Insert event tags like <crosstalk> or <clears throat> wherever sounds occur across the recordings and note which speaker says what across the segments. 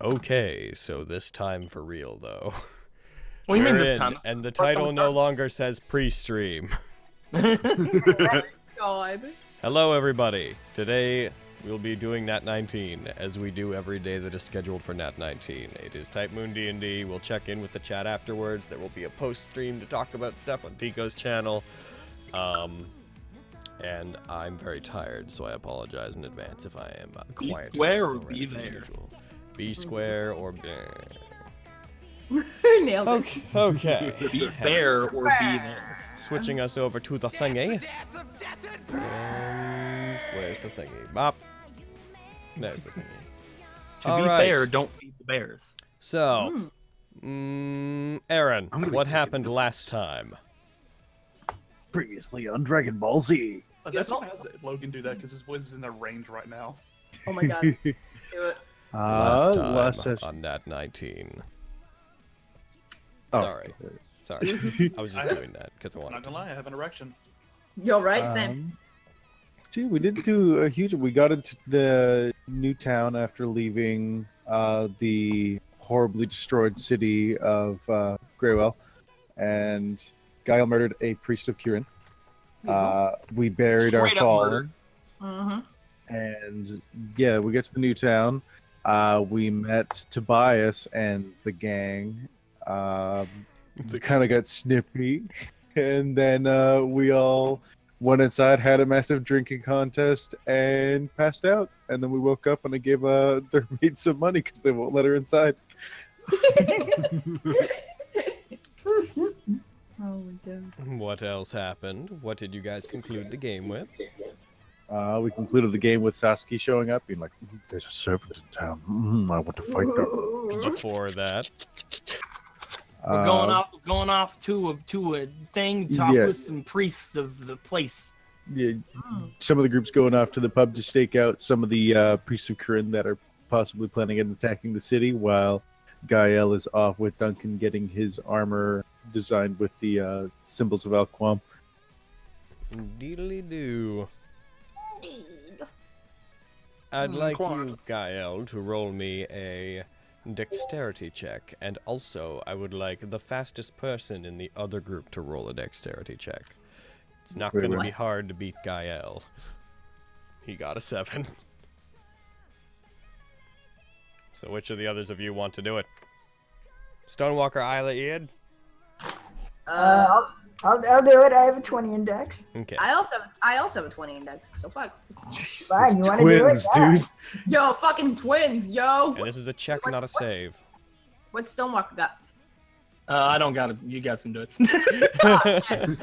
Speaker 1: Okay, so this time for real though.
Speaker 2: <laughs> What do you mean
Speaker 1: We're
Speaker 2: this
Speaker 1: in,
Speaker 2: time?
Speaker 1: And the
Speaker 2: First time
Speaker 1: title
Speaker 2: we
Speaker 1: no
Speaker 2: start-
Speaker 1: longer says pre-stream. <laughs>
Speaker 3: God.
Speaker 1: Hello everybody. Today we'll be doing Nat 19 as we do every day that is scheduled for Nat 19. It is Type Moon D&D. We'll check in with the chat afterwards. There will be a post stream to talk about stuff on Pico's channel. Um and I'm very tired, so I apologize in advance if I am uh,
Speaker 2: Be
Speaker 1: quieter
Speaker 2: square or
Speaker 1: than
Speaker 2: be
Speaker 1: the
Speaker 2: there.
Speaker 1: usual. Be square or be
Speaker 3: <laughs> Nailed it.
Speaker 1: Okay. okay.
Speaker 2: <laughs> Be there or be there.
Speaker 1: Switching us over to the thingy. And where's the thingy? Bop. There's the thingy.
Speaker 2: To
Speaker 1: All
Speaker 2: be
Speaker 1: right.
Speaker 2: fair, don't feed the bears.
Speaker 1: So, mm, Aaron,
Speaker 4: Hmm. I'm gonna be
Speaker 1: what
Speaker 4: taking
Speaker 1: happened last time?
Speaker 4: previously on Dragon Ball Z.
Speaker 5: I was
Speaker 3: Yeah,
Speaker 5: actually
Speaker 3: no-
Speaker 5: gonna ask Logan do that because his wind's in their range right now.
Speaker 3: Oh my god. Do it.
Speaker 1: Uh, Last time
Speaker 4: Uh, last session.
Speaker 1: on that 19.
Speaker 4: Oh.
Speaker 1: Sorry.
Speaker 4: <laughs>
Speaker 1: Sorry. <laughs> I was just doing that because I
Speaker 5: I'm
Speaker 1: wanted
Speaker 5: not
Speaker 1: to.
Speaker 5: gonna lie, I have an erection. Uh,
Speaker 3: You're right, Sam.
Speaker 4: Um, Gee, we didn't do a huge. We got into the new town after leaving uh, the horribly destroyed city of uh, Greywell, and Guile murdered a priest of Kirin. Uh, we buried our
Speaker 2: Straight up
Speaker 4: fallen,
Speaker 2: murder.
Speaker 3: mm-hmm. <laughs>
Speaker 4: and yeah, we get to the new town. Uh, we met Tobias and the gang. Um,
Speaker 1: The
Speaker 4: They kind of got snippy, <laughs> and then uh, we all went inside, had a massive drinking contest, and passed out. And then we woke up, and I gave uh, <laughs> their maid some money because they won't let her inside.
Speaker 3: Oh my god.
Speaker 1: What else happened? What did you guys conclude the game with?
Speaker 4: Uh, we concluded the game with Sasuke showing up, being like, "Mm, "There's a servant in town. Mm, I want to fight them."
Speaker 2: Mm-hmm. <laughs>
Speaker 1: Before that,
Speaker 2: We're going
Speaker 4: Uh,
Speaker 2: off. We're going off to a to a thing. Talk
Speaker 4: Yeah.
Speaker 2: with some priests of the place.
Speaker 4: yeah,
Speaker 3: Hmm.
Speaker 4: some of the groups going off to the pub to stake out some of the uh, priests of Corinne that are possibly planning on attacking the city, while Gael is off with Duncan getting his armor designed with the uh, symbols of Alquam.
Speaker 1: deedly doo. I'd
Speaker 5: Mm,
Speaker 1: like
Speaker 5: quite.
Speaker 1: you, Gael, to roll me a dexterity check, and also I would like the fastest person in the other group to roll a dexterity check. It's not
Speaker 4: Very
Speaker 1: going to
Speaker 4: well.
Speaker 1: be hard to beat Gael. He got a seven. So, which of the others of you want to do it? Stonewalker, Isla, Ian.
Speaker 6: Uh, I'll, I'll, I'll do it. I have a 20 index.
Speaker 1: Okay.
Speaker 3: I also have, I also have a 20 index, so fuck.
Speaker 4: Jesus,
Speaker 6: Fine, you wanna do it?
Speaker 4: twins,
Speaker 6: Yeah.
Speaker 4: dude.
Speaker 3: Yo, fucking twins, yo.
Speaker 1: And this is a check, not a save.
Speaker 3: What's Stonewalker got?
Speaker 2: Uh, I don't got a. You guys can do
Speaker 1: <laughs>
Speaker 2: it.
Speaker 3: Oh, shit.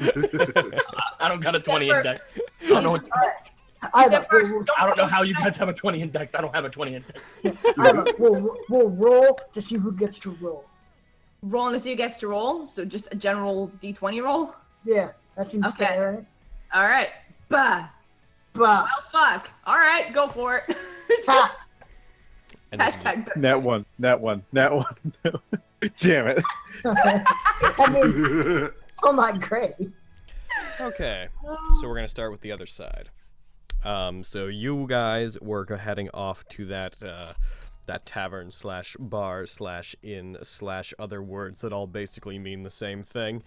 Speaker 2: I don't got a twenty
Speaker 3: Never.
Speaker 2: index. I don't know. What,
Speaker 6: I
Speaker 3: Step first.
Speaker 6: will
Speaker 2: I don't know how you guys have a twenty index. I don't have a twenty index.
Speaker 6: we'll, we'll roll to see who gets to <laughs> roll.
Speaker 3: Rolling to see who gets to roll, so just a general d20 roll.
Speaker 6: Yeah, that seems
Speaker 3: Okay.
Speaker 6: fair, right?
Speaker 3: All right. Bah.
Speaker 6: But,
Speaker 3: Oh, fuck. All right, go for it.
Speaker 6: <laughs> ha,
Speaker 1: And this is a-
Speaker 3: <laughs> Hashtag.
Speaker 4: That one, that one, that one. <laughs> Damn it.
Speaker 6: I mean, oh my great.
Speaker 1: Okay. So we're gonna start with the other side. Um, so you guys were go- heading off to that uh, that tavern slash bar slash inn slash other words that all basically mean the same thing.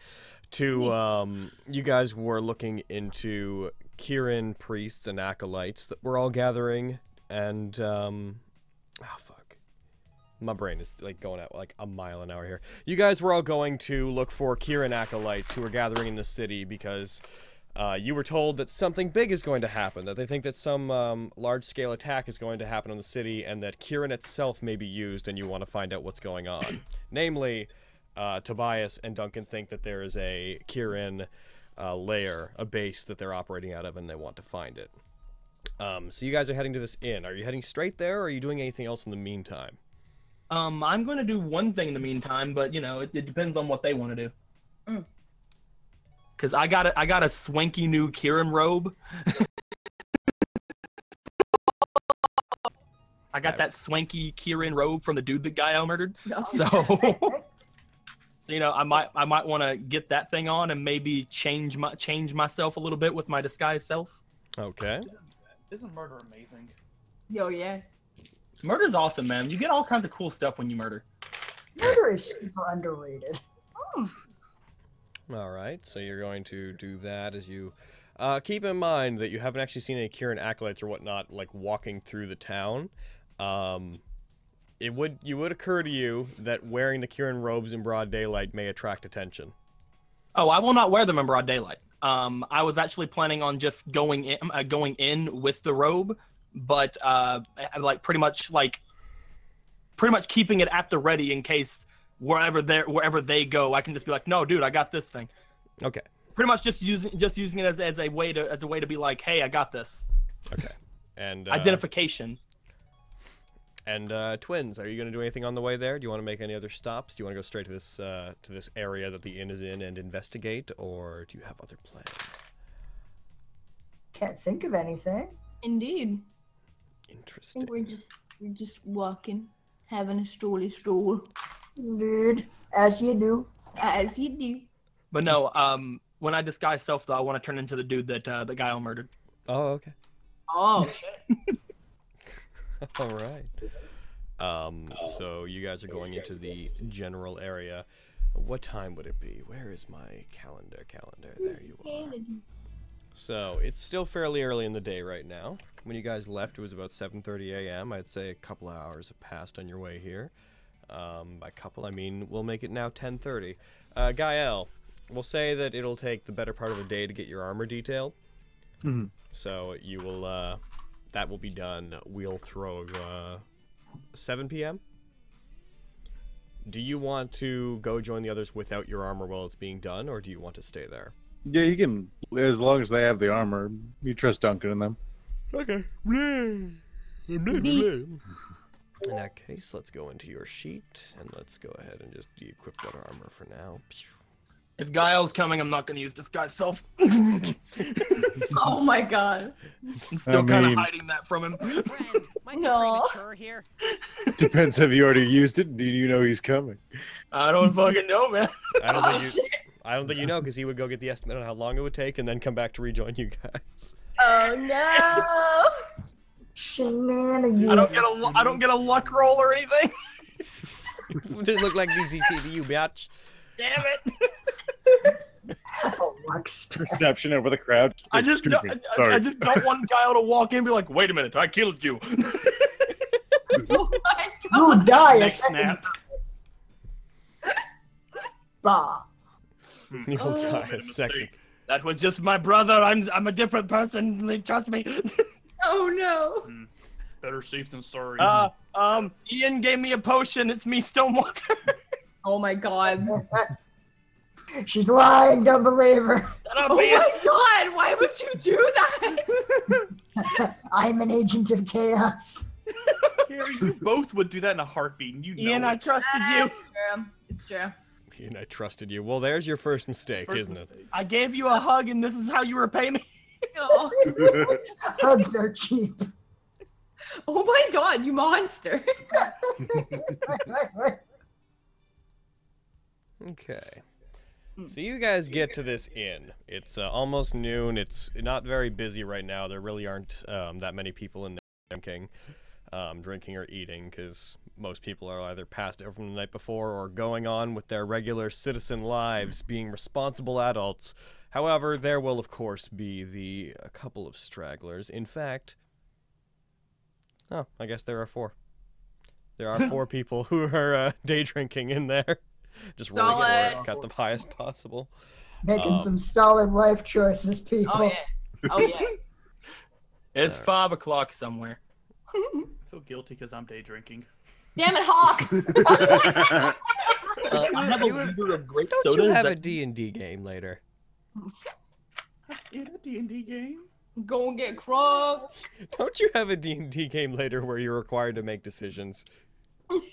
Speaker 1: To um, you guys were looking into Kirin priests and acolytes that were all gathering, and um, oh fuck, my brain is like going at like a mile an hour here. You guys were all going to look for Kirin acolytes who were gathering in the city because uh, you were told that something big is going to happen, that they think that some um, large scale attack is going to happen on the city, and that Kirin itself may be used, and you want to find out what's going on. <coughs> Namely, uh, Tobias and Duncan think that there is a Kirin uh, lair, a base that they're operating out of, and they want to find it. Um, so you guys are heading to this inn. Are you heading straight there, or are you doing anything else in the meantime?
Speaker 2: Um, I'm gonna do one thing in the meantime, but you know, it, it depends on what they want to do.
Speaker 3: Mm.
Speaker 2: Cause I got a I got a swanky new Kieran robe. <laughs> I got that swanky Kieran robe from the dude that Gaio
Speaker 3: <laughs>
Speaker 2: murdered.
Speaker 3: No.
Speaker 2: So, <laughs> so you know, I might I might want to get that thing on and maybe change my change myself a little bit with my disguise self.
Speaker 1: Okay.
Speaker 5: Isn't murder amazing?
Speaker 3: Yo, yeah.
Speaker 2: Murder's awesome, man. You get all kinds of cool stuff when you murder.
Speaker 6: Murder is super underrated.
Speaker 1: All right, so you're going to do that as you uh, keep in mind that you haven't actually seen any Kieran acolytes or whatnot like walking through the town. Um, it would you would occur to you that wearing the Kieran robes in broad daylight may attract attention.
Speaker 2: Oh, I will not wear them in broad daylight. Um, I was actually planning on just going in, uh, going in with the robe, but uh, I- I like pretty much like pretty much keeping it at the ready in case wherever they wherever they go, I can just be like, no, dude, I got this thing.
Speaker 1: Okay.
Speaker 2: Pretty much just using just using it as, as a way to as a way to be like, hey, I got this
Speaker 1: And uh,
Speaker 2: identification.
Speaker 1: and uh, twins, are you going to do anything on the way there? Do you want to make any other stops? Do you want to go straight to this uh, to this area that the inn is in and investigate, or do you have other plans?
Speaker 6: Can't think of anything.
Speaker 7: Indeed. I
Speaker 1: Interesting.
Speaker 7: think we're just we're just walking, having a strolly stroll,
Speaker 6: Dude, as you do.
Speaker 7: as you do.
Speaker 2: But no, um, when I disguise self, though, I want to turn into the dude that uh, the guy I murdered.
Speaker 1: Oh, okay.
Speaker 3: Oh shit.
Speaker 1: All right. Um, so you guys are going into the general area. What time would it be? Where is my calendar? Calendar. There you are. So it's still fairly early in the day right now. When you guys left, it was about 7:30 a.m. I'd say a couple of hours have passed on your way here. Um, by couple, I mean we'll make it now 10:30. Uh, Gael, we'll say that it'll take the better part of a day to get your armor detailed.
Speaker 4: Mhm.
Speaker 1: So you will. Uh, that will be done. We'll throw uh, 7 p.m. Do you want to go join the others without your armor while it's being done, or do you want to stay there?
Speaker 4: Yeah, you can. As long as they have the armor, you trust Duncan
Speaker 3: <laughs>
Speaker 4: in them. <laughs>
Speaker 1: Okay. In
Speaker 7: Beep.
Speaker 1: that case, let's go into your sheet and let's go ahead and just de-equip that armor for now. Phew.
Speaker 2: If Guile's coming, I'm not going to use disguise self.
Speaker 3: <laughs> Oh my god.
Speaker 2: <laughs> I'm still kind
Speaker 4: mean-
Speaker 2: of hiding that from him.
Speaker 8: Friend, might be
Speaker 3: No.
Speaker 8: premature here.
Speaker 4: <laughs> Depends have you already used it? Do you know he's coming?
Speaker 2: I don't fucking know, man.
Speaker 1: I
Speaker 2: <laughs>
Speaker 1: don't
Speaker 3: Oh
Speaker 1: think you.
Speaker 3: shit.
Speaker 1: I don't think you know because he would go get the estimate on how long it would take and then come back to rejoin you guys.
Speaker 2: <laughs>
Speaker 3: Oh no.
Speaker 6: Shenanigans.
Speaker 2: I don't get a lu- I don't get a luck roll or anything.
Speaker 1: <laughs> Doesn't look like DCC to you, biatch.
Speaker 2: Damn it!
Speaker 6: have a luck star.
Speaker 4: Perception over the crowd.
Speaker 2: I just
Speaker 4: Excuse
Speaker 2: don't,
Speaker 4: me,
Speaker 2: I- I,
Speaker 4: Sorry.
Speaker 2: I just don't want Guile to walk in and be like, "Wait a minute, I killed you."
Speaker 3: <laughs> Oh my god.
Speaker 6: <laughs> You die a
Speaker 2: Neck
Speaker 6: second
Speaker 2: snap.
Speaker 6: <laughs> Bah.
Speaker 1: You'll
Speaker 3: Oh.
Speaker 1: die
Speaker 5: Made a
Speaker 1: a second.
Speaker 5: mistake.
Speaker 2: That was just my brother. I'm I'm a different person. Trust me. <laughs>
Speaker 3: Oh no.
Speaker 5: Better safe than sorry.
Speaker 2: Uh, um, Ian gave me a potion. It's me, Stonewalker.
Speaker 3: Oh my god.
Speaker 6: <laughs> She's lying, don't believe her.
Speaker 2: Shut up,
Speaker 3: Oh
Speaker 2: Ian.
Speaker 3: my god, why would you do that?
Speaker 6: <laughs> I'm an agent of chaos.
Speaker 5: Gary, you both would do that in a heartbeat. And you know
Speaker 2: Ian, I
Speaker 5: it.
Speaker 2: <laughs> trusted you.
Speaker 3: It's true. It's true.
Speaker 1: And I trusted you. Well, there's your first mistake,
Speaker 5: First
Speaker 1: isn't
Speaker 5: mistake.
Speaker 2: I gave you a hug, and this is how you repay <laughs> me.
Speaker 3: Oh,
Speaker 6: Hugs are cheap.
Speaker 3: oh my god, you monster.
Speaker 1: it? Okay.
Speaker 5: Hmm.
Speaker 1: So you guys get to this inn. It's uh, almost noon. It's not very busy right now. There really aren't um, that many people in there drinking, um, drinking or eating, because most people are either passed out from the night before or going on with their regular citizen lives, being responsible adults. However, there will of course be the a couple of stragglers. In fact, oh, I guess there are four. There
Speaker 2: <laughs>
Speaker 1: are four people who are uh, day drinking in there. <laughs> Just rolling it
Speaker 3: Solid.
Speaker 1: work at the highest possible.
Speaker 2: <laughs>
Speaker 6: Making
Speaker 1: Um,
Speaker 6: some solid life choices, people.
Speaker 3: Oh yeah. Oh yeah.
Speaker 2: It's five o'clock <laughs> somewhere.
Speaker 5: I feel guilty because I'm day drinking.
Speaker 7: Damn it, Hawk!
Speaker 2: Uh, I have a liter of grape
Speaker 1: Don't
Speaker 2: soda.
Speaker 1: you
Speaker 2: Is
Speaker 1: have
Speaker 2: that-
Speaker 1: a D and D game later?
Speaker 5: In a D&D game?
Speaker 3: Go and get crunk.
Speaker 1: Don't you have a D and D game later where you're required to make decisions?
Speaker 5: That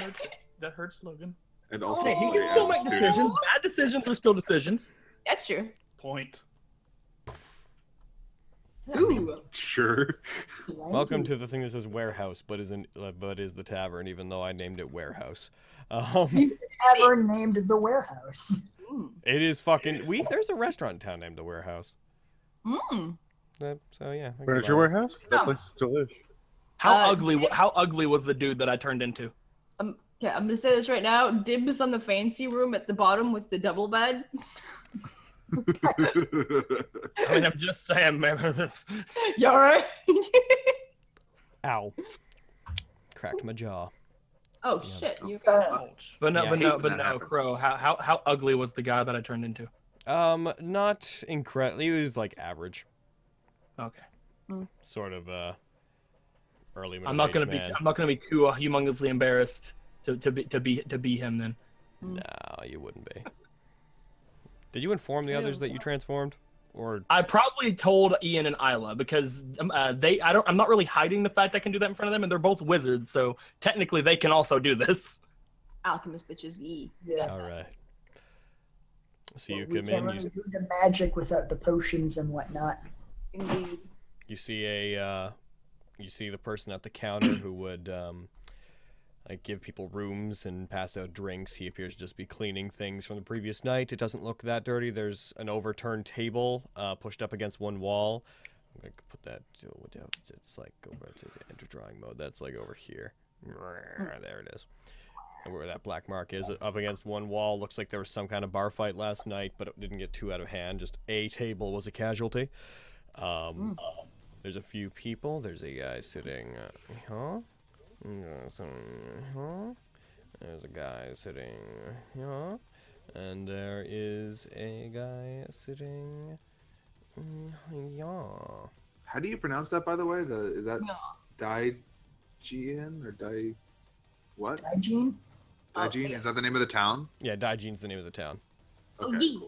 Speaker 5: hurts, that hurts Logan.
Speaker 9: And also,
Speaker 2: Hey, he
Speaker 9: sorry,
Speaker 2: can
Speaker 9: as
Speaker 2: still
Speaker 9: a
Speaker 2: make
Speaker 9: student-
Speaker 2: decisions. Bad decisions are still decisions.
Speaker 3: That's true.
Speaker 5: Point.
Speaker 3: Ooh.
Speaker 9: Sure.
Speaker 1: Welcome to the thing that says warehouse, but is in, uh, but is the tavern, even though I named it warehouse. Um,
Speaker 6: ever named the warehouse.
Speaker 3: Mm.
Speaker 1: it is fucking. We there's a restaurant in town named the warehouse.
Speaker 7: Mm.
Speaker 1: Uh, so yeah. I could buy
Speaker 4: Furniture
Speaker 1: it.
Speaker 4: warehouse?
Speaker 3: No.
Speaker 4: That place is still there.
Speaker 2: How
Speaker 3: Uh,
Speaker 2: ugly?
Speaker 3: Dibs-
Speaker 2: How ugly was the dude that I turned into?
Speaker 3: Um, okay, I'm gonna say this right now. Dibs on the fancy room at the bottom with the double bed.
Speaker 2: <laughs> I mean, I'm just saying, man.
Speaker 3: You alright?
Speaker 1: Ow. Cracked my jaw.
Speaker 3: oh
Speaker 1: Yeah.
Speaker 3: shit, you got
Speaker 6: Uh,
Speaker 5: Ouch.
Speaker 2: But no,
Speaker 1: Yeah, I
Speaker 2: but
Speaker 1: hate
Speaker 2: no,
Speaker 8: when
Speaker 2: but
Speaker 8: that
Speaker 2: no,
Speaker 8: happens.
Speaker 2: Crow. How, how how ugly was the guy that I turned into?
Speaker 1: Um, not incredible. He was like average,
Speaker 2: Okay,
Speaker 1: sort of. Uh, early.
Speaker 2: I'm not
Speaker 1: middle-aged
Speaker 2: gonna be
Speaker 1: man.
Speaker 2: I'm not gonna be too uh, humongously embarrassed to, to be to be to be him then. <laughs>
Speaker 3: Mm-hmm.
Speaker 1: No, Oh, you wouldn't be. <laughs> Did you inform the
Speaker 2: Yeah,
Speaker 1: others that
Speaker 2: what's
Speaker 1: you transformed, or
Speaker 2: I probably told Ian and Isla because um, uh, they I don't I'm not really hiding the fact I can do that in front of them and they're both wizards so technically they can also do this.
Speaker 7: Alchemist bitches. E.
Speaker 6: yeah.
Speaker 1: <laughs> All right. So you
Speaker 6: we
Speaker 1: come
Speaker 6: can't
Speaker 1: in,
Speaker 6: really
Speaker 1: you,
Speaker 6: do the magic without the potions and whatnot.
Speaker 7: Indeed.
Speaker 1: you see a, uh, you see the person at the counter who <coughs> would, um, like give people rooms and pass out drinks. He appears to just be cleaning things from the previous night. It doesn't look that dirty. There's an overturned table uh, pushed up against one wall. I'm gonna put that. To, what the- it's like over to the enter drawing mode. That's like over here. There it is. And where that black mark is up against one wall. Looks like there was some kind of bar fight last night, but it didn't get too out of hand. Just a table was a casualty. Um, There's a few people. There's a guy sitting. Uh, huh? Yeah, so, huh? There's a guy sitting. Huh? And there is a guy sitting. mm, Yeah.
Speaker 8: How do you pronounce that, by the way? The is that
Speaker 3: No.
Speaker 8: Dai Gian or Dai what?
Speaker 6: Hygiene?
Speaker 8: Dai Gian? Is that the name of the town?
Speaker 1: Yeah, Daijin's the name of the town.
Speaker 8: Okay.
Speaker 7: Ye.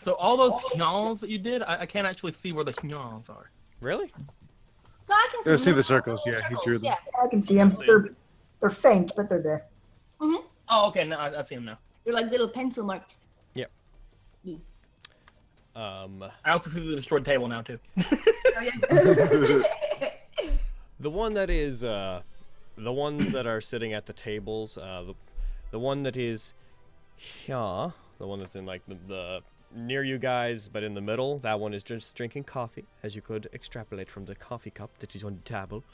Speaker 2: So all those hyons that you did, I, I can't actually see where the hyons are.
Speaker 1: Really?
Speaker 7: No, I can see,
Speaker 4: Yeah, see
Speaker 7: them.
Speaker 4: the circles, yeah, he drew them.
Speaker 7: Yeah.
Speaker 6: I can see them.
Speaker 2: see 'em.
Speaker 6: They're, they're faint, but they're there.
Speaker 2: Oh okay, now I, I see him now.
Speaker 7: They're like little pencil marks.
Speaker 1: Um,
Speaker 2: I also see the destroyed table now too.
Speaker 3: oh, yeah.
Speaker 1: the one that is, uh, the ones that are sitting at the tables, uh, the, the one that is here, the one that's in like the, the near you guys, but in the middle, that one is just drinking coffee, as you could extrapolate from the coffee cup that is on the table.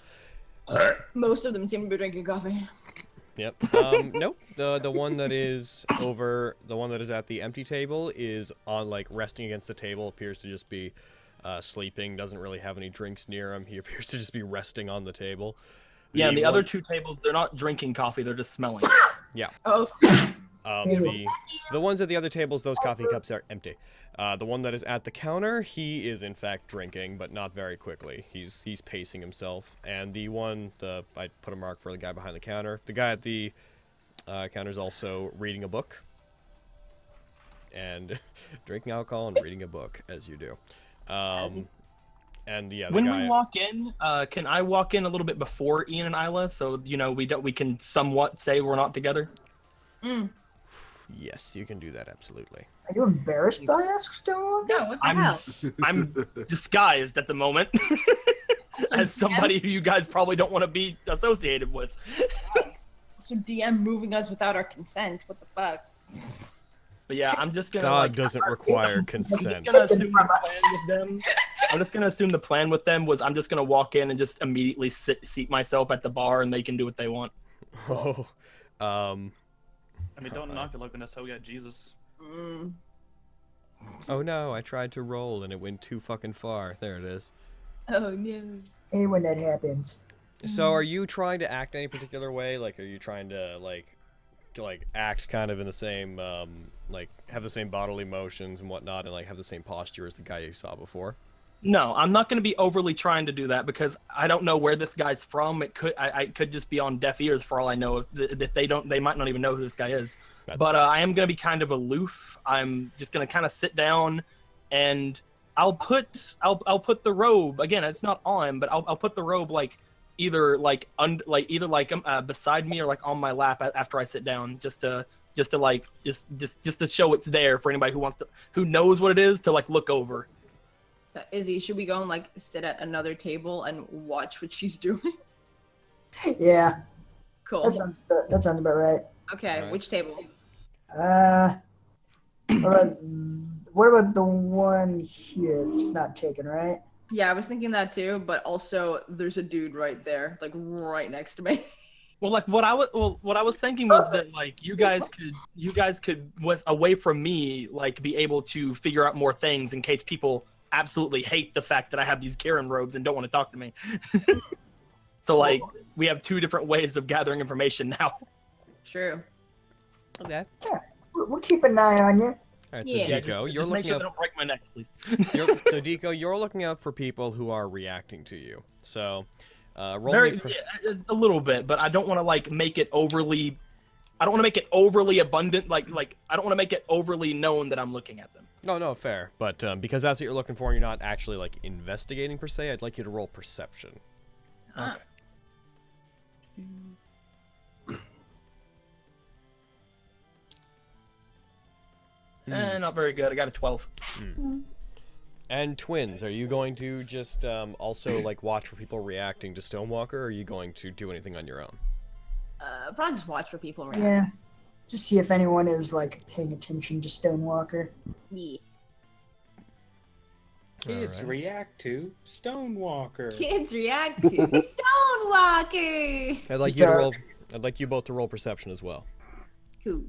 Speaker 3: Most of them seem to be drinking coffee.
Speaker 1: Yep. Um, nope. The the one that is over, the one that is at the empty table is on like resting against the table. Appears to just be uh, sleeping. Doesn't really have any drinks near him. He <laughs> appears to just be resting on the table.
Speaker 2: Yeah, and the other
Speaker 1: one-
Speaker 2: two tables, they're not drinking coffee, they're just smelling.
Speaker 3: Oh,
Speaker 1: Um, the, the ones at the other tables, those coffee cups are empty. Uh, the one that is at the counter, he is in fact drinking, but not very quickly. He's he's pacing himself. And the one, the I put a mark for the guy behind the counter. The guy at the uh, counter is also reading a book and <laughs> drinking alcohol and reading a book as you do. Um, and yeah, the
Speaker 2: when
Speaker 1: guy,
Speaker 2: we walk in, uh, can I walk in a little bit before Ian and Isla, so you know we don't we can somewhat say we're not together?
Speaker 3: Mm.
Speaker 1: yes, you can do that absolutely.
Speaker 6: Are you embarrassed by us, Stonewall?
Speaker 3: no, what the
Speaker 2: I'm-
Speaker 3: hell?
Speaker 2: I'm disguised at the moment <laughs>
Speaker 3: So
Speaker 2: as
Speaker 3: DM
Speaker 2: somebody who you guys probably don't want to be associated with.
Speaker 3: So DM moving us without our consent. What the fuck?
Speaker 2: But yeah, I'm just gonna.
Speaker 1: God
Speaker 2: Like,
Speaker 1: doesn't
Speaker 2: <laughs>
Speaker 1: require
Speaker 2: I'm just
Speaker 1: consent.
Speaker 2: gonna assume
Speaker 6: from
Speaker 2: the
Speaker 6: us.
Speaker 2: plan with them. I'm just gonna assume the plan with them was I'm just gonna walk in and just immediately sit, seat myself at the bar and they can do what they want.
Speaker 1: <laughs> Oh, um,
Speaker 5: I mean, don't knock it like that's how we got Jesus.
Speaker 3: Mm.
Speaker 1: oh no, I tried to roll and it went too fucking far. There it is.
Speaker 3: Oh no.
Speaker 6: Hey, when that happens. <laughs>
Speaker 1: So are you trying to act any particular way? Like are you trying to like like act kind of in the same um like have the same bodily motions and whatnot and like have the same posture as the guy you saw before?
Speaker 2: No, I'm not gonna be overly trying to do that because I don't know where this guy's from. It could I, I could just be on deaf ears for all I know. If, if they don't, they might not even know who this guy is.
Speaker 1: That's
Speaker 2: but uh, I am going to be kind of aloof. I'm just going to kind of sit down, and I'll put I'll I'll put the robe again. It's not on, but I'll I'll put the robe like either like un, like either like um, uh, beside me or like on my lap a- after I sit down, just to just to like just just just to show it's there for anybody who wants to who knows what it is to like look over.
Speaker 3: So, Izzy, should we go and like sit at another table and watch what she's <laughs> doing?
Speaker 6: Yeah,
Speaker 3: Cool.
Speaker 6: that sounds about, that sounds about right.
Speaker 3: Okay,
Speaker 1: Alright.
Speaker 3: which table?
Speaker 6: Uh, <clears throat> what about, what about the one here? It's not taken, right?
Speaker 3: Yeah, I was thinking that too, but also there's a dude right there, like right next to me. <laughs>
Speaker 2: Well, like what I was, well, what I was thinking was that like you guys could, you guys could, with away from me, like be able to figure out more things in case people absolutely hate the fact that I have these Karen robes and don't want to talk to me. <laughs> so like we have two different ways of gathering information now.
Speaker 3: True.
Speaker 1: Okay.
Speaker 6: We'll we'll keep an eye on you.
Speaker 1: All right, so
Speaker 3: Yeah,
Speaker 1: Dico,
Speaker 2: just-
Speaker 1: you're
Speaker 2: just make
Speaker 1: looking
Speaker 2: sure
Speaker 1: up
Speaker 2: they don't break my neck, please.
Speaker 1: You're, <laughs> so Deco, you're looking out for people who are reacting to you. So uh, roll me.
Speaker 2: Very,
Speaker 1: per-
Speaker 2: yeah, a a little bit, but I don't want to like make it overly. I don't want to make it overly abundant. Like like I don't want to make it overly known that I'm looking at them.
Speaker 1: No, no, fair. But um, because that's what you're looking for, and you're not actually like investigating per se. I'd like you to roll perception.
Speaker 3: Ah.
Speaker 1: Hmm.
Speaker 2: Eh, not very good. I got a twelve.
Speaker 1: And twins, are you going to just um, also like watch for people reacting to Stonewalker, or are you going to do anything on your own?
Speaker 3: Uh, probably just watch for people around.
Speaker 6: Yeah. Just see if anyone is like paying attention to Stonewalker.
Speaker 3: Yeah.
Speaker 9: Kids
Speaker 1: Alright.
Speaker 9: react to Stonewalker.
Speaker 3: <laughs> Kids react to Stonewalker.
Speaker 1: I'd like
Speaker 6: Just,
Speaker 1: you to
Speaker 6: uh,
Speaker 1: roll. I'd like you both to roll perception as well.
Speaker 3: Cool.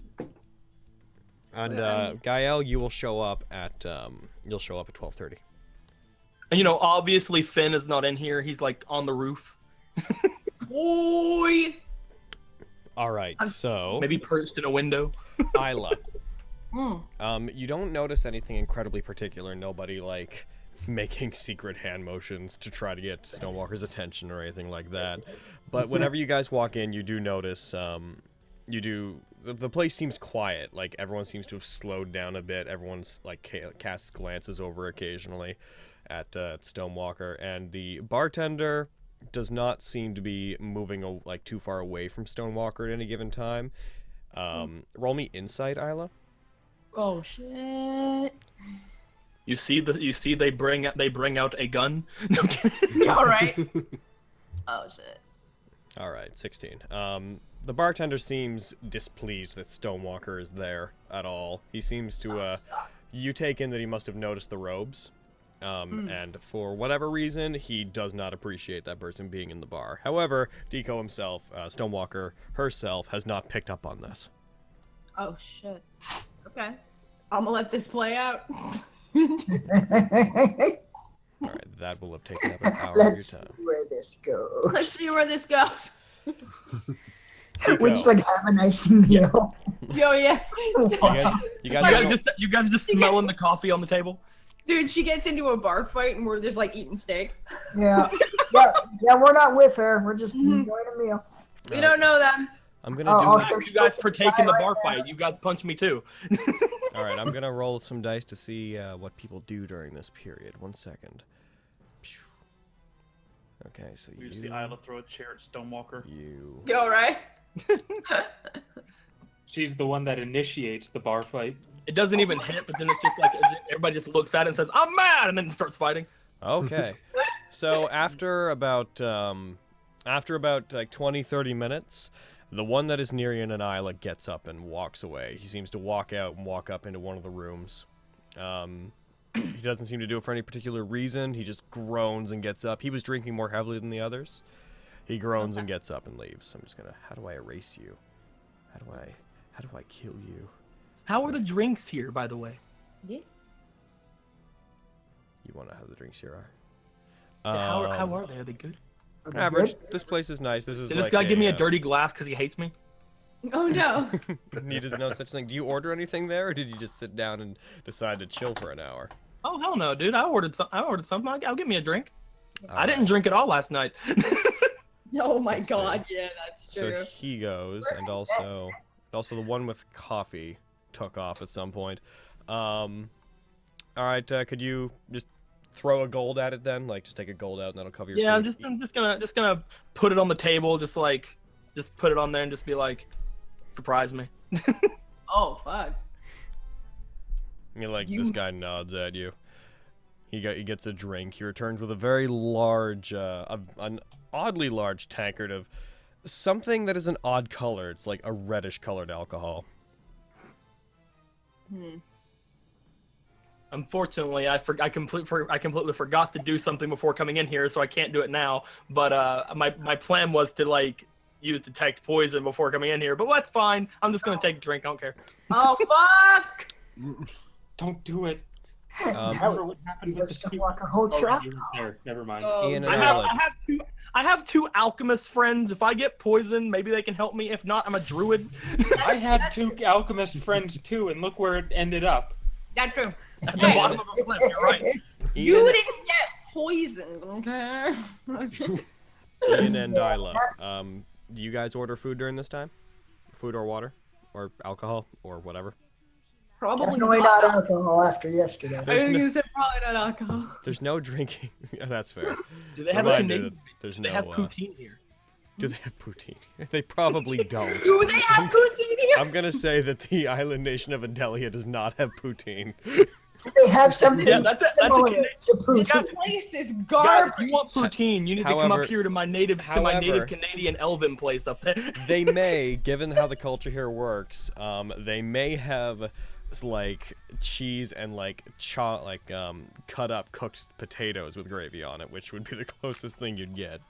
Speaker 1: And
Speaker 3: Well, I
Speaker 1: uh, Gael, you will show up at um, you'll show up at twelve thirty.
Speaker 2: And you know, obviously Finn is not in here. He's like on the roof,
Speaker 3: Boy.
Speaker 1: All right.
Speaker 3: Um,
Speaker 1: So
Speaker 2: maybe perched in a window.
Speaker 1: Isla.
Speaker 3: Mm.
Speaker 1: Um, you don't notice anything incredibly particular. Nobody like making <laughs> secret hand motions to try to get Stonewalker's attention or anything like that. But whenever you guys walk in, you do notice. Um, you do. The, the place seems quiet. Like everyone seems to have slowed down a bit. Everyone's like ca- casts glances over occasionally at uh, Stonewalker, and the bartender does not seem to be moving a, like too far away from Stonewalker at any given time. Um, roll me insight, Isla.
Speaker 7: Oh
Speaker 3: <laughs>
Speaker 7: shit.
Speaker 2: You see the you see they bring they bring out a gun. No, I'm kidding.
Speaker 3: <laughs> All right. <laughs> oh shit.
Speaker 1: All right, 16. Um, the bartender seems displeased that Stonewalker is there at all. He seems to, uh, you take in that he must have noticed the robes. Um,
Speaker 6: Hmm.
Speaker 3: Mm.
Speaker 1: And for whatever reason, he does not appreciate that person being in the bar. However, Deco himself, uh, Stonewalker herself, has not picked up on this.
Speaker 7: Oh shit.
Speaker 3: Okay. I'm gonna let this
Speaker 6: <laughs>
Speaker 3: play out.
Speaker 1: All right, <laughs> that will have taken up an hour of your
Speaker 6: Let's see
Speaker 1: time.
Speaker 6: where this goes.
Speaker 3: Let's see where this goes. <laughs>
Speaker 6: We
Speaker 1: Deco,
Speaker 6: just like have a nice <laughs> meal. <laughs>
Speaker 3: Yo, yeah. <laughs>
Speaker 1: you guys,
Speaker 2: <laughs>
Speaker 1: you guys
Speaker 2: You guys
Speaker 1: don't-
Speaker 2: just you guys just smelling the coffee on the table.
Speaker 3: Dude, she gets into a bar fight and we're just like eating steak. <laughs>
Speaker 6: yeah. Yeah. Yeah. We're not with her. We're just
Speaker 3: Mhm.
Speaker 6: enjoying a meal.
Speaker 3: We
Speaker 1: Alright,
Speaker 3: don't know them.
Speaker 1: I'm gonna
Speaker 6: Oh,
Speaker 1: do.
Speaker 6: I'll
Speaker 1: this-
Speaker 6: show
Speaker 2: You guys partake in the bar fight.
Speaker 6: <laughs>
Speaker 2: You guys punch me too.
Speaker 1: All right, I'm gonna roll some dice to see uh, what people do during this period. One second. Phew. Okay, so
Speaker 5: We
Speaker 1: you,
Speaker 5: just see Isla throw a chair at Stonewalker.
Speaker 1: you,
Speaker 3: Yo, right?
Speaker 9: She's the one that initiates the bar fight.
Speaker 2: It doesn't even hit, but then it's just like everybody just looks at it and says, "I'm mad," and then starts fighting.
Speaker 1: Okay. so after about um, after about like 20, 30 minutes, the one that is Nerian and Isla gets up and walks away. He seems to walk out and walk up into one of the rooms. Um, he doesn't seem to do it for any particular reason. He just groans and gets up. He was drinking more heavily than the others. He groans and gets up and leaves. I'm just gonna. How do I erase you? How do I? How do I kill you?
Speaker 2: How are the drinks here, by the way?
Speaker 1: You want to have the drinks here are.
Speaker 2: how,
Speaker 1: Um,
Speaker 2: how are they? Are they good?
Speaker 6: Okay,
Speaker 1: Average.
Speaker 6: good.
Speaker 1: This place is nice. This is.
Speaker 2: Did this
Speaker 1: like
Speaker 2: guy give me a
Speaker 1: uh,
Speaker 2: dirty glass because he hates me? <laughs>
Speaker 3: Oh no.
Speaker 1: <laughs> He doesn't know such thing. Do you order anything there, or did you just sit down and decide to chill for an hour?
Speaker 2: Oh hell no, dude! I ordered some. I ordered something. I'll, I'll get me a drink. I
Speaker 1: Alright,
Speaker 2: didn't drink at all last night.
Speaker 3: Oh my
Speaker 1: Let's see.
Speaker 3: god, yeah, that's
Speaker 1: So
Speaker 3: true.
Speaker 1: he goes, and also, also the one with coffee took off at some point. Um, all right, uh, could you just throw a gold at it then? Like, just take a gold out, and that'll cover your.
Speaker 2: yeah, I'm
Speaker 1: food.
Speaker 2: just I'm just gonna just gonna put it on the table. Just like just put it on there and just be like, surprise me.
Speaker 3: Oh fuck.
Speaker 1: I mean, like
Speaker 3: You-
Speaker 1: this guy nods at you. He got he gets a drink. He returns with a very large, uh, a, an oddly large tankard of something that is an odd color. It's like a reddish colored alcohol.
Speaker 3: Hmm.
Speaker 2: Unfortunately, I for, I complete for, I completely forgot to do something before coming in here, so I can't do it now. But uh, my my plan was to like use detect poison before coming in here, but that's fine. I'm just gonna take a drink. I don't care. <laughs>
Speaker 3: Oh fuck!
Speaker 9: <laughs> Don't do it.
Speaker 1: Um,
Speaker 9: Remember what happened
Speaker 6: You
Speaker 9: with the
Speaker 6: just
Speaker 9: soup?
Speaker 6: gonna walk a whole
Speaker 9: Oh,
Speaker 6: truck.
Speaker 9: you were there. Never mind.
Speaker 3: Oh,
Speaker 1: Ian
Speaker 2: I
Speaker 1: and
Speaker 2: have
Speaker 1: Alec.
Speaker 2: I have two I have two alchemist friends. If I get poisoned, maybe they can help me. If not, I'm a druid.
Speaker 9: <laughs> I had two alchemist friends too, and look where it ended up.
Speaker 3: That's true.
Speaker 9: <laughs>
Speaker 2: At the
Speaker 3: Hey.
Speaker 2: bottom of a cliff. You're
Speaker 6: <laughs>
Speaker 2: right.
Speaker 3: You
Speaker 1: Ian,
Speaker 3: didn't get poisoned,
Speaker 2: <laughs>
Speaker 3: okay? <laughs>
Speaker 1: Ian and Isla. Um, do you guys order food during this time? Food or water, or alcohol, or whatever.
Speaker 3: probably
Speaker 6: Definitely not alcohol after yesterday.
Speaker 3: I was
Speaker 1: There's no,
Speaker 3: gonna say probably not alcohol.
Speaker 1: there's no drinking. <laughs> yeah, that's fair.
Speaker 2: Do they have a
Speaker 1: Reminder
Speaker 2: Canadian?
Speaker 1: that There's
Speaker 2: They
Speaker 1: no.
Speaker 2: have
Speaker 1: uh,
Speaker 2: poutine here.
Speaker 1: do they have poutine? <laughs> they probably
Speaker 2: <laughs>
Speaker 1: don't.
Speaker 3: Do they have poutine here?
Speaker 1: I'm gonna say that the island nation of Adelia does not have poutine.
Speaker 6: They have something
Speaker 2: Yeah, that's a- that's a
Speaker 6: similar
Speaker 2: Canadian-
Speaker 6: to poutine.
Speaker 3: That place is
Speaker 2: Guys,
Speaker 3: garbage.
Speaker 2: if you want poutine, you need to come
Speaker 1: However-
Speaker 2: up here to my native to my
Speaker 1: however-
Speaker 2: native Canadian elven place up there.
Speaker 1: <laughs> they
Speaker 2: <laughs>
Speaker 1: may, given how the culture here works, um, they may have s- like cheese and like cha- like um, cut up cooked potatoes with gravy on it, which would be the <laughs> closest thing you'd get.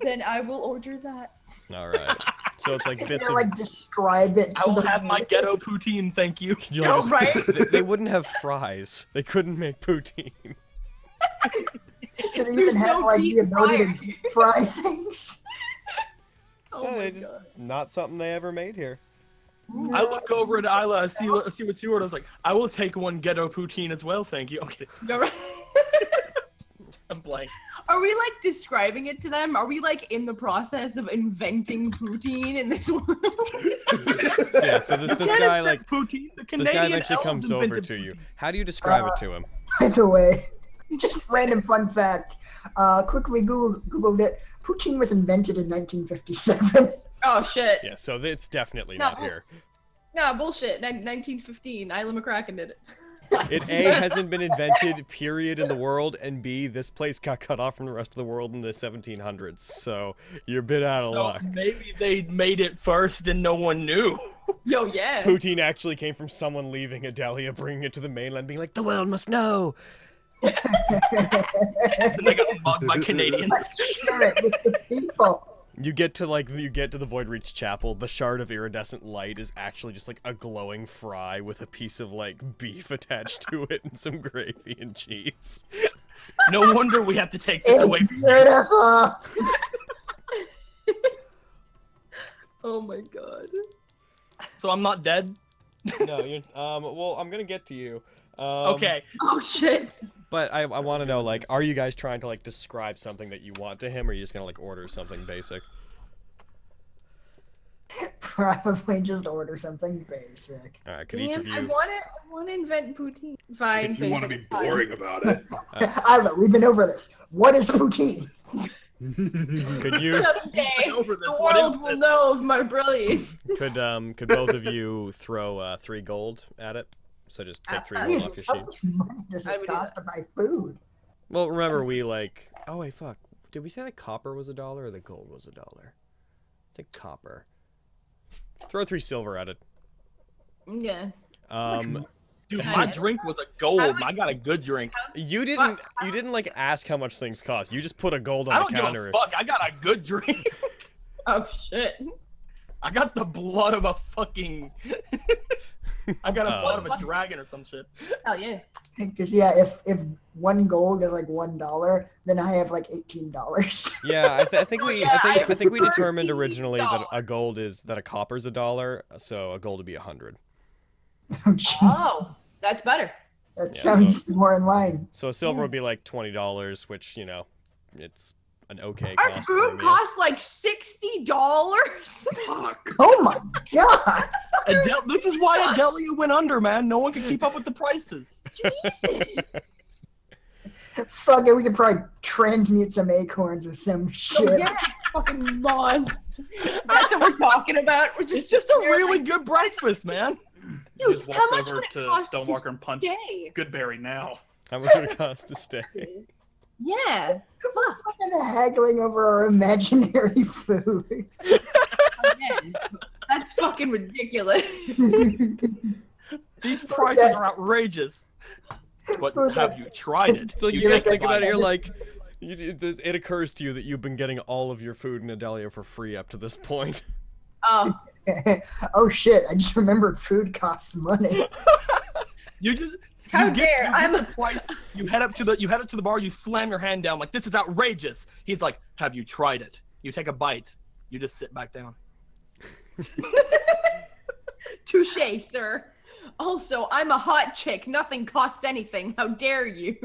Speaker 3: then I will order that.
Speaker 1: All right. So
Speaker 3: <laughs>
Speaker 1: it's like
Speaker 6: They're
Speaker 1: bits of. <laughs>
Speaker 6: like describe it. To
Speaker 2: I will
Speaker 6: the-
Speaker 2: have my ghetto poutine, thank you.
Speaker 1: <laughs> you'll
Speaker 3: No,
Speaker 1: just-
Speaker 3: <laughs> right?
Speaker 1: they, they wouldn't have fries. They couldn't
Speaker 2: <laughs>
Speaker 1: make poutine.
Speaker 6: They
Speaker 3: There's
Speaker 6: even have
Speaker 3: no
Speaker 6: like the
Speaker 3: deep
Speaker 6: ability
Speaker 3: fryer.
Speaker 6: to deep fry <laughs> things.
Speaker 3: Oh
Speaker 1: Yeah,
Speaker 3: my
Speaker 1: they just-
Speaker 3: god.
Speaker 1: Not something they ever made here.
Speaker 2: I look over at Isla, I see I see what she ordered. I was like, I will take one ghetto poutine as well, thank you. <laughs> Okay,
Speaker 3: You're right.
Speaker 2: I'm blank.
Speaker 3: Are we like describing it to them? Are we like in the process of inventing poutine in this world?
Speaker 1: So, yeah. So this this guy like
Speaker 2: poutine. The
Speaker 1: this
Speaker 2: Canadian
Speaker 1: guy actually
Speaker 2: elves
Speaker 1: comes over
Speaker 2: invented
Speaker 1: to you.
Speaker 2: poutine.
Speaker 1: How do you describe it to him?
Speaker 6: By the way, <laughs> just random fun fact. Uh, quickly Googled, Googled it. Poutine was invented in 1957.
Speaker 3: oh shit.
Speaker 1: Yeah. So it's definitely
Speaker 3: No.
Speaker 1: not here.
Speaker 3: Nah, bullshit. Nin- 1915. Isla McCracken did it.
Speaker 1: It A hasn't been invented, period, in the world, and B, this place got cut off from the rest of the world in the 1700s. So you're a bit out of
Speaker 2: So
Speaker 1: luck.
Speaker 2: maybe they made it first and no one knew.
Speaker 3: Yo, yeah.
Speaker 1: Poutine actually came from someone leaving Adelia, bringing it to the mainland, being like, "The world
Speaker 2: <laughs>
Speaker 1: must know."
Speaker 2: and they got mugged by Canadians.
Speaker 6: Let's share it with the people.
Speaker 1: You get to like you get to the Void Reach Chapel. The shard of iridescent light is actually just like a glowing fry with a piece of like beef <laughs> attached to it and some gravy and cheese.
Speaker 2: No wonder we have to take this away.
Speaker 6: It's
Speaker 2: from
Speaker 6: beautiful.
Speaker 3: Oh my god.
Speaker 2: So I'm not dead.
Speaker 1: no, you're, um, well, I'm gonna get to you. Um,
Speaker 2: okay.
Speaker 3: Oh shit.
Speaker 1: But I, I want to know, like, are you guys trying to like describe something that you want to him, or are you just gonna like order something basic?
Speaker 6: <laughs> Probably just order something basic.
Speaker 1: All right, could each of
Speaker 3: Damn, I
Speaker 1: you?
Speaker 3: wanna I wanna invent poutine. Fine,
Speaker 8: if you want to
Speaker 3: basic,
Speaker 8: be
Speaker 3: fine.
Speaker 8: boring about it.
Speaker 2: uh,
Speaker 3: Oh,
Speaker 6: <laughs> Isla, we've been over this. What is
Speaker 2: <laughs>
Speaker 6: poutine?
Speaker 7: <laughs>
Speaker 1: Could you? <laughs>
Speaker 3: Someday
Speaker 2: Over this.
Speaker 3: the
Speaker 2: What is
Speaker 3: world will
Speaker 2: this?
Speaker 3: know of my brilliance.
Speaker 2: <laughs>
Speaker 1: Could um? Could both of you throw uh, three gold at it? So just take
Speaker 2: Uh,
Speaker 1: three gold off
Speaker 6: Jesus,
Speaker 1: your
Speaker 6: <laughs> how
Speaker 1: sheet.
Speaker 6: much money does
Speaker 3: I
Speaker 6: it
Speaker 3: would do
Speaker 6: cost to buy food?
Speaker 1: Well,
Speaker 2: Um,
Speaker 1: remember we like. Oh wait, fuck. Did we say that copper was a dollar or the gold was a dollar? I think copper. Throw three silver at it.
Speaker 3: Yeah.
Speaker 1: Um,
Speaker 2: Dude,
Speaker 3: Hi.
Speaker 2: my drink was a gold. I got a good drink.
Speaker 1: you didn't. You didn't like ask how much things cost. You just put a gold
Speaker 2: I
Speaker 1: on
Speaker 2: don't
Speaker 1: the
Speaker 2: give
Speaker 1: counter.
Speaker 2: a fuck. I got a good drink.
Speaker 3: Oh shit.
Speaker 2: I got the blood of a fucking. <laughs> I got a
Speaker 1: Oh.
Speaker 2: blood of a dragon or some shit.
Speaker 3: Hell yeah.
Speaker 6: Because yeah, if if one gold is like one dollar, then I have like eighteen dollars.
Speaker 1: <laughs>
Speaker 6: <laughs>
Speaker 1: Yeah, I, th- I think
Speaker 3: Oh,
Speaker 1: we,
Speaker 3: yeah,
Speaker 1: I think,
Speaker 3: I-
Speaker 1: I think we determined
Speaker 3: $13.
Speaker 1: originally that a gold is that a copper's a dollar, so a gold would be a hundred.
Speaker 6: oh, jeez.
Speaker 3: Oh, that's better.
Speaker 6: that
Speaker 1: Yeah,
Speaker 6: sounds more in line.
Speaker 1: So a silver would be like twenty dollars, which you know, it's an okay
Speaker 3: Our
Speaker 1: cost. for a
Speaker 3: food
Speaker 1: meal.
Speaker 3: costs like sixty dollars.
Speaker 8: Fuck.
Speaker 6: Oh my god!
Speaker 2: Adel- this is why Adelia went under, man. No one could keep up with the prices.
Speaker 3: <laughs> Jesus.
Speaker 6: Fuck it, we could probably transmute some acorns or some
Speaker 3: Oh,
Speaker 6: shit.
Speaker 3: yeah, fucking mods. <laughs> That's what we're <laughs> talking about. We're just
Speaker 2: It's just a
Speaker 3: sitting there
Speaker 2: really good breakfast, man.
Speaker 3: Dude,
Speaker 5: just walk
Speaker 3: how much
Speaker 5: over
Speaker 3: would it
Speaker 5: to
Speaker 3: cost to
Speaker 5: Stonewalker and punch
Speaker 3: like, "Yay."
Speaker 5: Goodberry now.
Speaker 1: How much would it cost to
Speaker 3: <laughs>
Speaker 1: stay?
Speaker 7: Yeah.
Speaker 6: We're fucking haggling over our imaginary <laughs> food.
Speaker 3: That's fucking ridiculous. <laughs>
Speaker 2: These prices are outrageous. but
Speaker 6: for the-
Speaker 2: have you tried it?
Speaker 1: It's like
Speaker 2: You
Speaker 1: you guys
Speaker 2: can't
Speaker 1: think
Speaker 2: buy
Speaker 1: about it, you're like, you- it, it- it occurs to you that you've been getting all of your food in Adelia for free up to this <laughs> point.
Speaker 3: Oh,
Speaker 6: <laughs> oh shit! I just remembered food costs
Speaker 3: <laughs>
Speaker 6: money.
Speaker 2: You just
Speaker 3: how
Speaker 2: you get-
Speaker 3: dare!
Speaker 2: you get
Speaker 3: I'm
Speaker 2: the price. <laughs> You head up to the you head up to the bar. You slam your hand down like this is outrageous. He's like, "Have you tried it?" You take a bite. You just sit back down.
Speaker 3: touche, sir. Also, I'm a hot chick. Nothing costs anything. How dare you?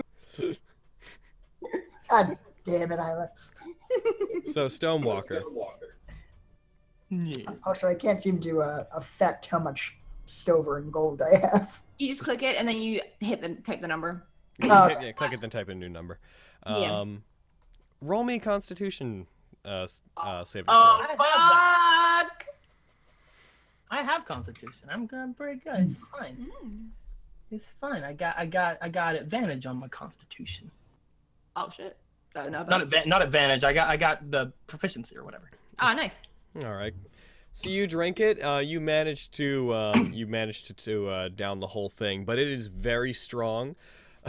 Speaker 6: God damn it, Isla.
Speaker 1: So Stonewalker,
Speaker 6: Also, Oh, I can't seem to uh, affect how much silver and gold I have. <laughs>
Speaker 3: You just click it and then you hit the type the number.
Speaker 6: Uh,
Speaker 1: yeah, click it then type in a new number.
Speaker 3: Yeah.
Speaker 1: Um, roll me Constitution uh, s- uh, saving
Speaker 3: Oh
Speaker 1: throw.
Speaker 3: fuck!
Speaker 5: I have Constitution. I'm, I'm pretty good. It's fine.
Speaker 3: Mm.
Speaker 5: It's fine. I got I got I got advantage on my Constitution.
Speaker 3: Oh shit! Oh, no,
Speaker 5: Not adva- not advantage. I got I got the proficiency or whatever.
Speaker 3: oh nice.
Speaker 1: All right. So you drink it. Uh, you managed to um, <coughs> you managed to, to uh, down the whole thing, but it is very strong.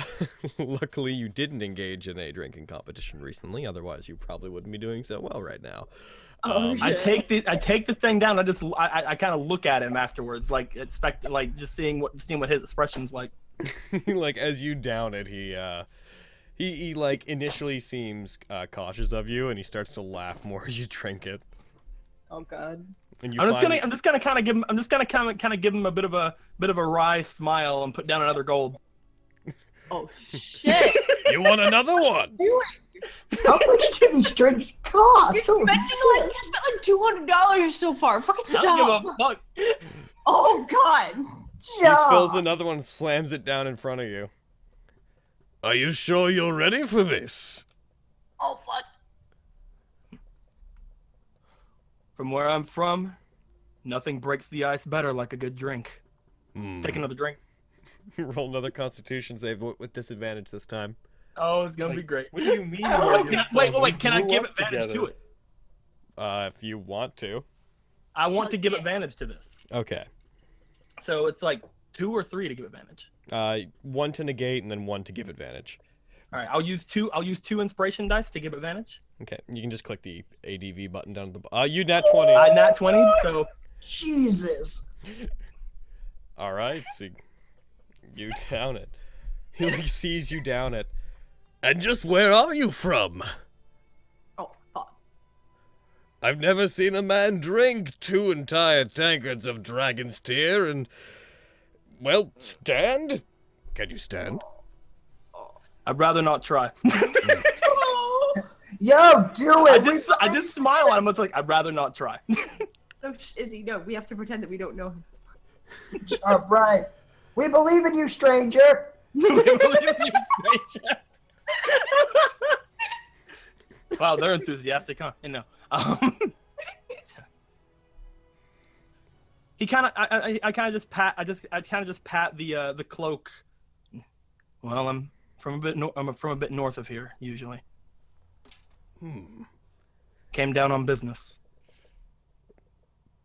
Speaker 1: <laughs> Luckily, you didn't engage in a drinking competition recently. Otherwise, you probably wouldn't be doing so well right now. <laughs>
Speaker 3: Oh,
Speaker 1: Um,
Speaker 2: I
Speaker 3: shit.
Speaker 2: take the I take the thing down. I just I, I, I kind of look at him afterwards, like expect like just seeing what seeing what his expression's like.
Speaker 1: like as you down it, he uh he, he like initially seems uh, cautious of you, and he starts to laugh more <laughs> as you drink it.
Speaker 3: Oh god.
Speaker 1: And you
Speaker 2: I'm just
Speaker 1: find
Speaker 2: gonna I'm just gonna kind of give him I'm just gonna kind of kind of give him a bit of a bit of a wry smile and put down another gold.
Speaker 3: Oh
Speaker 2: <laughs>
Speaker 3: <laughs> shit!
Speaker 1: that- you want another one.
Speaker 6: how much do these drinks cost?
Speaker 3: You're
Speaker 6: Holy
Speaker 3: spending like you spent like two hundred dollars so far. Fucking
Speaker 2: I don't
Speaker 3: stop!
Speaker 2: give a fuck.
Speaker 3: Oh god!
Speaker 1: He
Speaker 6: <laughs> yeah.
Speaker 1: fills another one, and slams it down in front of you. Are you sure you're ready for this?
Speaker 3: Oh fuck!
Speaker 2: <laughs> From where I'm from, nothing breaks the ice better like a good drink.
Speaker 1: Hmm.
Speaker 2: Take another drink.
Speaker 1: <laughs> Roll another Constitution save with, with disadvantage this time.
Speaker 2: Oh, it's gonna be great.
Speaker 9: What do you
Speaker 2: <laughs>
Speaker 9: mean?
Speaker 2: Oh,
Speaker 9: where
Speaker 2: can
Speaker 9: you're
Speaker 2: I- wait,
Speaker 9: from?
Speaker 2: wait,
Speaker 9: We
Speaker 2: wait! Can I
Speaker 9: grew
Speaker 2: give
Speaker 9: up
Speaker 2: advantage to
Speaker 9: together.
Speaker 2: it?
Speaker 1: Uh, if you want to.
Speaker 2: I want to give
Speaker 3: yeah.
Speaker 2: advantage to this.
Speaker 1: Okay.
Speaker 2: So it's like two or three to give advantage.
Speaker 1: Uh, one to negate and then one to give advantage.
Speaker 2: All right, I'll use two. I'll use two inspiration dice to give advantage.
Speaker 1: Okay. You can just click the ADV button down at the. bo- Uh, you nat twenty.
Speaker 2: I nat twenty, so
Speaker 6: Jesus.
Speaker 1: All right, so you down it. He like sees you down it. And just where are you from?
Speaker 3: Oh fuck!
Speaker 1: I've never seen a man drink two entire tankards of dragon's tear and well, stand. Can you stand?
Speaker 2: I'd rather not try. <laughs>
Speaker 6: <laughs> Yo, do it.
Speaker 2: I
Speaker 6: We-
Speaker 2: just I just smile at him. It's like I'd rather not try.
Speaker 3: No, Oh, sh- Izzy, no. We have to pretend that we don't
Speaker 6: <laughs>
Speaker 3: know him.
Speaker 6: All right. We believe in you, stranger.
Speaker 2: wow, they're enthusiastic, huh? You know. Um, <laughs> he kind of, I, I, I kind of just pat, I just, I kind of just pat the, uh, the cloak. Well, I'm from a bit, nor- I'm from a bit north of here. Usually,
Speaker 6: <laughs>
Speaker 1: Hmm.
Speaker 2: came down on business.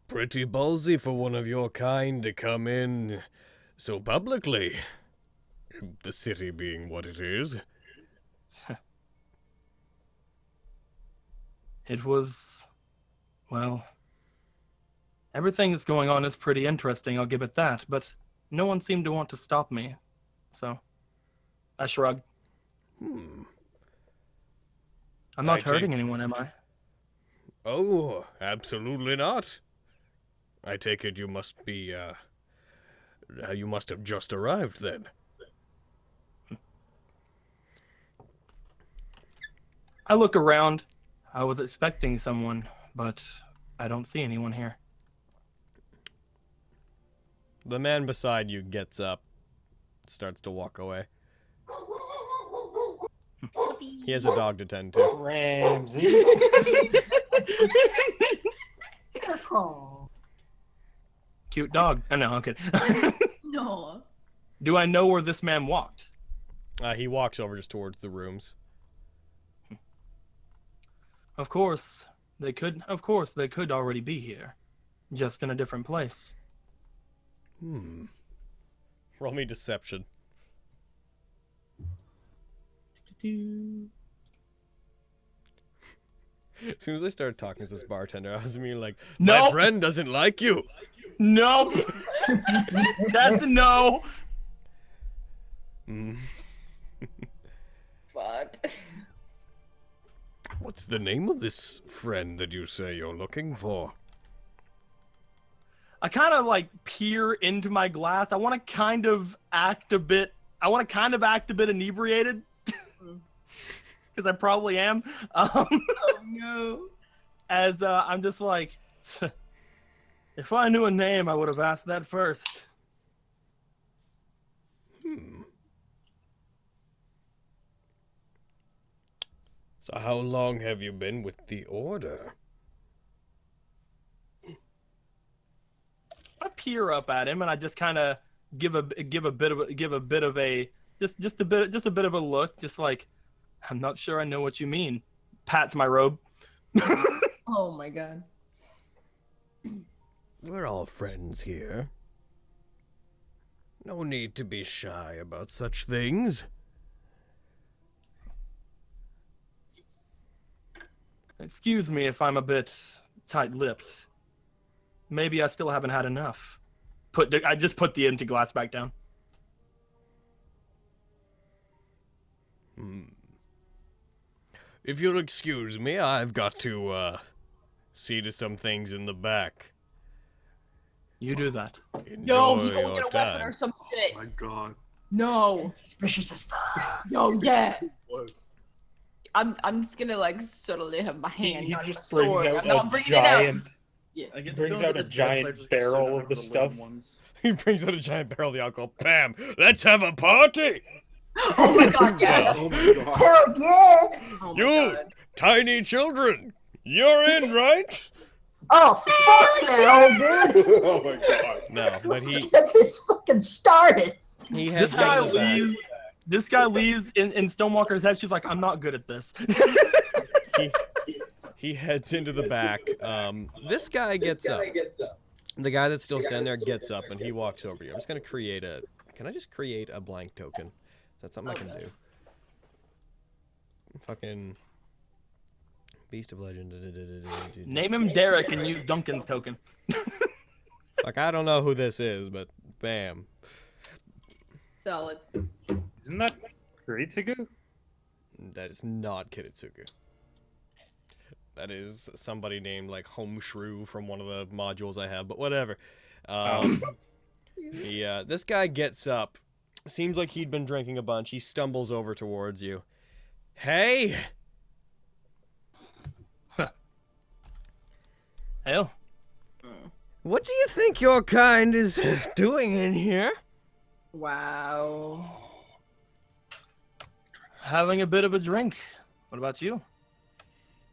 Speaker 1: Pretty ballsy for one of your kind to come in so publicly. The city being what it is.
Speaker 2: It was, well, everything that's going on is pretty interesting. I'll give it that. But no one seemed to want to stop me, so I shrug.
Speaker 1: Hmm.
Speaker 2: I'm not
Speaker 1: I take-
Speaker 2: hurting anyone, am I?
Speaker 1: Oh, absolutely not. I take it you must be, uh, uh, you must have just arrived then.
Speaker 2: I look around. I was expecting someone, but I don't see anyone here.
Speaker 1: The man beside you gets up, starts to walk away. He has a dog to tend to.
Speaker 9: Ramsey.
Speaker 6: Oh.
Speaker 2: Cute dog. I know, I'm kidding. <laughs>
Speaker 3: No.
Speaker 2: Do I know where this man walked?
Speaker 1: Uh, he walks over just towards the rooms.
Speaker 2: Of course, they could. Of course, they could already be here, just in a different place.
Speaker 1: Hmm. Roll me deception.
Speaker 9: do.
Speaker 1: <laughs> As soon as I started talking to this bartender, <laughs> I was immediately like, "My
Speaker 2: Nope.
Speaker 1: friend doesn't like you."
Speaker 2: Nope. <laughs> That's a no.
Speaker 1: Mm.
Speaker 3: But
Speaker 1: What's the name of this friend that you say you're looking for?
Speaker 2: I kind of like peer into my glass. I want to kind of act a bit. I want to kind of act a bit inebriated, <laughs> because I probably am. <laughs> Um,
Speaker 3: oh no.
Speaker 2: as uh, I'm just like, if I knew a name, I would have asked that first.
Speaker 1: Hmm. So, how long have you been with the order?
Speaker 2: I peer up at him and I just kind of give a give a bit of a, give a bit of a just just a bit just a bit of a look, just like I'm not sure I know what you mean. Pats my robe.
Speaker 3: Oh my god.
Speaker 1: We're all friends here. No need to be shy about such things.
Speaker 2: Excuse me if I'm a bit tight-lipped. Maybe I still haven't had enough. Put the, I just put the empty glass back down.
Speaker 1: Hmm. If you'll excuse me, I've got to uh, see to some things in the back.
Speaker 2: You do that.
Speaker 3: No,
Speaker 1: Enjoy
Speaker 3: he's gonna
Speaker 1: your
Speaker 3: get a
Speaker 1: time.
Speaker 3: weapon or some shit.
Speaker 8: Oh, My God.
Speaker 3: No.
Speaker 6: Suspicious as fuck.
Speaker 3: No, yeah.
Speaker 8: What?
Speaker 3: I'm I'm just gonna like subtly have my
Speaker 9: He,
Speaker 3: hand.
Speaker 9: he
Speaker 3: on
Speaker 9: just
Speaker 3: my
Speaker 9: brings
Speaker 3: sword.
Speaker 9: out
Speaker 3: I'm not
Speaker 9: a
Speaker 3: bringing it out.
Speaker 9: giant.
Speaker 2: I get
Speaker 9: Brings out a giant barrel of the stuff.
Speaker 1: <laughs> He brings out a giant barrel of alcohol. Bam! Let's have a party!
Speaker 3: <gasps> Oh my
Speaker 1: <laughs>
Speaker 3: god, yes.
Speaker 8: Oh my God.
Speaker 6: Hell yeah!
Speaker 3: Oh my
Speaker 1: You
Speaker 3: God.
Speaker 1: tiny children, you're in, right?
Speaker 6: Oh
Speaker 1: <laughs>
Speaker 6: fuck yeah, old dude!
Speaker 8: oh my God.
Speaker 1: No, but
Speaker 6: Let's
Speaker 1: he
Speaker 6: get this fucking started.
Speaker 1: he
Speaker 2: This
Speaker 1: heads
Speaker 2: guy
Speaker 1: out the back.
Speaker 2: leaves. This guy leaves in, in Stonewalker's head. She's like, I'm not good at this.
Speaker 1: He heads into the back. Um, this guy gets up. The guy that's still standing there gets up and he walks over to you. I'm just gonna create a. Can I just create a blank token? Is that something I can do? Fucking beast of legend. <laughs> da- da- da- da- da- da- da.
Speaker 2: Name him Derek and use Duncan's token. <laughs>
Speaker 1: Like I don't know who this is, but bam.
Speaker 3: Solid.
Speaker 9: Isn't that Kiritsugu?
Speaker 1: That is not Kiritsugu. That is somebody named like Home Shrew from one of the modules I have, but whatever. Um,
Speaker 9: Oh.
Speaker 1: he, uh, this guy gets up. Seems like he'd been drinking a bunch. He stumbles over towards you. Hey!
Speaker 2: Hell,
Speaker 1: Oh. What do you think your kind is <sighs> doing in here?
Speaker 3: Wow.
Speaker 2: having a bit of a drink. What about you?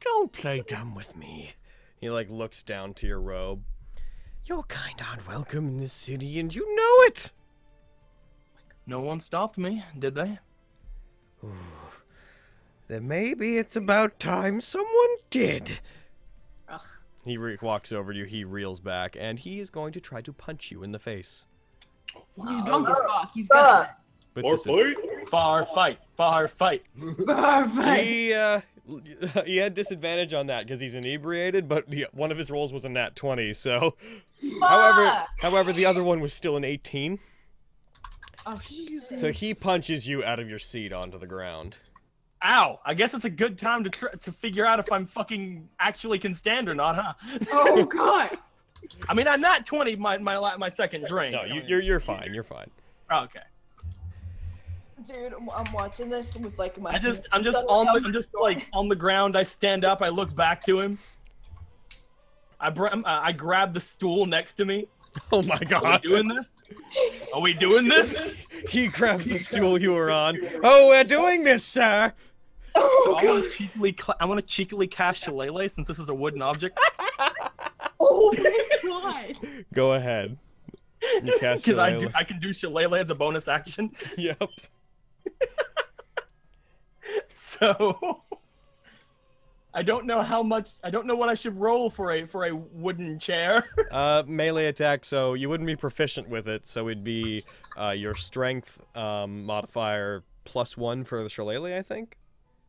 Speaker 1: Don't play dumb with me. He like looks down to your robe. Your kind aren't welcome in this city, and you know it.
Speaker 2: No one stopped me, did they?
Speaker 1: Then maybe it's about time someone did.
Speaker 3: Ugh.
Speaker 1: He re- walks over to you, he reels back, and he is going to try to punch you in the face.
Speaker 3: He's drunk as fuck. He's
Speaker 6: Fuck.
Speaker 3: got
Speaker 1: With
Speaker 8: Or
Speaker 1: this ad-
Speaker 8: fight.
Speaker 2: Bar fight, bar fight.
Speaker 3: perfect.
Speaker 1: He, uh, <laughs> he had disadvantage on that because he's inebriated, but the, one of his rolls was a nat 20, so. However,
Speaker 3: Fuck.
Speaker 1: however, the other one was still an 18,
Speaker 3: Oh, Jesus.
Speaker 1: so he punches you out of your seat onto the ground.
Speaker 2: Ow! I guess it's a good time to tr- to figure out if I'm fucking actually can stand or not, huh? <laughs>
Speaker 3: Oh god.
Speaker 2: I mean, I'm not 20. My my la- my second drink.
Speaker 1: No, you, you're, you're fine, you're fine.
Speaker 2: Oh, okay.
Speaker 3: Dude, I'm- I'm watching this with like my.
Speaker 2: I just I'm just on the, I'm just like on the ground. I stand up. I look back to him. I br- uh, I grab the stool next to me.
Speaker 1: Oh my
Speaker 2: Are
Speaker 1: god.
Speaker 2: we doing this? Are we doing this?
Speaker 1: He grabs the stool you were on. Oh, we're doing this, sir!
Speaker 3: Oh
Speaker 2: I
Speaker 3: god.
Speaker 2: want to cheekily cla I want to cheekily cast Shillelagh since this is a wooden object
Speaker 3: <laughs> Oh my god.
Speaker 1: Go ahead. You cast
Speaker 2: because I do
Speaker 1: Shillelagh.
Speaker 2: I can do Shillelagh as a bonus action. <laughs>
Speaker 1: Yep.
Speaker 2: So I don't know how much I don't know what I should roll for a for a wooden chair. <laughs>
Speaker 1: Uh, melee attack, so you wouldn't be proficient with it, so it'd be uh, your strength um, modifier plus one for the shillelagh, I think.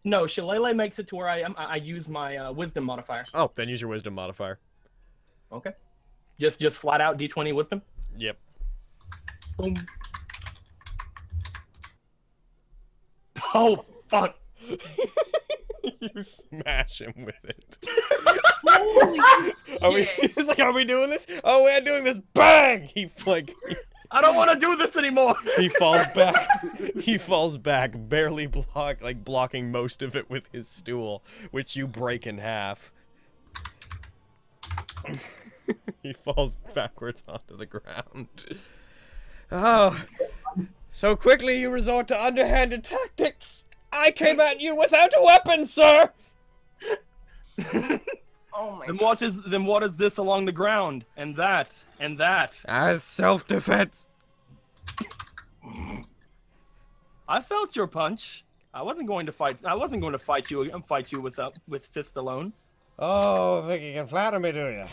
Speaker 2: No, Shillelagh makes it to where I am. I, I use my uh, wisdom modifier.
Speaker 1: Oh, then use your wisdom modifier.
Speaker 2: Okay. Just just flat out d20 wisdom.
Speaker 1: Yep.
Speaker 2: Boom. Oh fuck!
Speaker 1: <laughs> you smash him with it.
Speaker 2: <laughs>
Speaker 3: Holy
Speaker 1: Are we,
Speaker 3: shit.
Speaker 1: <laughs> it's like, are we doing this? Oh, we're doing this. Bang! He like
Speaker 2: I don't want to do this anymore.
Speaker 1: <laughs> he falls back. he falls back, barely block like blocking most of it with his stool, which you break in half. he falls backwards onto the ground. Oh, so quickly you resort to underhanded tactics. I came at you without a weapon, sir.
Speaker 3: Oh my
Speaker 2: Then
Speaker 3: god.
Speaker 2: what is then what is this along the ground? And that and that.
Speaker 1: As self-defense.
Speaker 2: I felt your punch. I wasn't going to fight. I wasn't going to fight you. Fight you with uh, with fist alone.
Speaker 1: Oh, think you can flatter me, do you?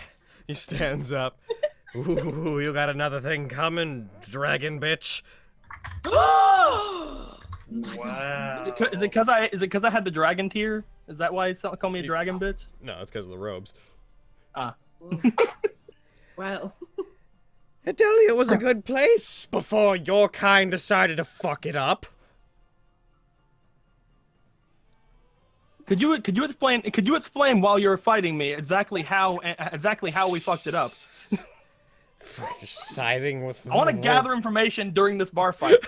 Speaker 1: He stands up. Ooh, you got another thing coming, dragon bitch.
Speaker 9: Wow.
Speaker 2: Is it 'cause- is it because I is it because I had the dragon tier? Is that why it's call me a dragon bitch?
Speaker 1: No, it's because of the robes.
Speaker 3: well,
Speaker 1: Adelia was a good place before your kind decided to fuck it up.
Speaker 2: Could you could you explain could you explain while you were fighting me exactly how exactly how we fucked it up?
Speaker 1: Fuck, just siding with.
Speaker 2: I want to
Speaker 1: the-
Speaker 2: gather information during this bar
Speaker 1: <laughs>
Speaker 2: fight.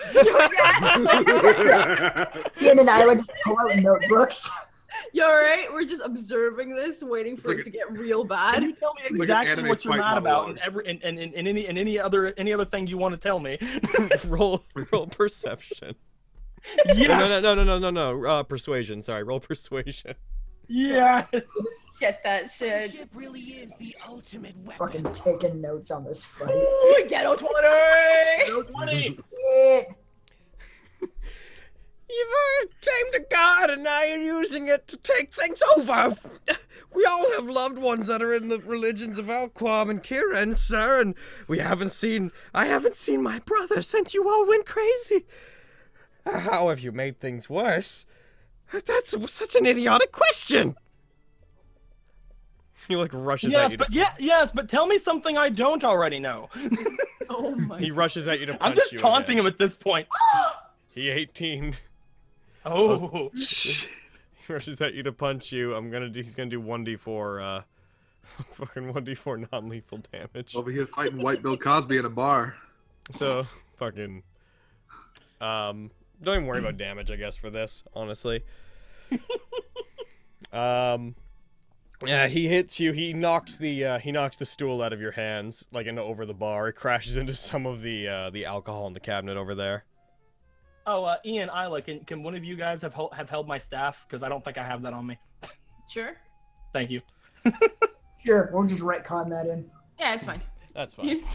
Speaker 6: Ian and Isla
Speaker 3: <laughs>
Speaker 6: just pull out notebooks. <laughs>
Speaker 3: you alright? We're just observing this, waiting for
Speaker 8: like
Speaker 3: it
Speaker 8: a-
Speaker 3: to get real
Speaker 2: Can
Speaker 3: bad.
Speaker 2: you tell me
Speaker 8: an
Speaker 2: exactly
Speaker 8: anime
Speaker 2: what you're
Speaker 8: fight
Speaker 2: mad about and
Speaker 8: monologue.
Speaker 2: every and, and, and, and any and any other any other thing you want to tell me?
Speaker 1: <laughs> roll, roll perception.
Speaker 2: yes.
Speaker 1: No, no, no, no, no, no, no. Uh, persuasion. Sorry, roll persuasion.
Speaker 2: Yes.
Speaker 3: Get that shit.
Speaker 6: Fucking taking notes on this fight.
Speaker 3: Ooh, ghetto 20!
Speaker 2: No
Speaker 3: <laughs>
Speaker 2: 20.
Speaker 6: Shit.
Speaker 1: <laughs> You've tamed a god, and now you're using it to take things over. <laughs> We all have loved ones that are in the religions of Alquam and Kirin, sir, and we haven't seen. I haven't seen my brother since you all went crazy. <laughs> How have you made things worse? That's such an idiotic question. <laughs> He like rushes
Speaker 2: Yes, but yeah, yes, but tell me something I don't already know.
Speaker 3: Oh my
Speaker 1: <laughs> He rushes at you to punch
Speaker 2: I'm just taunting him at this point.
Speaker 1: He 18.
Speaker 2: Oh,
Speaker 1: <laughs> He rushes at you to punch you. I'm gonna do. He's gonna do one d4. Uh, <laughs> fucking one d4 non-lethal damage.
Speaker 8: Over here fighting white Bill Cosby in a bar.
Speaker 1: So fucking. Um, don't even worry about damage. I guess for this, <laughs> honestly. um, yeah, he hits you. He knocks the uh, he knocks the stool out of your hands, like into over the bar. It crashes into some of the uh, the alcohol in the cabinet over there.
Speaker 2: oh, uh, Ian, Isla, can, can one of you guys have hel- have held my staff? Because I don't think I have that on me.
Speaker 3: Sure.
Speaker 2: Thank you.
Speaker 6: Sure, we'll just retcon that in.
Speaker 3: Yeah, it's
Speaker 2: <laughs>
Speaker 3: fine.
Speaker 1: That's fine.
Speaker 3: <laughs>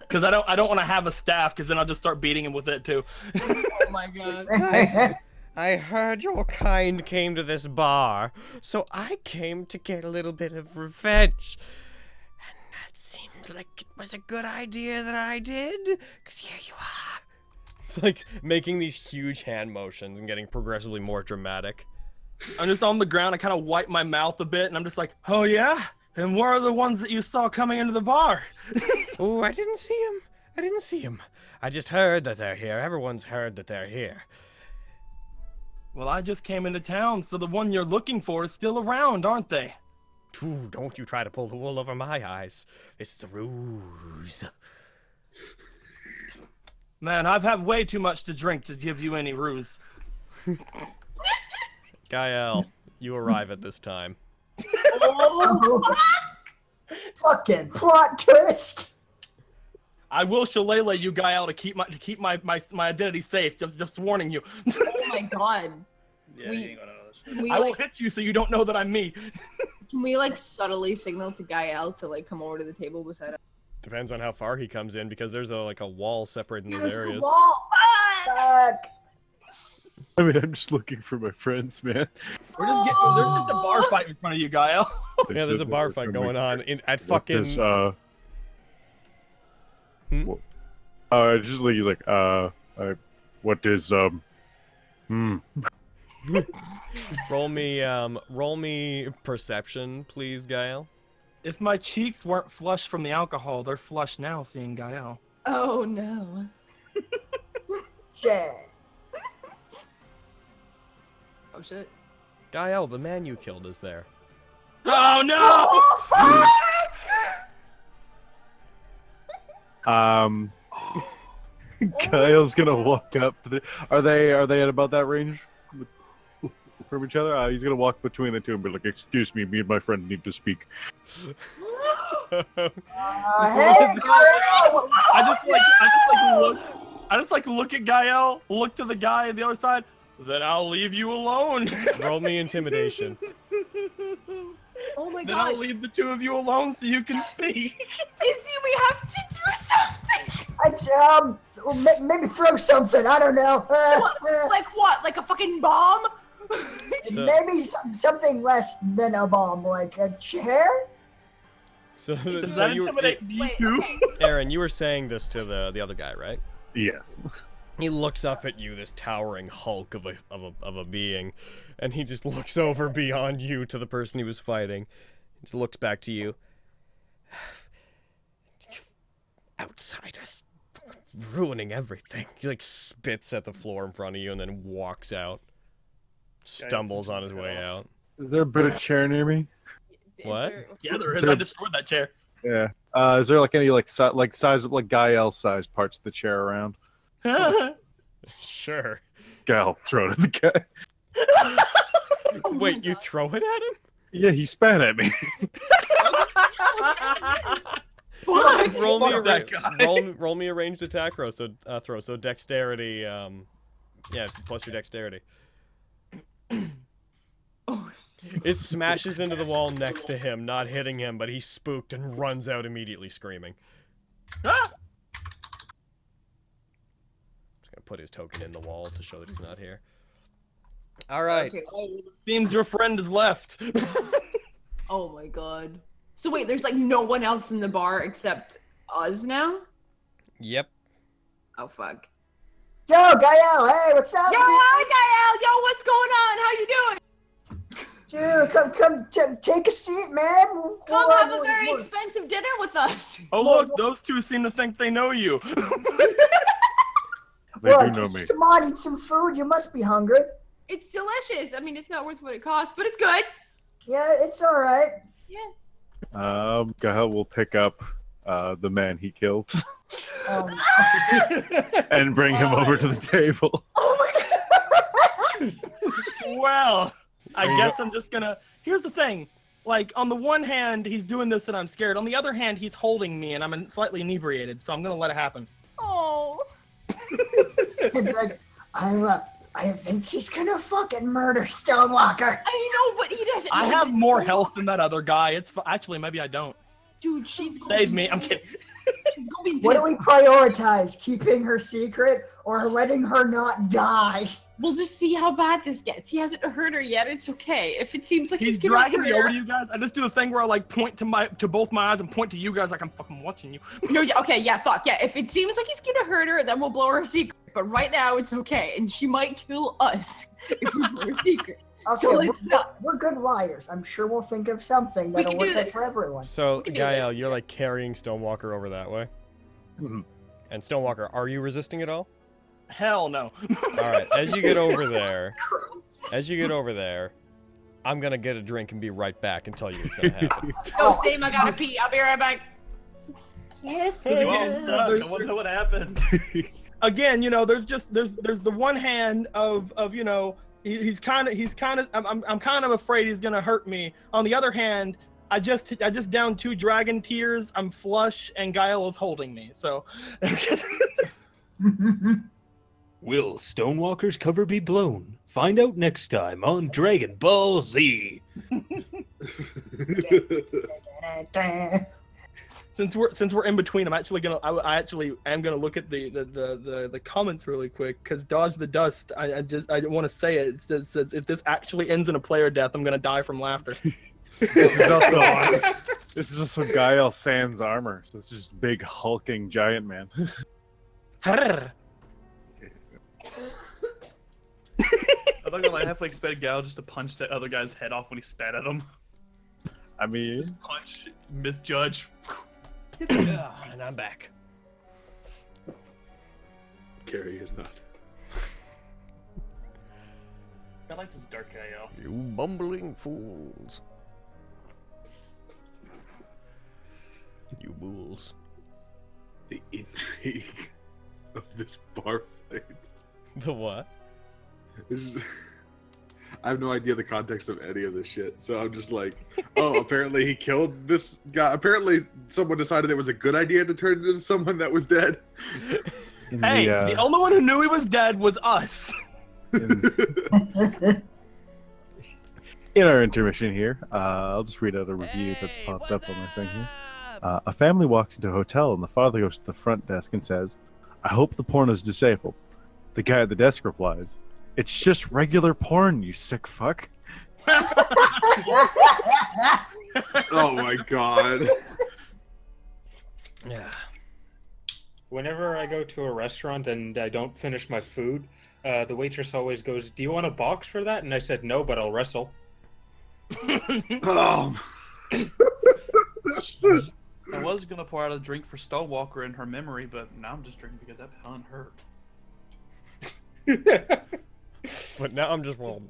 Speaker 2: Because I don't I don't want to have a staff. Because then I'll just start beating him with it too.
Speaker 3: Oh my god.
Speaker 1: <laughs> I heard your kind came to this bar, so I came to get a little bit of revenge. And that seemed like it was a good idea that I did, because here you are. It's <laughs> like making these huge hand motions and getting progressively more dramatic.
Speaker 2: I'm just on the ground. I kind of wipe my mouth a bit, and I'm just like, oh yeah. And where are the ones that you saw coming into the bar? <laughs>
Speaker 1: Oh, I didn't see him. I didn't see him. I just heard that they're here. Everyone's heard that they're here.
Speaker 2: Well, I just came into town, so the one you're looking for is still around, aren't they?
Speaker 1: Ooh, don't you try to pull the wool over my eyes. This is a ruse.
Speaker 2: Man, I've had way too much to drink to give you any ruse.
Speaker 1: Gael, <laughs> you arrive at this time.
Speaker 6: Oh, <laughs> fucking plot
Speaker 3: <laughs>
Speaker 6: twist.
Speaker 2: I will shillelagh you guy out to keep my to keep my, my my identity safe. Just just warning you.
Speaker 3: Oh my god.
Speaker 9: Yeah,
Speaker 3: We-
Speaker 9: you ain't gonna know this.
Speaker 3: Can we
Speaker 2: I will
Speaker 3: like
Speaker 2: hit you so you don't know that I'm me.
Speaker 3: can we like subtly signal to Gael to like come over to the table beside us?
Speaker 1: Depends on how far he comes in because there's a like a wall separating those
Speaker 6: There's the
Speaker 1: areas.
Speaker 6: wall. Fuck.
Speaker 4: I mean, I'm just looking for my friends, man.
Speaker 2: We're just getting there's just a bar fight in front of you, Guile.
Speaker 1: <laughs>
Speaker 4: <laughs>
Speaker 1: Yeah, there's a bar fight going on in at fucking.
Speaker 4: This, uh,
Speaker 1: Hmm?
Speaker 4: what- uh, just like he's like, uh, I, what is um, hmm.
Speaker 1: roll me, um, roll me perception, please, Gael.
Speaker 2: If my cheeks weren't flush from the alcohol, they're flush now seeing Gael.
Speaker 3: Oh no.
Speaker 6: <laughs> Shit.
Speaker 3: Oh shit.
Speaker 1: Gael, the man you killed is there. <laughs>
Speaker 2: Oh no!
Speaker 6: Oh,
Speaker 4: Um, Kyle's gonna walk up. To the, are they are they at about that range with- from each other? Uh, he's gonna walk between the two and be like, "Excuse me, me and my friend need to speak."
Speaker 2: <laughs>
Speaker 6: Uh, hey, Kyle!
Speaker 2: I just like I just like look I just like look at Gael, look to the guy on the other side, then I'll leave you alone. <laughs> then
Speaker 1: Roll me intimidation.
Speaker 3: <laughs> Oh my
Speaker 2: I'll
Speaker 3: god.
Speaker 2: leave the two of you alone so you can speak.
Speaker 3: <laughs> Izzy, we have to do something.
Speaker 6: I, um, well, ma- maybe throw something. I don't know. <laughs> Uh, uh,
Speaker 3: Ah! Like what? Like a fucking bomb?
Speaker 1: So-
Speaker 6: maybe some, something less than a bomb, like a chair.
Speaker 1: So,
Speaker 2: Does
Speaker 1: so
Speaker 2: that
Speaker 1: you,
Speaker 2: intimidate you
Speaker 3: Wait,
Speaker 2: too?
Speaker 3: okay.
Speaker 1: Aaron, you were saying this to the the other guy, right?
Speaker 4: Yes.
Speaker 1: He looks up at you, this towering hulk of a, of a, of a being, and he just looks over beyond you to the person he was fighting. He just looks back to you. <sighs> Outsiders ruining everything. He like spits at the floor in front of you and then walks out. Stumbles on his way out.
Speaker 4: Is there a bit of chair near me?
Speaker 3: Is
Speaker 1: What?
Speaker 3: there-
Speaker 2: Yeah, there is.
Speaker 4: Sure.
Speaker 2: I destroyed that chair.
Speaker 4: Yeah. Uh, is there like any like si- like size like Gael size parts of the chair around?
Speaker 1: <laughs> Sure.
Speaker 4: Gael throw it at the guy.
Speaker 3: Oh my
Speaker 1: Wait, you
Speaker 3: God.
Speaker 1: throw it at him?
Speaker 4: Yeah, he spat at me. <laughs>
Speaker 3: Fuck.
Speaker 1: <laughs> roll me a
Speaker 2: Fuck that <laughs>
Speaker 1: ra- roll, roll me a ranged attack roll. So uh, throw. So dexterity. Um, yeah, plus your dexterity.
Speaker 3: Oh,
Speaker 1: It smashes into the wall next to him, not hitting him, but he's spooked and runs out immediately, screaming.
Speaker 2: Ah!
Speaker 1: Just gonna put his token in the wall to show that he's not here. All right.
Speaker 3: Okay.
Speaker 2: Oh, well, it seems your friend is left.
Speaker 3: Oh my god. So wait, there's like no one else in the bar except us now?
Speaker 1: Yep.
Speaker 3: Oh fuck.
Speaker 6: Yo, Gael, hey, what's up,
Speaker 3: Yo, hi Gael! Yo, what's going on? How you doing?
Speaker 6: dude? Dude, come, come, t- take a seat, man. We'll-
Speaker 3: Come
Speaker 6: we'll-
Speaker 3: have a
Speaker 6: we'll-
Speaker 3: very
Speaker 6: we'll-
Speaker 3: expensive dinner with us. <laughs>
Speaker 2: oh look, those two seem to think they know you.
Speaker 4: <laughs> They
Speaker 6: well,
Speaker 4: do know
Speaker 6: just
Speaker 4: me.
Speaker 6: Come on, eat some food. You must be hungry.
Speaker 3: It's delicious. I mean, it's not worth what it costs, but it's good.
Speaker 6: Yeah, it's all right.
Speaker 4: Um, Gael will pick up uh, the man
Speaker 1: <laughs>
Speaker 4: he killed
Speaker 6: Um,
Speaker 4: and bring him over to the table. <laughs>
Speaker 3: Oh
Speaker 2: <laughs> well,
Speaker 1: There
Speaker 2: I
Speaker 1: you
Speaker 2: guess I'm just gonna. Here's the thing. Like, on the one hand, he's doing this and I'm scared. On the other hand, he's holding me and I'm slightly inebriated, so I'm gonna let it happen.
Speaker 3: <laughs> Oh.
Speaker 6: it's like, I'm, uh, I think he's gonna fucking murder Stonewalker.
Speaker 3: I know, but he
Speaker 10: <laughs>
Speaker 3: doesn't. <laughs>
Speaker 2: I
Speaker 3: know
Speaker 2: have
Speaker 3: that-
Speaker 2: more health than that other guy. It's f- actually maybe I don't.
Speaker 3: Dude, she's gonna
Speaker 2: Save
Speaker 3: be
Speaker 2: me. I'm
Speaker 3: pissed.
Speaker 2: kidding.
Speaker 3: She's gonna be
Speaker 6: What do we
Speaker 3: pissed.
Speaker 6: prioritize? Keeping her secret or letting her not die?
Speaker 3: We'll just see how bad this gets. He hasn't hurt her yet. It's okay. If it seems like he's,
Speaker 2: He's
Speaker 3: gonna
Speaker 2: dragging
Speaker 3: hurt
Speaker 2: me
Speaker 3: her-
Speaker 2: over to you guys. I just do the thing where I like point to my to both my eyes and point to you guys like I'm fucking watching you.
Speaker 3: No, yeah, okay, yeah, fuck, yeah. If it seems like he's gonna hurt her, then we'll blow her secret. But right now, it's okay, and she might kill us <laughs> if we blow her secret.
Speaker 6: <laughs> Okay,
Speaker 3: so
Speaker 6: we're,
Speaker 3: it's not.
Speaker 6: we're good liars. I'm sure we'll think of something that'll
Speaker 3: can
Speaker 6: work
Speaker 3: do
Speaker 6: out
Speaker 3: this.
Speaker 6: for everyone.
Speaker 1: So
Speaker 3: can do
Speaker 1: Gael,
Speaker 3: this.
Speaker 1: you're like carrying Stonewalker over that way.
Speaker 4: Mhm.
Speaker 1: And Stonewalker, are you resisting at all?
Speaker 2: Hell no.
Speaker 1: All right. As you get over there, as you get over there, I'm gonna get a drink and be right back and tell you what's gonna happen.
Speaker 3: Oh, same. I gotta pee. I'll be right back.
Speaker 2: You all suck. I wanna know what happened. Again, you know, there's just there's there's the one hand of of you know he, he's kind of he's kind of I'm, I'm I'm kind of afraid he's gonna hurt me. On the other hand, I just I just downed two dragon tears. I'm flush and Guile is holding me. So
Speaker 11: Will Stonewalker's cover be blown? Find out next time on Dragon Ball
Speaker 9: <laughs>
Speaker 11: Z.
Speaker 2: since we're since we're in between, I'm actually gonna I, I actually am gonna look at the the the, the, the comments really quick because dodge the dust. I, I just I want to say it. It says, says if this actually ends in a player death, I'm gonna die from laughter.
Speaker 4: This is also this is also Gael Sans armor. So it's just big hulking
Speaker 1: <laughs>
Speaker 4: giant man.
Speaker 2: Harr.
Speaker 10: I'm not gonna lie, I halfway expected Gal just to punch that other guy's head off when he spat at him.
Speaker 4: I mean,
Speaker 10: Punch, misjudge.
Speaker 11: Ah, and I'm back.
Speaker 8: Carrie is not. <laughs>
Speaker 10: I like this dark guy, yo.
Speaker 1: You bumbling fools. You bulls.
Speaker 8: The intrigue of this bar fight.
Speaker 1: The what?
Speaker 8: This is. <laughs> I have no idea the context of any of this shit, so I'm just like, oh, apparently he killed this guy. Apparently, someone decided it was a good idea to turn into someone that was dead.
Speaker 4: in
Speaker 2: Hey,
Speaker 4: the, uh,
Speaker 2: the only one who knew he was dead was <laughs> us.
Speaker 4: in our intermission here, uh, I'll just read out a review that's popped up on my thing here. Uh, a family walks into a hotel, and the father goes to the front desk and says, I hope the porn is disabled. The guy at the desk replies, It's just regular porn, you sick fuck.
Speaker 8: oh
Speaker 4: <laughs>
Speaker 8: my god.
Speaker 1: Yeah.
Speaker 9: Whenever I go to a restaurant and I don't finish my food, uh, the waitress always goes, "Do you want a box for that?" And I said, "No, but I'll
Speaker 1: <laughs>
Speaker 9: wrestle."
Speaker 8: Oh,
Speaker 10: I was gonna pour out a drink for Stalwalker in her memory, but now I'm just drinking because that pun hurt.
Speaker 1: But now I'm just
Speaker 10: Good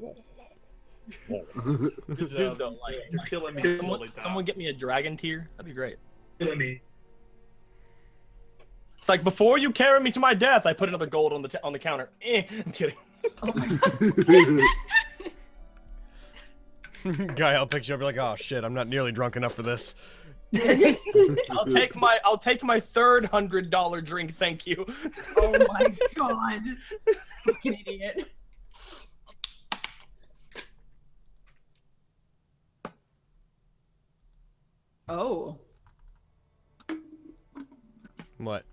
Speaker 2: Dudes
Speaker 10: job.
Speaker 2: don't like it.
Speaker 10: You're killing me slowly,
Speaker 2: Someone,
Speaker 10: pal.
Speaker 2: someone get me a dragon tier. That'd be great.
Speaker 10: Killing me.
Speaker 2: It's like before you carry me to my death, I put another gold on the t- on the counter. Eh, I'm kidding. <laughs>
Speaker 1: <laughs> Guy, I'll pick you up. You're like, oh shit, I'm not nearly drunk enough for this.
Speaker 2: I'll take my I'll take my third hundred dollar drink. Thank you. <laughs>
Speaker 3: Oh my god. Fucking idiot. Oh.
Speaker 1: What?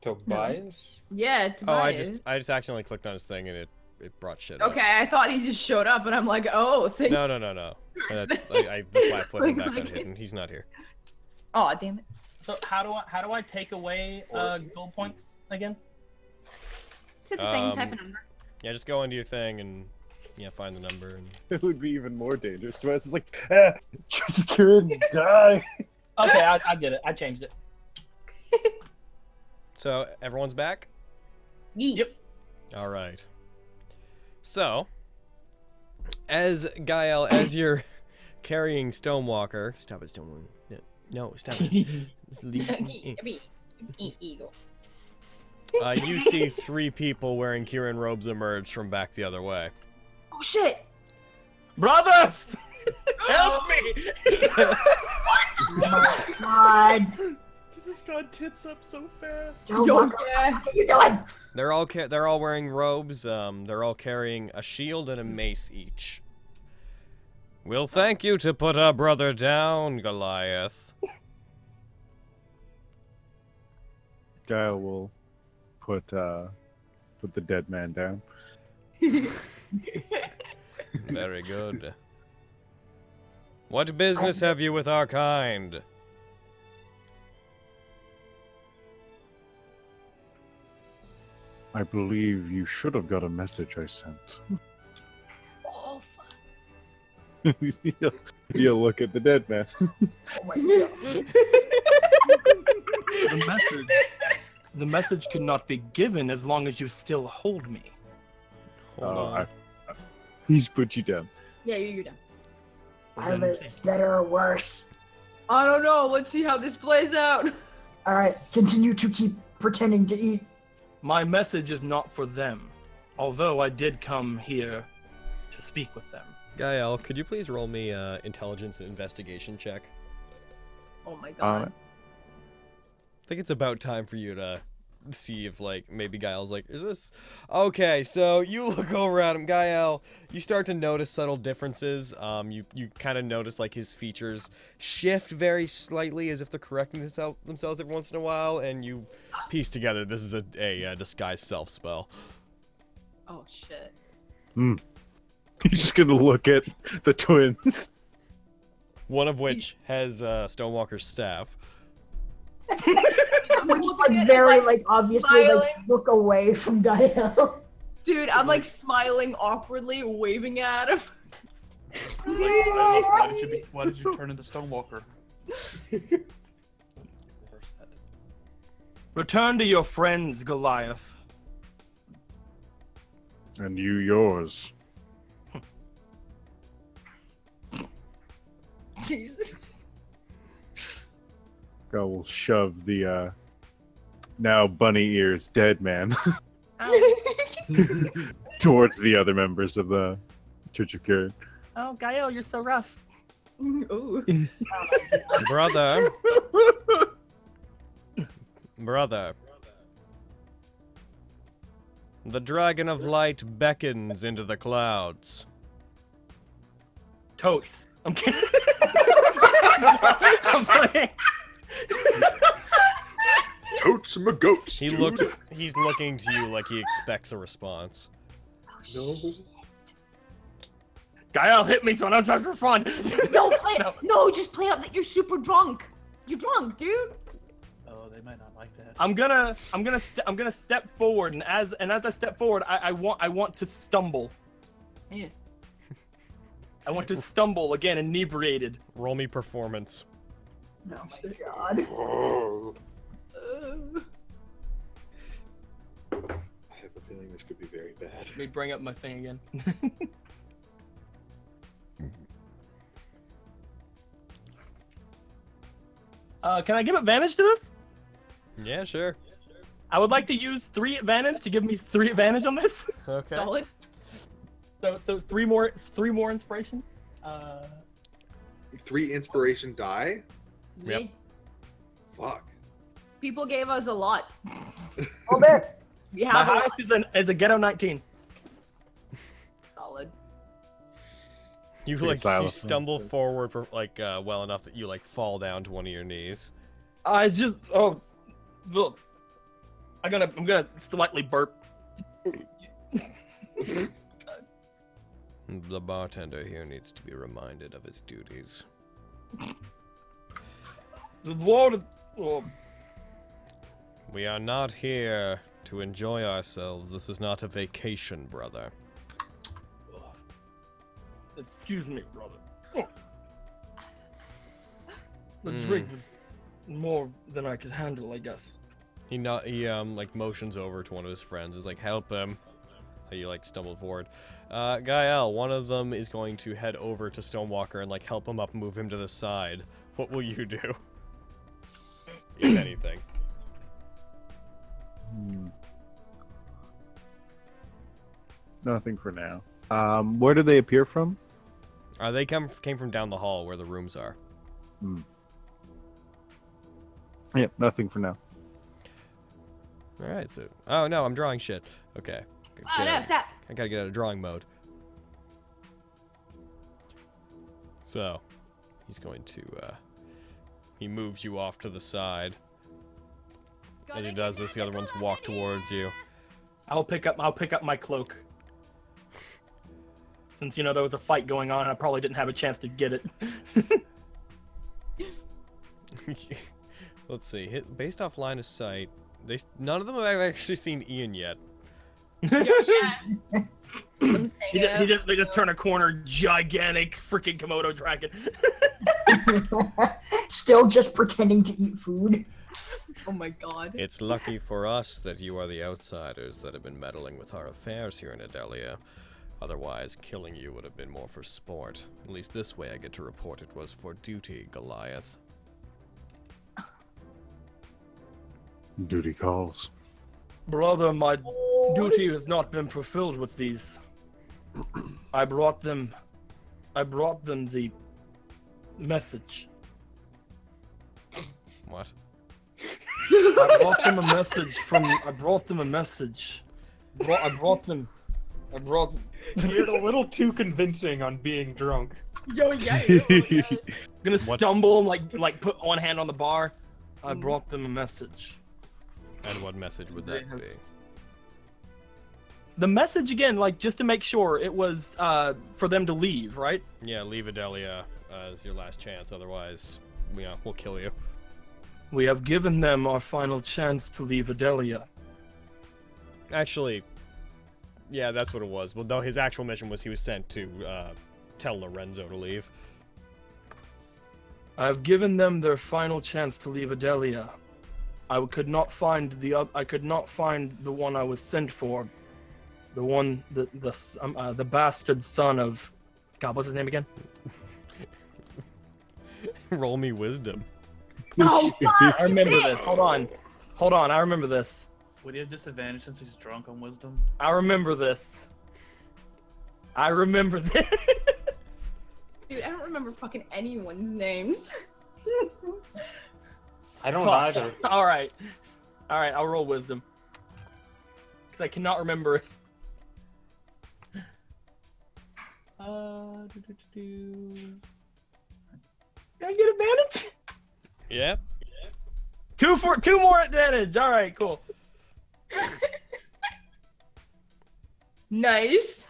Speaker 9: Tobias.
Speaker 3: Yeah, Tobias.
Speaker 1: Oh, I just I just accidentally clicked on his thing and it it brought shit. up.
Speaker 3: Okay, I thought he just showed up, and I'm like, oh, thank.
Speaker 1: No, no, no, no. Uh, that- I, I, that's why I put him
Speaker 3: Like,
Speaker 1: back on
Speaker 3: like-
Speaker 1: hidden. He's not here.
Speaker 3: Oh, damn it.
Speaker 5: So how do I how do I take away uh, gold points again?
Speaker 3: Say the thing, type
Speaker 1: Um,
Speaker 3: a number.
Speaker 1: Yeah, just go into your thing and yeah, find the number and
Speaker 4: It would be even more dangerous to us. It's like, ah, try to cure it and
Speaker 1: <laughs>
Speaker 4: die.
Speaker 5: Okay, I, I get it. I changed it.
Speaker 1: so everyone's back.
Speaker 5: Yep.
Speaker 1: All right. So, as Gael, as you're <laughs> carrying Stonewalker, stop it, Stonewalker. No, No, stop it.
Speaker 5: <laughs>
Speaker 1: Just
Speaker 3: <laughs>
Speaker 1: leave it.
Speaker 3: Eagle.
Speaker 1: <laughs> uh, you see three people wearing Kieran robes emerge from back the other way.
Speaker 3: Oh shit!
Speaker 2: Brothers, help
Speaker 3: <laughs>
Speaker 2: me!
Speaker 6: God,
Speaker 10: This has gone tits up so fast.
Speaker 6: don't walk
Speaker 3: Yeah.
Speaker 6: What are you doing?
Speaker 1: They're all ca- they're all wearing robes. Um, they're all carrying a shield and a mace each. We'll thank you to put our brother down, Goliath.
Speaker 4: Guy will put uh, put the dead man down.
Speaker 1: Very good. What business have you with our kind?
Speaker 4: I believe you should have got a message I sent. <laughs>
Speaker 7: Oh, fuck.
Speaker 4: you'll, you'll look at the dead man. <laughs>
Speaker 6: Oh my god.
Speaker 2: The message, the message could not be given as long as you still hold me.
Speaker 1: Hold
Speaker 4: Oh,
Speaker 1: on.
Speaker 4: I- he's put you down.
Speaker 3: Yeah, you- you're done.
Speaker 6: Either this is better or worse.
Speaker 3: I don't know. Let's see how this plays out.
Speaker 6: All right, continue to keep pretending to eat.
Speaker 2: My message is not for them, although I did come here to speak with them.
Speaker 1: Gael, could you please roll me uh, intelligence and investigation check?
Speaker 3: Oh my god.
Speaker 1: I think it's about time for you to see if like maybe Gael's like, is this okay? So you <laughs> look over at him, Gael. You start to notice subtle differences. Um, you you kind of notice like his features shift very slightly, as if they're correcting themselves themselves every once in a while, and you piece together this is a a, uh disguise self spell.
Speaker 3: oh shit.
Speaker 12: Hmm.
Speaker 4: He's just gonna look at the twins.
Speaker 1: One of which has uh, Stonewalker's staff.
Speaker 6: We just like very like obviously like
Speaker 3: smiling.
Speaker 6: look away from Gael.
Speaker 3: Dude, I'm like smiling awkwardly, waving at <laughs> him.
Speaker 10: Like, why, why did you be, why did you turn into Stonewalker?
Speaker 2: Return to your friends, Goliath.
Speaker 12: And you yours.
Speaker 10: Uh,
Speaker 3: Jesus.
Speaker 12: I will shove the uh, now bunny ears dead man <laughs> towards the other members of the Church of Carrot.
Speaker 5: Oh, Gael, you're so rough.
Speaker 3: <laughs> Ooh.
Speaker 1: brother, brother. The dragon of light beckons into the clouds.
Speaker 2: Totes. I'm kidding.
Speaker 8: <laughs> Totes my goats.
Speaker 1: He looks. He's looking to you like he expects a response.
Speaker 8: No.
Speaker 2: Gael hit me, so I'm trying to respond.
Speaker 3: No, play. no. just play up that you're super drunk. You're drunk, dude.
Speaker 10: Oh, they might not like that.
Speaker 2: I'm gonna, I'm gonna, st- I'm gonna step forward, and as and as I step forward, I, I want, I want to stumble.
Speaker 3: Yeah.
Speaker 2: I want to stumble again, inebriated.
Speaker 1: Roll me performance.
Speaker 6: Oh
Speaker 10: <laughs>
Speaker 6: my
Speaker 8: Oh,
Speaker 3: god.
Speaker 8: I have a feeling this could be very bad.
Speaker 2: Let me bring up my
Speaker 8: <laughs>
Speaker 2: thing again. Mm-hmm. uh, can I give advantage to this?
Speaker 1: Yeah, sure.
Speaker 2: I would like to use three advantage to give me three advantage on this. <laughs>
Speaker 1: Okay.
Speaker 3: Solid.
Speaker 2: So, so three more, three more inspiration. Uh,
Speaker 8: Three inspiration die.
Speaker 3: Yeah.
Speaker 8: Fuck.
Speaker 3: People gave us a lot.
Speaker 6: Oh man.
Speaker 3: We
Speaker 2: my
Speaker 3: have a lot.
Speaker 2: highest is, an, is a ghetto 19.
Speaker 3: Solid.
Speaker 1: You
Speaker 12: Pretty
Speaker 1: like you
Speaker 12: silent.
Speaker 1: stumble forward per- like uh, well enough that you like fall down to one of your knees.
Speaker 2: I just oh, look. I'm gonna I'm gonna slightly burp.
Speaker 1: The bartender here needs to be reminded of his duties.
Speaker 2: The Lord, oh,
Speaker 1: We are not here to enjoy ourselves. This is not a vacation, brother.
Speaker 2: excuse me, brother. Oh. The
Speaker 1: Hmm.
Speaker 2: drink was more than I could handle, I guess.
Speaker 1: He not he um like motions over to one of his friends. Is like help him. So you like stumble forward. Uh, Gael, one of them is going to head over to Stonewalker and like help him up, move him to the side. What will you do? <laughs> if anything.
Speaker 12: Hmm. Nothing for now. Um, where do they appear from?
Speaker 1: Uh, they come came from down the hall where the rooms are.
Speaker 12: Yeah, nothing for now.
Speaker 1: All right, so oh no, I'm drawing shit. Okay.
Speaker 3: Oh
Speaker 1: Get
Speaker 3: no,
Speaker 1: out-
Speaker 3: stop.
Speaker 1: I gotta get out of drawing mode. So, he's going to. Uh, he moves you off to the side. As he does this, the other ones walk towards you.
Speaker 2: I'll pick up I'll pick up my cloak. Since you know there was a fight going on, I probably didn't have a chance to get it.
Speaker 1: Let's see. Hit, based off line of sight, they s- none of them have actually seen Ian yet.
Speaker 2: He just, he just, they just turn a corner, gigantic freaking Komodo dragon.
Speaker 6: <laughs>
Speaker 2: <laughs>
Speaker 6: Still just pretending to eat food.
Speaker 3: Oh my god.
Speaker 1: It's lucky for us that you are the outsiders that have been meddling with our affairs here in Adelia. Otherwise, killing you would have been more for sport. At least this way I get to report it was for duty, Goliath.
Speaker 12: Duty calls.
Speaker 2: Brother, my duty has not been fulfilled with these. I brought them. I brought them the message.
Speaker 1: What?
Speaker 2: I brought them a message from. I brought them a message. Brought, I brought them. I brought.
Speaker 9: You're a little too convincing on being drunk.
Speaker 2: Yo, yeah.
Speaker 10: <laughs>
Speaker 2: I'm gonna
Speaker 1: What-
Speaker 2: stumble and like like put one hand on the bar.
Speaker 9: Hmm.
Speaker 2: I brought them a message.
Speaker 1: And what message would that be?
Speaker 2: The message again, like just to make sure it was uh for them to leave, right?
Speaker 1: Yeah, leave Adelia as your last chance. Otherwise, you know, we'll kill you.
Speaker 2: We have given them our final chance to leave Adelia.
Speaker 1: Actually, Yeah, that's what it was. Well, no, his actual mission was he was sent to uh, tell Lorenzo to leave.
Speaker 2: I've given them their final chance to leave Adelia. I could not find the oth- I could not find the one I was sent for, the one the the s- um, uh, the bastard son of, God, what's his name again?
Speaker 1: <laughs> Roll me wisdom.
Speaker 2: Oh, I remember this. Hold on, hold on. I remember this.
Speaker 10: Would he have disadvantage since he's drunk
Speaker 5: <laughs>
Speaker 10: on wisdom?
Speaker 2: I remember this. I remember this.
Speaker 3: Dude, I don't remember fucking anyone's <laughs> names.
Speaker 9: I don't
Speaker 2: Fuck.
Speaker 9: either.
Speaker 2: <laughs> All right, all right. I'll roll wisdom because I cannot remember it.
Speaker 10: Uh, do, do, do, do.
Speaker 2: Can I get advantage?
Speaker 1: Yeah.
Speaker 2: Two for two more advantage. All right, cool.
Speaker 3: nice.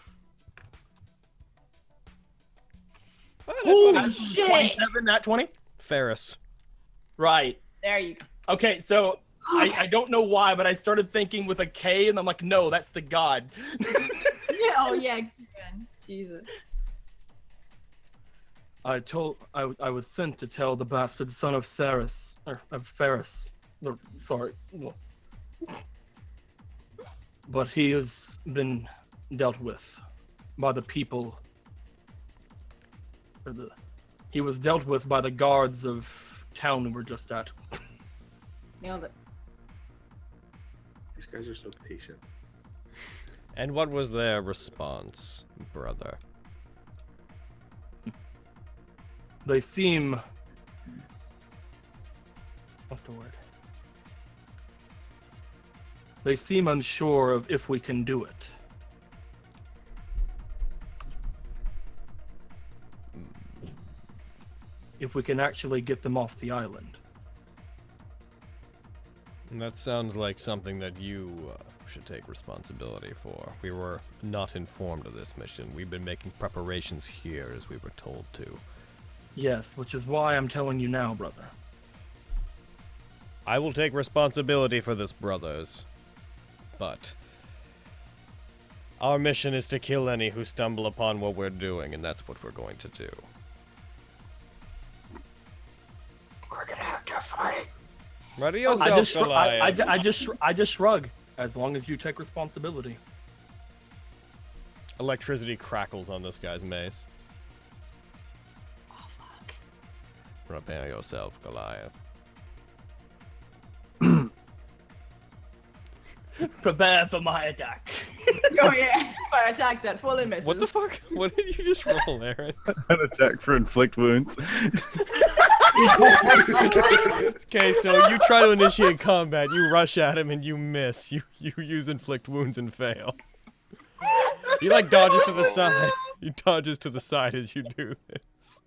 Speaker 2: Holy
Speaker 3: shit.
Speaker 2: 27, not 20?
Speaker 1: Ferris.
Speaker 2: Right.
Speaker 3: There you go.
Speaker 2: Okay, so I, I don't know why, but I started thinking with a K, and I'm like, no, that's the god.
Speaker 3: Yeah, oh yeah, Keegan. <laughs> Jesus.
Speaker 2: I told I, I was sent to tell the bastard son of Ceres or of Ferris. No, Sorry. But he has been dealt with by the people. Or the, he was dealt with by the guards of town we were just at.
Speaker 3: Nailed it.
Speaker 8: These guys are so patient.
Speaker 1: And what was their response, brother?
Speaker 2: They seem. What's the word? They seem unsure of if we can do it. If we can actually get them off the island.
Speaker 1: That sounds like something that you uh, should take responsibility for. We were not informed of this mission. We've been making preparations here as we were told to.
Speaker 2: Yes, which is why I'm telling you now, brother.
Speaker 1: I will take responsibility for this, brothers. But our mission is to kill any who stumble upon what we're doing, and that's what we're going to do.
Speaker 6: We're gonna have to fight.
Speaker 1: Ready
Speaker 2: I
Speaker 1: yourself,
Speaker 2: just, shrug- I, I
Speaker 1: Goliath.
Speaker 2: ju- I just, shr- I just shrug. As long as you take responsibility.
Speaker 1: Electricity crackles on this guy's mace. Oh, fuck.
Speaker 2: <laughs>
Speaker 1: Prepare yourself,
Speaker 2: <clears throat>
Speaker 1: Goliath.
Speaker 5: Prepare for my attack.
Speaker 3: Oh yeah. Fire attack that fully misses.
Speaker 1: What the fuck? What did you just roll, Aaron?
Speaker 12: An attack for inflict wounds.
Speaker 1: Okay, so you try to initiate combat, you rush at him, and you miss. You you use inflict wounds and fail. He like dodges to the side. He dodges to the side as you do this,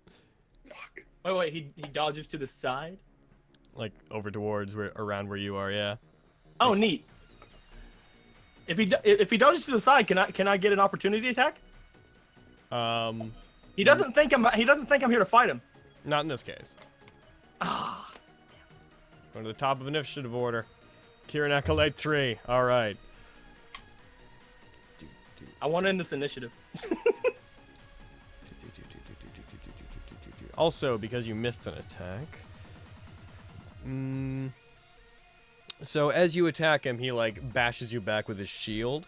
Speaker 2: <laughs> Wait, wait. He, he dodges to the side.
Speaker 1: like over towards where around where you are. Yeah.
Speaker 2: Oh, neat. If he do- if he dodges to the side, can I can I get an opportunity attack?
Speaker 1: Um,
Speaker 2: He doesn't think I'm he doesn't think I'm here to fight him.
Speaker 1: not in this case.
Speaker 2: Ah,
Speaker 1: Going to the top of initiative order. Kieran accolade three. All right.
Speaker 2: I want to end this initiative.
Speaker 1: Also, because you missed an attack. Mm. So as you attack him, he like bashes you back with his shield.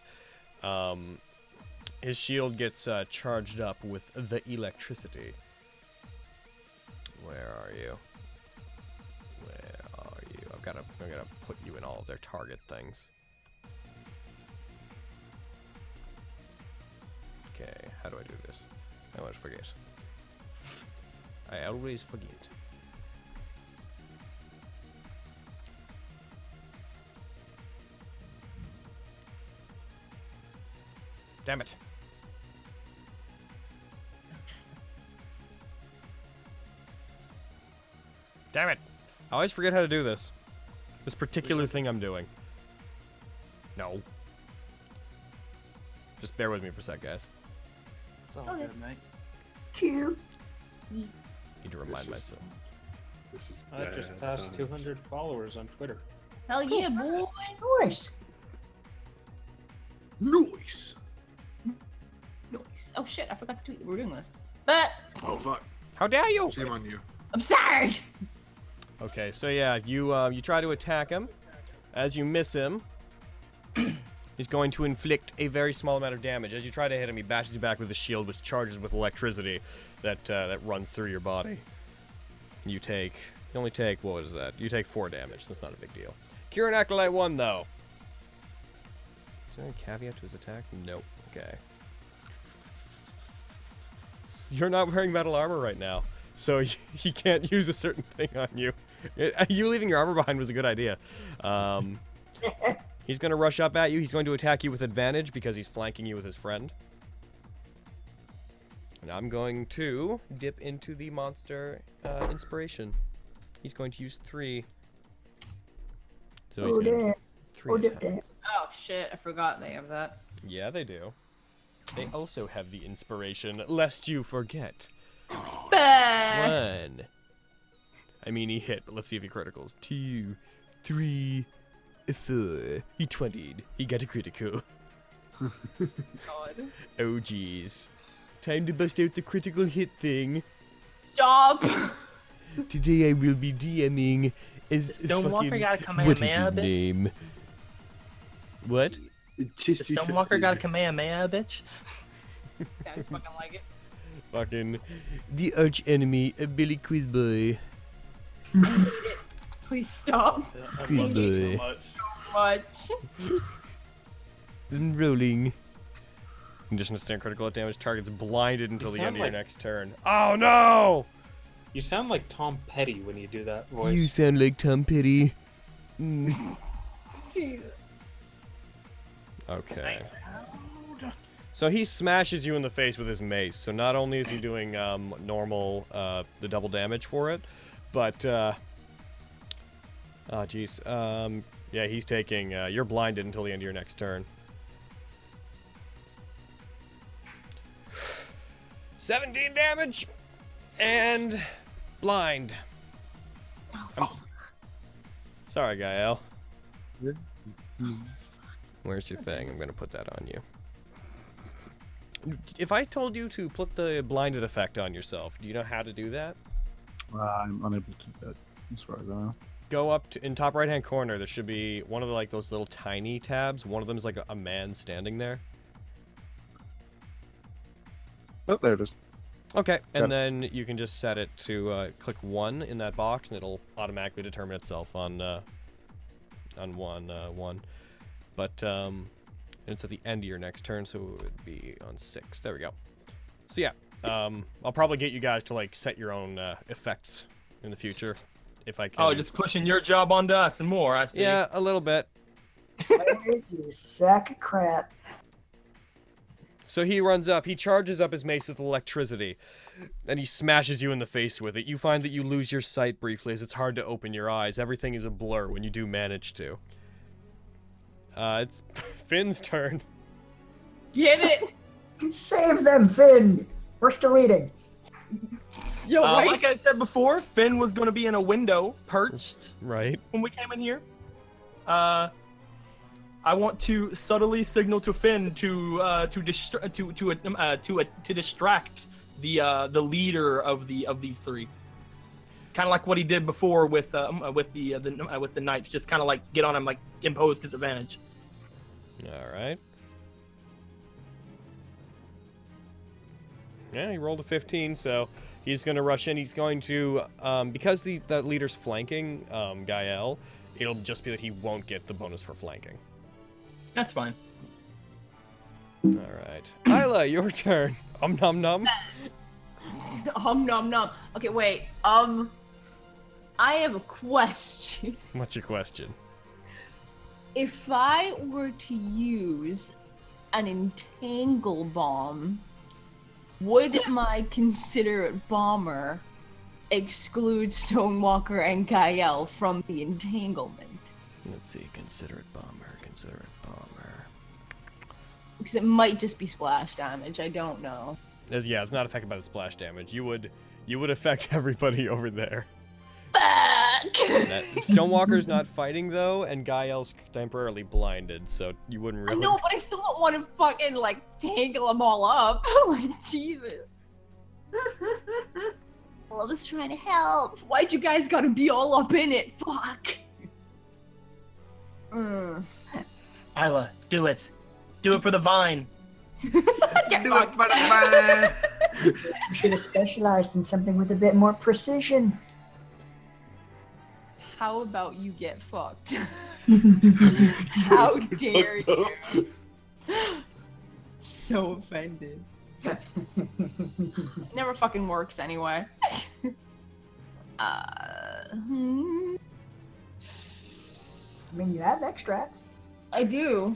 Speaker 1: Um, his shield gets uh, charged up with the electricity. Where are you? Where are you? I've got to. I'm gonna put you in all of their target things. Okay, how do I do this? I always forget. I always forget. Damn it. Damn it. I always forget how to do this. This particular thing I'm doing. No. Just bear with me for a sec, guys.
Speaker 10: It's all
Speaker 6: Okay.
Speaker 10: good, mate.
Speaker 6: Cute.
Speaker 1: Need to remind myself.
Speaker 8: This is
Speaker 9: I just
Speaker 8: bad
Speaker 9: passed
Speaker 8: times.
Speaker 9: 200 followers on Twitter.
Speaker 7: Hell yeah, boy.
Speaker 6: Of course.
Speaker 8: Noise.
Speaker 7: Noise. Oh shit! I forgot to tweet that we were doing this. But
Speaker 8: Oh fuck!
Speaker 1: How dare you?
Speaker 8: Shame on you.
Speaker 7: I'm sorry.
Speaker 1: Okay, so yeah, you uh, you try to attack him. As you miss him, <coughs> he's going to inflict a very small amount of damage. As you try to hit him, he bashes you back with his shield, which charges with electricity that uh, that runs through your body. You take you only take what is that? You take four damage. That's not a big deal. Kieran Acolyte one though. Is there any caveat to his attack? Nope. Okay. You're not wearing metal armor right now, so <laughs> y- he can't use a certain thing on you. <laughs> It- you leaving your armor behind was a good idea. Um, he's going to rush up at you. He's going to attack you with advantage because he's flanking you with his friend. And I'm going to dip into the monster uh, inspiration. He's going to use three. So he's
Speaker 6: Oh,
Speaker 1: gonna do
Speaker 6: damn.
Speaker 1: three
Speaker 6: Oh,
Speaker 1: attack.
Speaker 6: damn.
Speaker 3: Oh shit! I forgot they
Speaker 7: <laughs>
Speaker 3: have that.
Speaker 1: Yeah, they do. They also have the inspiration, lest you forget.
Speaker 3: Bah.
Speaker 1: One. I mean, he hit, but let's see if he criticals. Two, three, four. He 20'd. He got a critical.
Speaker 3: God.
Speaker 1: <laughs> Oh, jeez. Time to bust out the critical hit thing.
Speaker 3: Stop.
Speaker 1: Today I will be DMing as
Speaker 5: Stonewalker
Speaker 1: fucking...
Speaker 5: got a command
Speaker 1: what is
Speaker 5: man
Speaker 1: his
Speaker 5: a bit?
Speaker 1: name? What?
Speaker 8: Just
Speaker 5: Stonewalker got a Kamehameha,
Speaker 3: <laughs>
Speaker 5: bitch.
Speaker 3: Sounds fucking like it.
Speaker 1: Fucking... The arch enemy of Billy Quizboy.
Speaker 10: <laughs>
Speaker 3: Please stop.
Speaker 10: I love you so much.
Speaker 7: <laughs>
Speaker 3: Much.
Speaker 1: Enrolling. Condition to stand critical at damage targets blinded until the
Speaker 9: sound
Speaker 1: end of your
Speaker 9: like-
Speaker 1: next turn. Oh no!
Speaker 9: You sound like Tom Petty when you do that voice.
Speaker 1: You sound like Tom Petty. Mm.
Speaker 3: Jesus.
Speaker 1: Okay. So he smashes you in the face with his mace. So not only is he doing um, normal, uh, the double damage for it, but uh, oh jeez, um, yeah, he's taking. Uh, you're blinded until the end of your next turn. Seventeen damage, and blind. I'm- Sorry, Gael. Where's your thing? I'm gonna put that on you. If I told you to put the blinded effect on yourself, do you know how to do that?
Speaker 4: Uh, I'm unable to do that, as far as I know.
Speaker 1: Go up to, in top right hand corner. There should be one of the, like those little tiny tabs. One of them is like a, a man standing there.
Speaker 4: Oh, there it is.
Speaker 1: Okay,
Speaker 4: Got it.
Speaker 1: and then you can just set it to uh, click one in that box, and it'll automatically determine itself on uh, on one uh, one. But um, it's at the end of your next turn, so it would be on six. There we go. So yeah, um, I'll probably get you guys to like set your own uh, effects in the future, if I can.
Speaker 2: Oh, just pushing your job onto us and more. I see.
Speaker 1: yeah, a little bit.
Speaker 6: Where's you sack of crap?
Speaker 1: So he runs up, he charges up his mace with electricity, and he smashes you in the face with it. You find that you lose your sight briefly as it's hard to open your eyes. Everything is a blur when you do manage to. Uh, it's <laughs> Finn's turn.
Speaker 3: Get it.
Speaker 6: Save them, Finn. We're still eating.
Speaker 3: Yo,
Speaker 2: Uh,
Speaker 3: right?
Speaker 2: Like I said before, Finn was going to be in a window, perched
Speaker 1: Right.
Speaker 2: when we came in here. Uh, I want to subtly signal to Finn to uh, to distra- to to um, uh, to uh, to distract the uh, the leader of the of these three. Kind of like what he did before with um, uh, with the uh, the uh, with the knights, just kind of like get on him, like impose disadvantage.
Speaker 1: All right. Yeah, he rolled a 15, so he's going to rush in. He's going to, um, because the, the leader's flanking um, Gael, it'll just be that he won't get the bonus for flanking.
Speaker 2: That's fine.
Speaker 1: All right. Isla, your turn. Um, nom nom.
Speaker 3: Um nom nom. Okay, wait. Um, I have a question.
Speaker 1: What's your question?
Speaker 7: <laughs> If I were to use an entangle bomb, would my considerate bomber exclude Stonewalker and Gael from the entanglement?
Speaker 1: Let's see. Considerate bomber. Considerate bomber.
Speaker 7: Because it might just be splash damage. I don't know.
Speaker 1: As, yeah, <laughs> it's not affected by the splash damage. You would, you would affect everybody over there.
Speaker 7: Bah! back.
Speaker 1: That- Stonewalker's not fighting though, and Gael's temporarily blinded, so you wouldn't
Speaker 7: I
Speaker 1: really.
Speaker 7: know, but I still don't want to fucking like tangle them all up. <laughs> like Jesus. <laughs> Well, I was trying to help. Why'd you guys gotta be all up in it? Fuck. Mm.
Speaker 13: Isla, uh, do it. Do it for the vine.
Speaker 6: do it for the You should have specialized in something with a bit more
Speaker 3: <laughs>
Speaker 6: precision.
Speaker 7: How about you get
Speaker 6: <laughs>
Speaker 7: fucked? How dare you? So <laughs> offended. It never fucking works <laughs> anyway. uh, hmm.
Speaker 6: I mean, you have extracts.
Speaker 3: I do,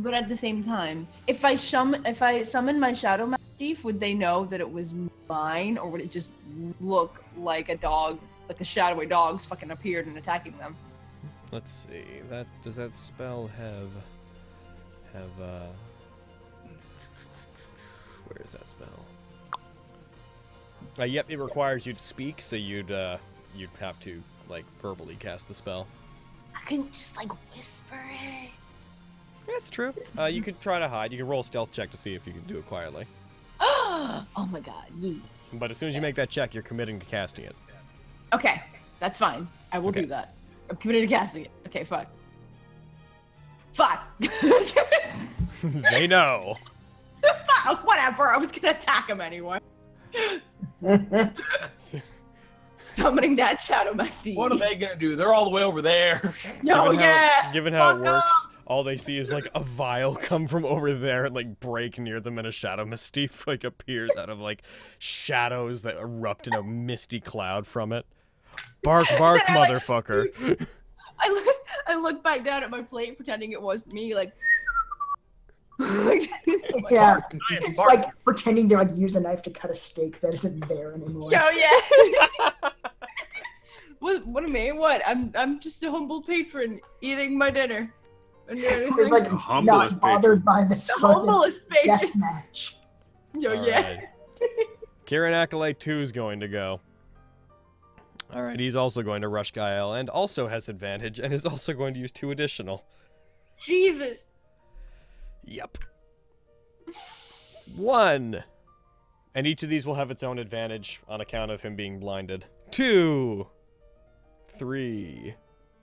Speaker 3: but at the same time, if I shum- if I summon my shadow mastiff, would they know that it was mine, or would it just look like a dog, like a shadowy dog's fucking appeared and attacking them?
Speaker 1: Let's see. That does that spell have have uh where is that spell? Uh, yep, it requires you to speak, so you'd uh you'd have to like verbally cast the spell.
Speaker 7: I couldn't just like whisper it.
Speaker 1: That's true. Uh, you could try to hide. You can roll a stealth check to see if you can do it quietly.
Speaker 7: <gasps> oh my god. Yee.
Speaker 1: But as soon as you make that check, you're committing to casting it. <laughs>
Speaker 7: Okay, that's fine. I will do that. I'm committed to casting it. Okay, fuck. Fuck. <laughs>
Speaker 1: they know.
Speaker 7: fuck. Whatever. I was gonna attack him anyway.
Speaker 1: <laughs>
Speaker 7: Summoning that shadow musty.
Speaker 2: What are they gonna do? They're all the way
Speaker 7: <laughs>
Speaker 2: over there.
Speaker 7: No,
Speaker 1: given
Speaker 7: yeah.
Speaker 1: How, given how it works, all they see is like a vial <laughs> come from over there and like break near them, and a shadow <laughs> mystique like appears out of like shadows that erupt in a misty cloud from it. Bark,
Speaker 7: <laughs>
Speaker 1: bark,
Speaker 7: Then I, like,
Speaker 1: motherfucker!
Speaker 7: <laughs> I look, I look back down at my plate, pretending it was me. Like,
Speaker 6: yeah.
Speaker 2: Nice
Speaker 6: It's
Speaker 2: bark.
Speaker 6: like pretending to like use a knife to cut a steak that isn't there anymore.
Speaker 7: yo, yeah. <laughs> what? What am I? What? I'm. I'm just a humble patron eating my dinner. And doing
Speaker 6: It was
Speaker 7: anything. <laughs>
Speaker 6: like
Speaker 14: The humblest
Speaker 6: not bothered by this
Speaker 7: The
Speaker 6: fucking
Speaker 7: humblest patron.
Speaker 6: death match.
Speaker 7: <laughs> Yo,
Speaker 1: All
Speaker 7: yeah.
Speaker 1: right. Kieran Acolyte 2 is going to go. All right, he's also going to rush Gael and also has advantage and is also going to use two additional.
Speaker 7: Jesus.
Speaker 1: Yep. <laughs> One. And each of these will have its own advantage on account of him being blinded. Two. Three.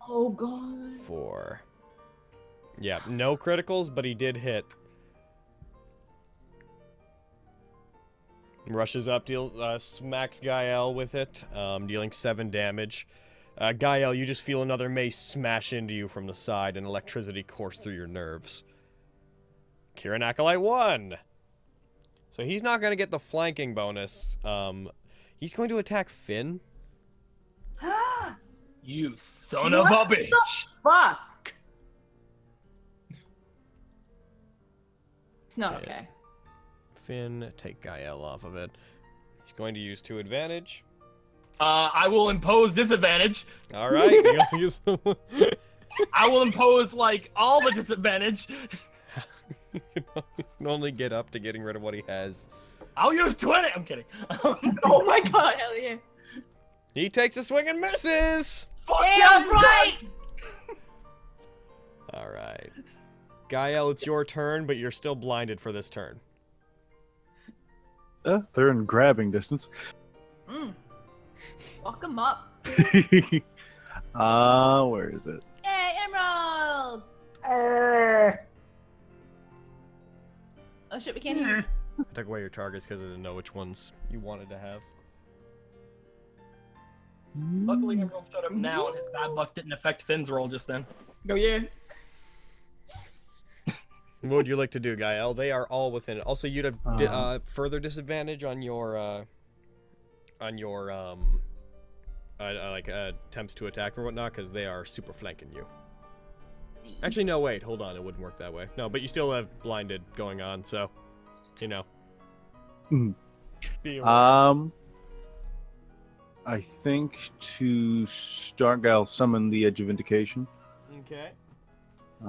Speaker 3: Oh god. <gasps>
Speaker 1: Four. Yeah, no criticals, but he did hit. Rushes up, deals, uh, smacks Gael with it, um, dealing seven damage. Uh, Gael, you just feel another mace smash into you from the side and electricity course through your nerves. Kieran Acolyte one. So he's not going to get the flanking bonus. Um, he's going to attack Finn.
Speaker 2: You son
Speaker 7: What
Speaker 2: of a bitch.
Speaker 7: the fuck? It's not
Speaker 1: Yeah.
Speaker 7: okay.
Speaker 1: Finn, take Gael off of it. He's going to use two advantage.
Speaker 2: Uh, I will impose disadvantage.
Speaker 1: All right.
Speaker 2: <laughs>
Speaker 1: you'll use the one-
Speaker 2: I will impose like all the disadvantage.
Speaker 1: you can only get up to getting rid of what he has.
Speaker 2: I'll use twenty. I'm kidding. <laughs>
Speaker 7: Oh my god, hell yeah.
Speaker 1: He takes a swing and misses.
Speaker 2: Fuck
Speaker 7: Damn
Speaker 2: yeah,
Speaker 7: right!
Speaker 1: All right. Gael, it's your turn, but you're still blinded for this turn.
Speaker 4: Uh, they're in grabbing distance. <laughs>
Speaker 7: Mm. Fuck him up.
Speaker 4: Ah, where is it?
Speaker 7: Yay, Emerald!
Speaker 6: Err.
Speaker 3: Oh shit, we can't hear. you.
Speaker 1: I took away your targets because I didn't know which ones you wanted to have.
Speaker 2: Luckily, Emerald showed up now, and his bad luck didn't affect Finn's roll just then.
Speaker 7: Go yeah.
Speaker 1: <laughs> What would you like to do, Gael? They are all within it. Also, you'd have di-
Speaker 4: Um.
Speaker 1: uh, further disadvantage on your uh, on your um, uh, uh, like uh, attempts to attack or whatnot because they are super flanking you. Actually, no. Wait, hold on. It wouldn't work that way. No, but you still have blinded going on, so you know.
Speaker 4: Mhm.
Speaker 1: Be aware.
Speaker 4: Um, I think to start, I'll summon the Edge of Indication,
Speaker 9: Okay.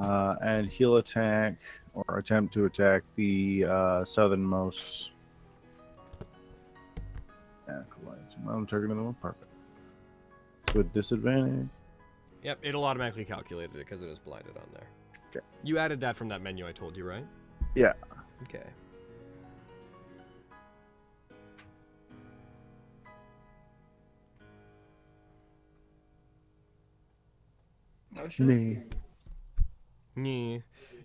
Speaker 4: uh, and he'll attack or attempt to attack the uh, southernmost acolyte. Am I on target of the one? Perfect.
Speaker 12: with disadvantage.
Speaker 1: Yep, it'll automatically calculate it because it is blinded on there.
Speaker 12: Okay.
Speaker 1: You added that from that menu I told you, right?
Speaker 12: Yeah.
Speaker 1: Okay.
Speaker 12: Me.
Speaker 1: Yeah.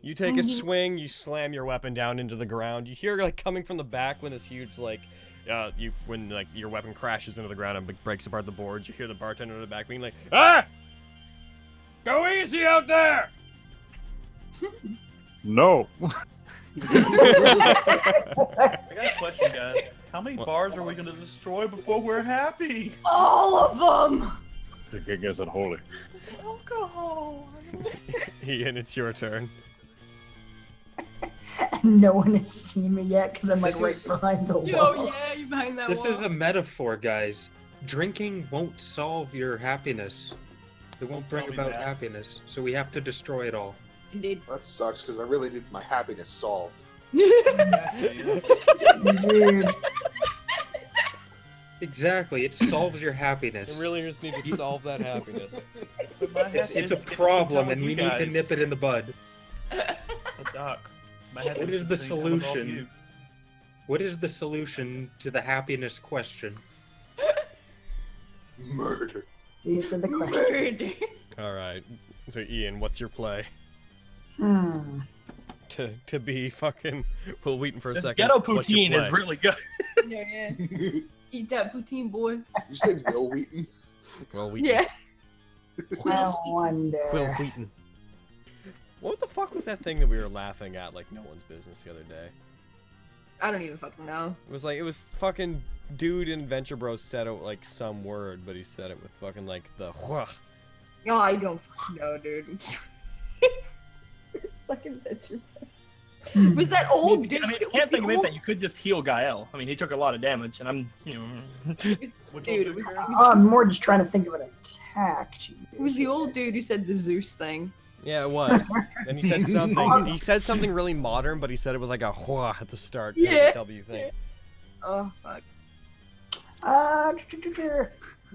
Speaker 1: You take a
Speaker 12: Mhm.
Speaker 1: swing, you slam your weapon down into the ground. You hear like coming from the back when this huge like uh you when like your weapon crashes into the ground and like, breaks apart the boards. You hear the bartender in the back being like, "Ah! Go easy out there!"
Speaker 12: No. <laughs>
Speaker 10: I got a question, guys. How many bars are we gonna destroy before we're happy?
Speaker 3: All of them.
Speaker 12: I guess unholy.
Speaker 3: Oh,
Speaker 10: Alcohol.
Speaker 1: <laughs> Ian, it's your turn.
Speaker 6: no one has seen me yet because I'm like
Speaker 9: This
Speaker 6: right
Speaker 9: is-
Speaker 6: behind the wall.
Speaker 9: Yo,
Speaker 3: yeah, you behind that
Speaker 9: This is a metaphor, guys. Drinking won't solve your happiness. It won't bring
Speaker 15: Tell me
Speaker 9: about
Speaker 15: that.
Speaker 9: happiness, so we have to destroy it all.
Speaker 3: Indeed.
Speaker 15: That sucks because I really need my happiness solved.
Speaker 9: <laughs> Exactly, it solves your happiness.
Speaker 1: You really just need to solve
Speaker 9: <laughs>
Speaker 1: that happiness.
Speaker 9: It's, it's a problem, and we need to nip it in the bud. What is the solution? What is the solution to the happiness question?
Speaker 15: Murder.
Speaker 6: These are the
Speaker 3: questions.
Speaker 1: All right. So Ian, what's your play?
Speaker 6: Hmm.
Speaker 1: To to be fucking Will Wheaton for a
Speaker 2: This
Speaker 1: second.
Speaker 2: ghetto
Speaker 1: what's your
Speaker 2: poutine is
Speaker 1: play?
Speaker 2: really good.
Speaker 7: Yeah, yeah. Eat that poutine, boy.
Speaker 15: You said Will Wheaton?
Speaker 1: Will
Speaker 7: Yeah.
Speaker 3: <laughs>
Speaker 6: I wonder.
Speaker 1: Will Wheaton. What the fuck was that thing that we were laughing at like no one's business the other day?
Speaker 7: I don't even fucking know.
Speaker 1: It was like it was fucking dude in Venture Bros said it like some word, but he said it with fucking like the Hwah.
Speaker 7: No, I don't fucking know, dude. <laughs> fucking bitch.
Speaker 6: Hmm.
Speaker 7: Was that
Speaker 2: I
Speaker 7: old
Speaker 2: mean,
Speaker 7: dude?
Speaker 2: I mean,
Speaker 7: it was
Speaker 2: can't think
Speaker 7: the
Speaker 2: of anything.
Speaker 7: old-
Speaker 2: You could just heal Gael. I mean, he took a lot of damage, and I'm, you know,
Speaker 7: Dude, it was, it was,
Speaker 6: Oh, I'm more just trying to think of an attack. Jeez.
Speaker 7: it was the old dude who said the Zeus thing.
Speaker 1: Yeah,
Speaker 7: <laughs>
Speaker 1: it was. and he said something. He said something really modern, but he said it with like a Hwah at the start. It was
Speaker 7: Yeah.
Speaker 1: a W thing.
Speaker 7: Oh fuck.
Speaker 6: Uh,
Speaker 7: You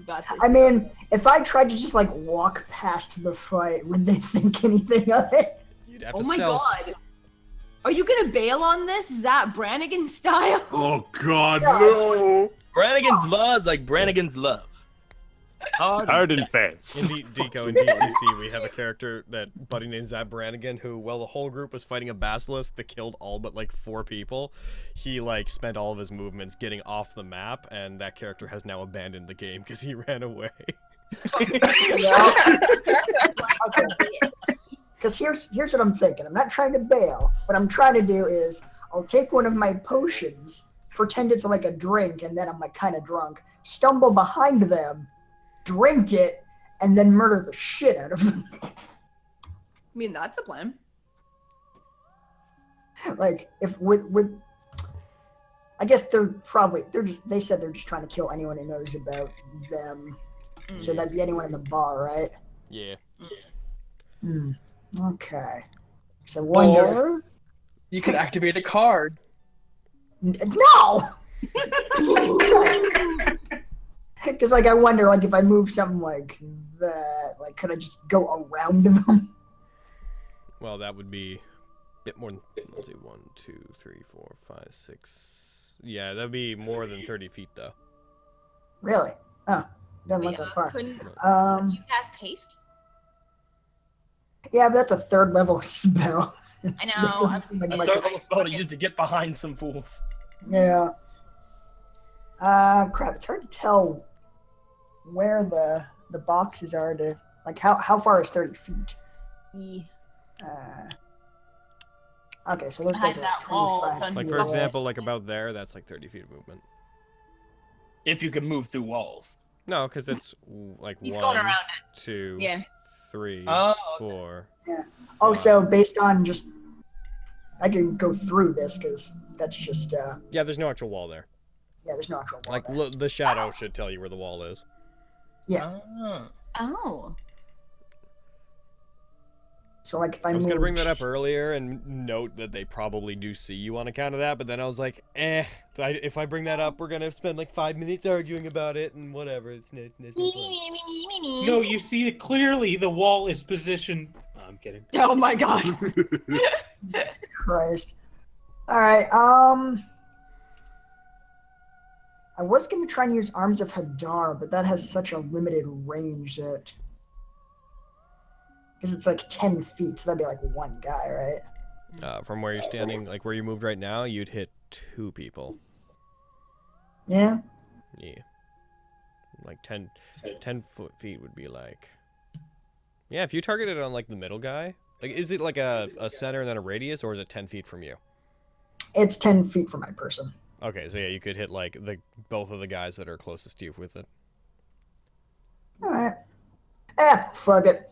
Speaker 7: got this.
Speaker 6: I mean, if I tried to just like walk past the fight, would they <laughs> think anything of it?
Speaker 1: You'd have
Speaker 7: Oh
Speaker 1: to
Speaker 7: my
Speaker 1: stealth.
Speaker 7: god. Are you gonna bail on this? Is that Brannigan style? <laughs>
Speaker 8: Oh God,
Speaker 6: no!
Speaker 2: Brannigan's laws like Brannigan's love. Hard,
Speaker 1: In D- Deco and DCC, we have a character that buddy named Zab Brannigan, who, while the whole group was fighting a basilisk that killed all but like four people, he like spent all of his movements getting off the map, and that character has now abandoned the game because he ran away.
Speaker 6: <laughs> Because here's here's what I'm thinking. I'm not trying to bail. What I'm trying to do is I'll take one of my potions, pretend it's like a drink, and then I'm like kind of drunk. Stumble behind them, drink it, and then murder the shit out of them. <laughs>
Speaker 7: I mean, that's a plan.
Speaker 6: like if with with. I guess they're probably they're just, they said they're just trying to kill anyone who knows about them. So that'd be anyone in the bar, right?
Speaker 1: Yeah.
Speaker 6: Hmm. Okay. So wonder.
Speaker 16: Or you could activate a card.
Speaker 6: No. <laughs> Because like I wonder, like if I move something like that, like could I just go around them?
Speaker 1: Well, that would be a bit more than let's see, one, two, three, four, five, six. Yeah, that'd be more than thirty feet though.
Speaker 6: <laughs> really? Oh, doesn't look
Speaker 7: Yeah,
Speaker 6: that far.
Speaker 7: couldn't-
Speaker 6: Um,
Speaker 7: You cast haste?
Speaker 6: yeah, but that's a third level <laughs> spell.
Speaker 7: I
Speaker 6: This
Speaker 7: know,
Speaker 6: doesn't
Speaker 7: I'm-
Speaker 6: seem like
Speaker 2: a
Speaker 6: much
Speaker 2: third
Speaker 6: of-
Speaker 2: level spell to use to get behind some fools.
Speaker 6: yeah. Uh, crap. It's hard to tell where the the boxes are to like how how far is thirty feet?
Speaker 7: E.
Speaker 6: Uh, okay, so those
Speaker 7: Behind
Speaker 6: guys are
Speaker 7: that wall,
Speaker 6: like twenty-five.
Speaker 1: Like
Speaker 6: feet
Speaker 1: for
Speaker 6: away.
Speaker 1: example, like about there, that's like thirty feet of movement.
Speaker 2: If you could move through walls.
Speaker 1: No, because it's w- like
Speaker 7: He's
Speaker 1: one,
Speaker 7: going around
Speaker 1: two,
Speaker 7: Yeah.
Speaker 1: three,
Speaker 2: Oh,
Speaker 1: four.
Speaker 6: Oh, so based on just, I can go through this because that's just uh,
Speaker 1: Yeah, there's no actual wall there.
Speaker 6: yeah, there's no actual.
Speaker 1: Like lo- the shadow should tell you where the wall is.
Speaker 6: Yeah.
Speaker 2: Oh.
Speaker 6: So like if I,
Speaker 1: I was
Speaker 6: moved,
Speaker 1: gonna bring that up earlier and note that they probably do see you on account of that, but then I was like, eh. I, if I bring that up, we're gonna spend like five minutes arguing about it and whatever. It's, no- it's no fun.
Speaker 9: No, you see it clearly. The wall is positioned. No, I'm kidding.
Speaker 3: Oh my god.
Speaker 6: Christ. All right. Um, I was going to try and use Arms of Hadar, but that has such a limited range that. Because it's like 10 feet, so that'd be like one guy, right?
Speaker 1: Uh, from where you're standing, like where you moved right now, you'd hit two people.
Speaker 6: Yeah.
Speaker 1: Yeah. Like 10, 10 foot feet would be like. Yeah, if you target it on like the middle guy, like is it like a, a center and then a radius, or is it 10 feet from you?
Speaker 6: It's 10 feet from my person.
Speaker 1: Okay, so yeah, you could hit like the both of the guys that are closest to you with it.
Speaker 6: All right. Eh, fuck it.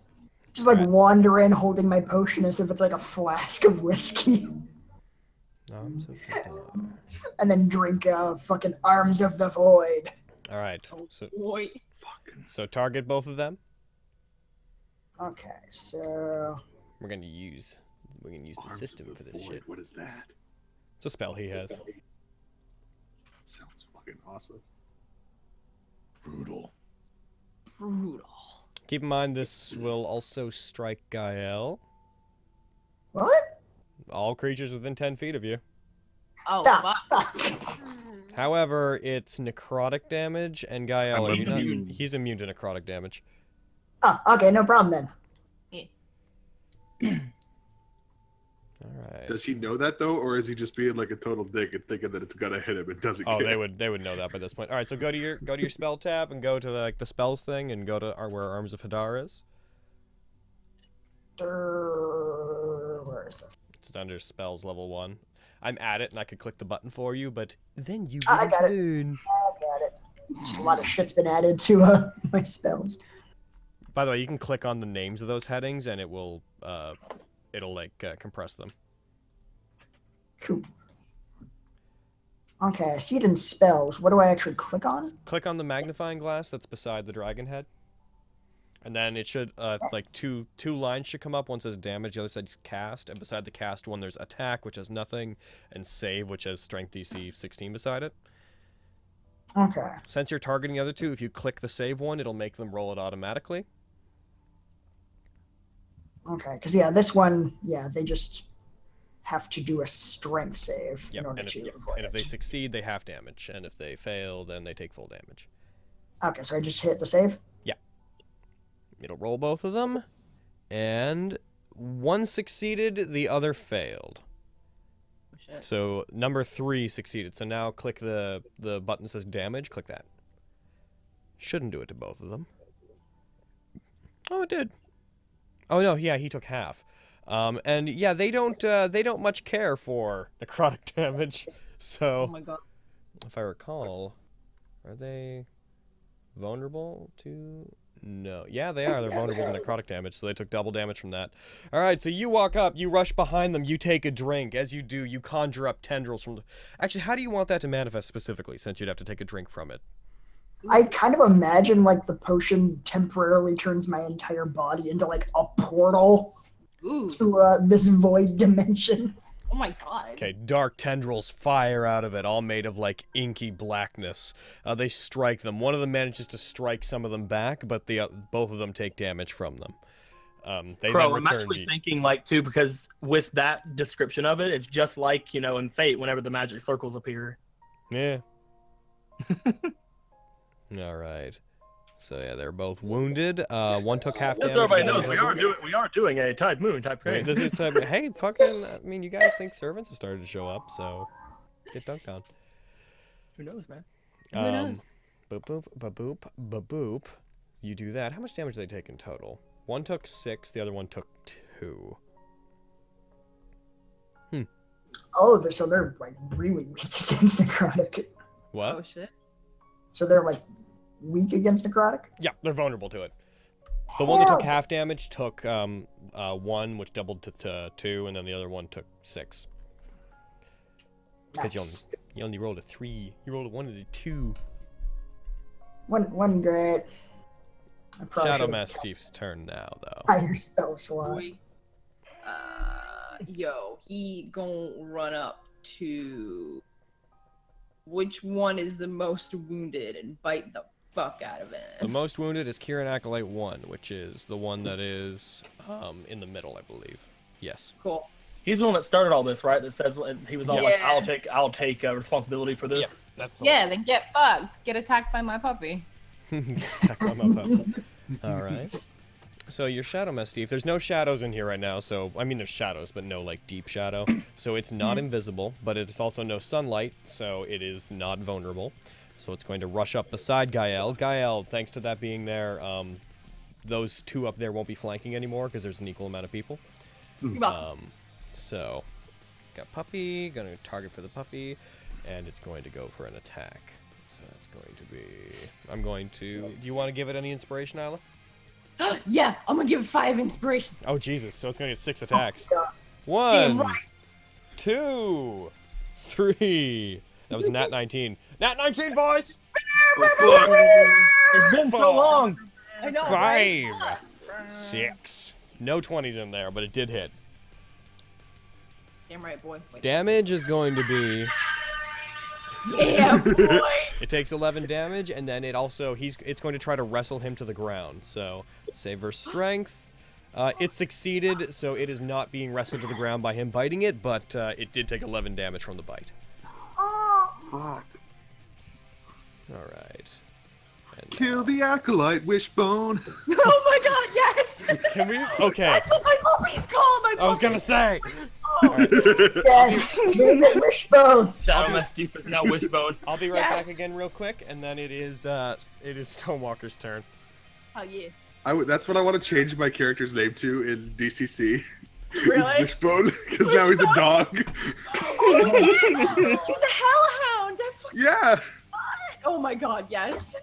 Speaker 6: Just like wander in holding my potion as if it's like a flask of whiskey, <laughs>
Speaker 1: No, I'm so
Speaker 6: and then drink uh, fucking Arms of the Void.
Speaker 1: All right. So,
Speaker 3: Boy.
Speaker 1: so target both of them.
Speaker 6: Okay, so.
Speaker 1: We're gonna use we're gonna use the system for this shit.
Speaker 8: What is that?
Speaker 1: It's a spell he has.
Speaker 8: Sounds fucking awesome.
Speaker 15: Brutal.
Speaker 3: Brutal.
Speaker 1: Keep in mind this will also strike Gael.
Speaker 6: What?
Speaker 1: All creatures within ten feet of you.
Speaker 7: Oh,
Speaker 1: However, it's necrotic damage, and Gael,
Speaker 8: I'm
Speaker 1: are you not-
Speaker 8: immune.
Speaker 1: he's immune to
Speaker 8: <laughs>
Speaker 1: necrotic damage.
Speaker 6: Oh, okay, no problem then.
Speaker 1: All right.
Speaker 8: Does he know that though, or is he just being like a total dick and thinking that it's gonna hit him and doesn't
Speaker 1: Oh,
Speaker 8: care?
Speaker 1: they would they would know that by this point. All right, so go to your go to your spell tab and go to the, like the spells thing and go to our, where Arms of Hadar is.
Speaker 6: Durr, Where is the
Speaker 1: It's under spells level one. I'm at it and I could click the button for you, but then you.
Speaker 6: Ah, I
Speaker 1: won't
Speaker 6: got it.
Speaker 1: learn.
Speaker 6: I got it. Just a lot of shit's been added to uh, <laughs> my spells.
Speaker 1: By the way, you can click on the names of those headings and it will uh, it'll like uh, compress them.
Speaker 6: Okay, I see it in spells. What do I actually click on?
Speaker 1: Click on the magnifying glass that's beside the dragon head, and then it should uh, like two two lines should come up. One says damage, the other says cast, and beside the cast one there's attack, which has nothing, and save, which has strength DC 16 beside it.
Speaker 6: Okay.
Speaker 1: Since you're targeting the other two, if you click the save one, it'll make them roll it automatically.
Speaker 6: Okay, because yeah, this one, yeah, they just have to do a strength save
Speaker 1: Yep.
Speaker 6: in order
Speaker 1: And, if,
Speaker 6: to
Speaker 1: yep.
Speaker 6: avoid
Speaker 1: and if
Speaker 6: it.
Speaker 1: they succeed, they half damage, and if they fail, then they take full damage.
Speaker 6: Okay, so I just hit the save.
Speaker 1: It'll roll both of them, and one succeeded, the other failed.
Speaker 6: Oh,
Speaker 1: So number three succeeded. So now click the the button that says damage. Click that. Shouldn't do it to both of them. Oh, it did. Oh no, yeah, he took half. Um, and yeah, they don't uh, they don't much care for necrotic <laughs> damage. So
Speaker 7: Oh my god.
Speaker 1: if I recall, are they vulnerable to? No. Yeah, they
Speaker 2: <laughs>
Speaker 1: are. They're vulnerable to necrotic damage, so they took double damage from that. All right, so you walk up, you rush behind them, you take a drink. As you do, you conjure up tendrils from. Actually, how do you want that to manifest specifically? Since you'd have to take a drink from it.
Speaker 6: I kind of imagine like the potion temporarily turns my entire body into like a portal to uh, this void <laughs> dimension.
Speaker 7: Oh my god.
Speaker 1: Okay, dark tendrils fire out of it, all made of like inky blackness. Uh, they strike them. One of them manages to strike some of them back, but the uh, both of them take damage from them. Um, they
Speaker 2: Crow, I'm
Speaker 1: then return
Speaker 2: actually
Speaker 1: to you.
Speaker 2: thinking like too because with that description of it, it's just like you know in Fate whenever the magic circles appear.
Speaker 1: Yeah. <laughs> All right. So yeah, they're both wounded. Uh, one took half
Speaker 2: That's
Speaker 1: damage.
Speaker 2: what everybody knows.
Speaker 1: one was
Speaker 2: We
Speaker 1: like-
Speaker 2: are doing we are doing a tide moon type thing.
Speaker 1: Wait, this is
Speaker 2: <laughs>
Speaker 1: type. hey, fucking! I mean, you guys think servants have started to show up, so get dunked on. Um,
Speaker 2: Who knows, man?
Speaker 7: Who knows?
Speaker 1: Boop boop ba boop ba boop. You do that. How much damage did they take in total? One took six. The other one took two.
Speaker 6: Oh, they're- so they're like really weak <laughs> against necrotic.
Speaker 1: What?
Speaker 7: Oh, shit.
Speaker 6: So they're like weak against necrotic.
Speaker 1: Yeah, they're vulnerable to it. The one that
Speaker 6: Hell.
Speaker 1: took half damage took um uh one, which doubled to, to two, and then the other one took six. Because you,
Speaker 6: Nice.
Speaker 1: only- you only rolled a three. You rolled a one and a two.
Speaker 6: One, one great. I probably
Speaker 1: Shadow
Speaker 6: should've
Speaker 1: Mastiff's turn now, though.
Speaker 6: higher spell slot.
Speaker 7: Uh, yo, he gonna run up to which one is the most wounded and bite the fuck out of it.
Speaker 1: The most wounded is Kieran Acolyte 1, which is the one that is um, in the middle, I believe. Yes.
Speaker 7: Cool.
Speaker 2: He's the one that started all this, right? That says he was all like,
Speaker 7: Yeah.
Speaker 2: "I'll take, I'll take uh, responsibility for this." that's
Speaker 7: Yeah, then get fucked. Get attacked by my puppy.
Speaker 1: <laughs> All right. So your shadow mess, Steve. There's no shadows in here right now. So I mean, there's shadows, but no like deep shadow. So it's not
Speaker 12: Mhm.
Speaker 1: invisible, but it's also no sunlight, so it is not vulnerable. So it's going to rush up beside Gael. Gael, thanks to that being there, um, those two up there won't be flanking anymore because there's an equal amount of people.
Speaker 7: You're welcome.
Speaker 1: Um, so got puppy. Gonna target for the puppy, and it's going to go for an attack. So that's going to be. I'm going to. Do you want to give it any inspiration, Isla?
Speaker 7: <gasps> yeah, I'm gonna give it five inspiration.
Speaker 1: Oh Jesus! So it's gonna get six attacks.
Speaker 2: Oh,
Speaker 7: Damn
Speaker 1: One,
Speaker 7: right.
Speaker 1: two, three. That was nat 19. Nat 19, boys.
Speaker 2: It's been so long.
Speaker 7: I know, right?
Speaker 1: Five, six. No 20s in there, but it did hit.
Speaker 7: Damn right, boy. Wait.
Speaker 1: Damage is going to be.
Speaker 7: Yeah, boy.
Speaker 1: <laughs> It takes 11 damage, and then it also he's it's going to try to wrestle him to the ground. So save her strength. Uh, it succeeded, so it is not being wrestled to the ground by him biting it, but uh, it did take 11 damage from the bite.
Speaker 8: Fuck.
Speaker 1: All right.
Speaker 8: Kill the acolyte wishbone.
Speaker 3: <laughs> Oh my god, yes!
Speaker 1: Can
Speaker 3: <laughs>
Speaker 1: we? Okay.
Speaker 3: That's what my puppy's called! My
Speaker 1: I was gonna say.
Speaker 6: Yes, leave it wishbone.
Speaker 2: Shadow Mass Deep is now Wishbone.
Speaker 1: I'll be right
Speaker 6: Yes.
Speaker 1: back again real quick, and then it is uh it is Stonewalker's turn.
Speaker 7: Oh yeah.
Speaker 8: <laughs> I would. That's what I want to change my character's name to in DCC. <laughs> is
Speaker 3: Really?
Speaker 8: Wishbone, because now he's a dog. <laughs>
Speaker 3: you the hellhound! I fucking
Speaker 8: yeah,
Speaker 3: Oh my god, yes.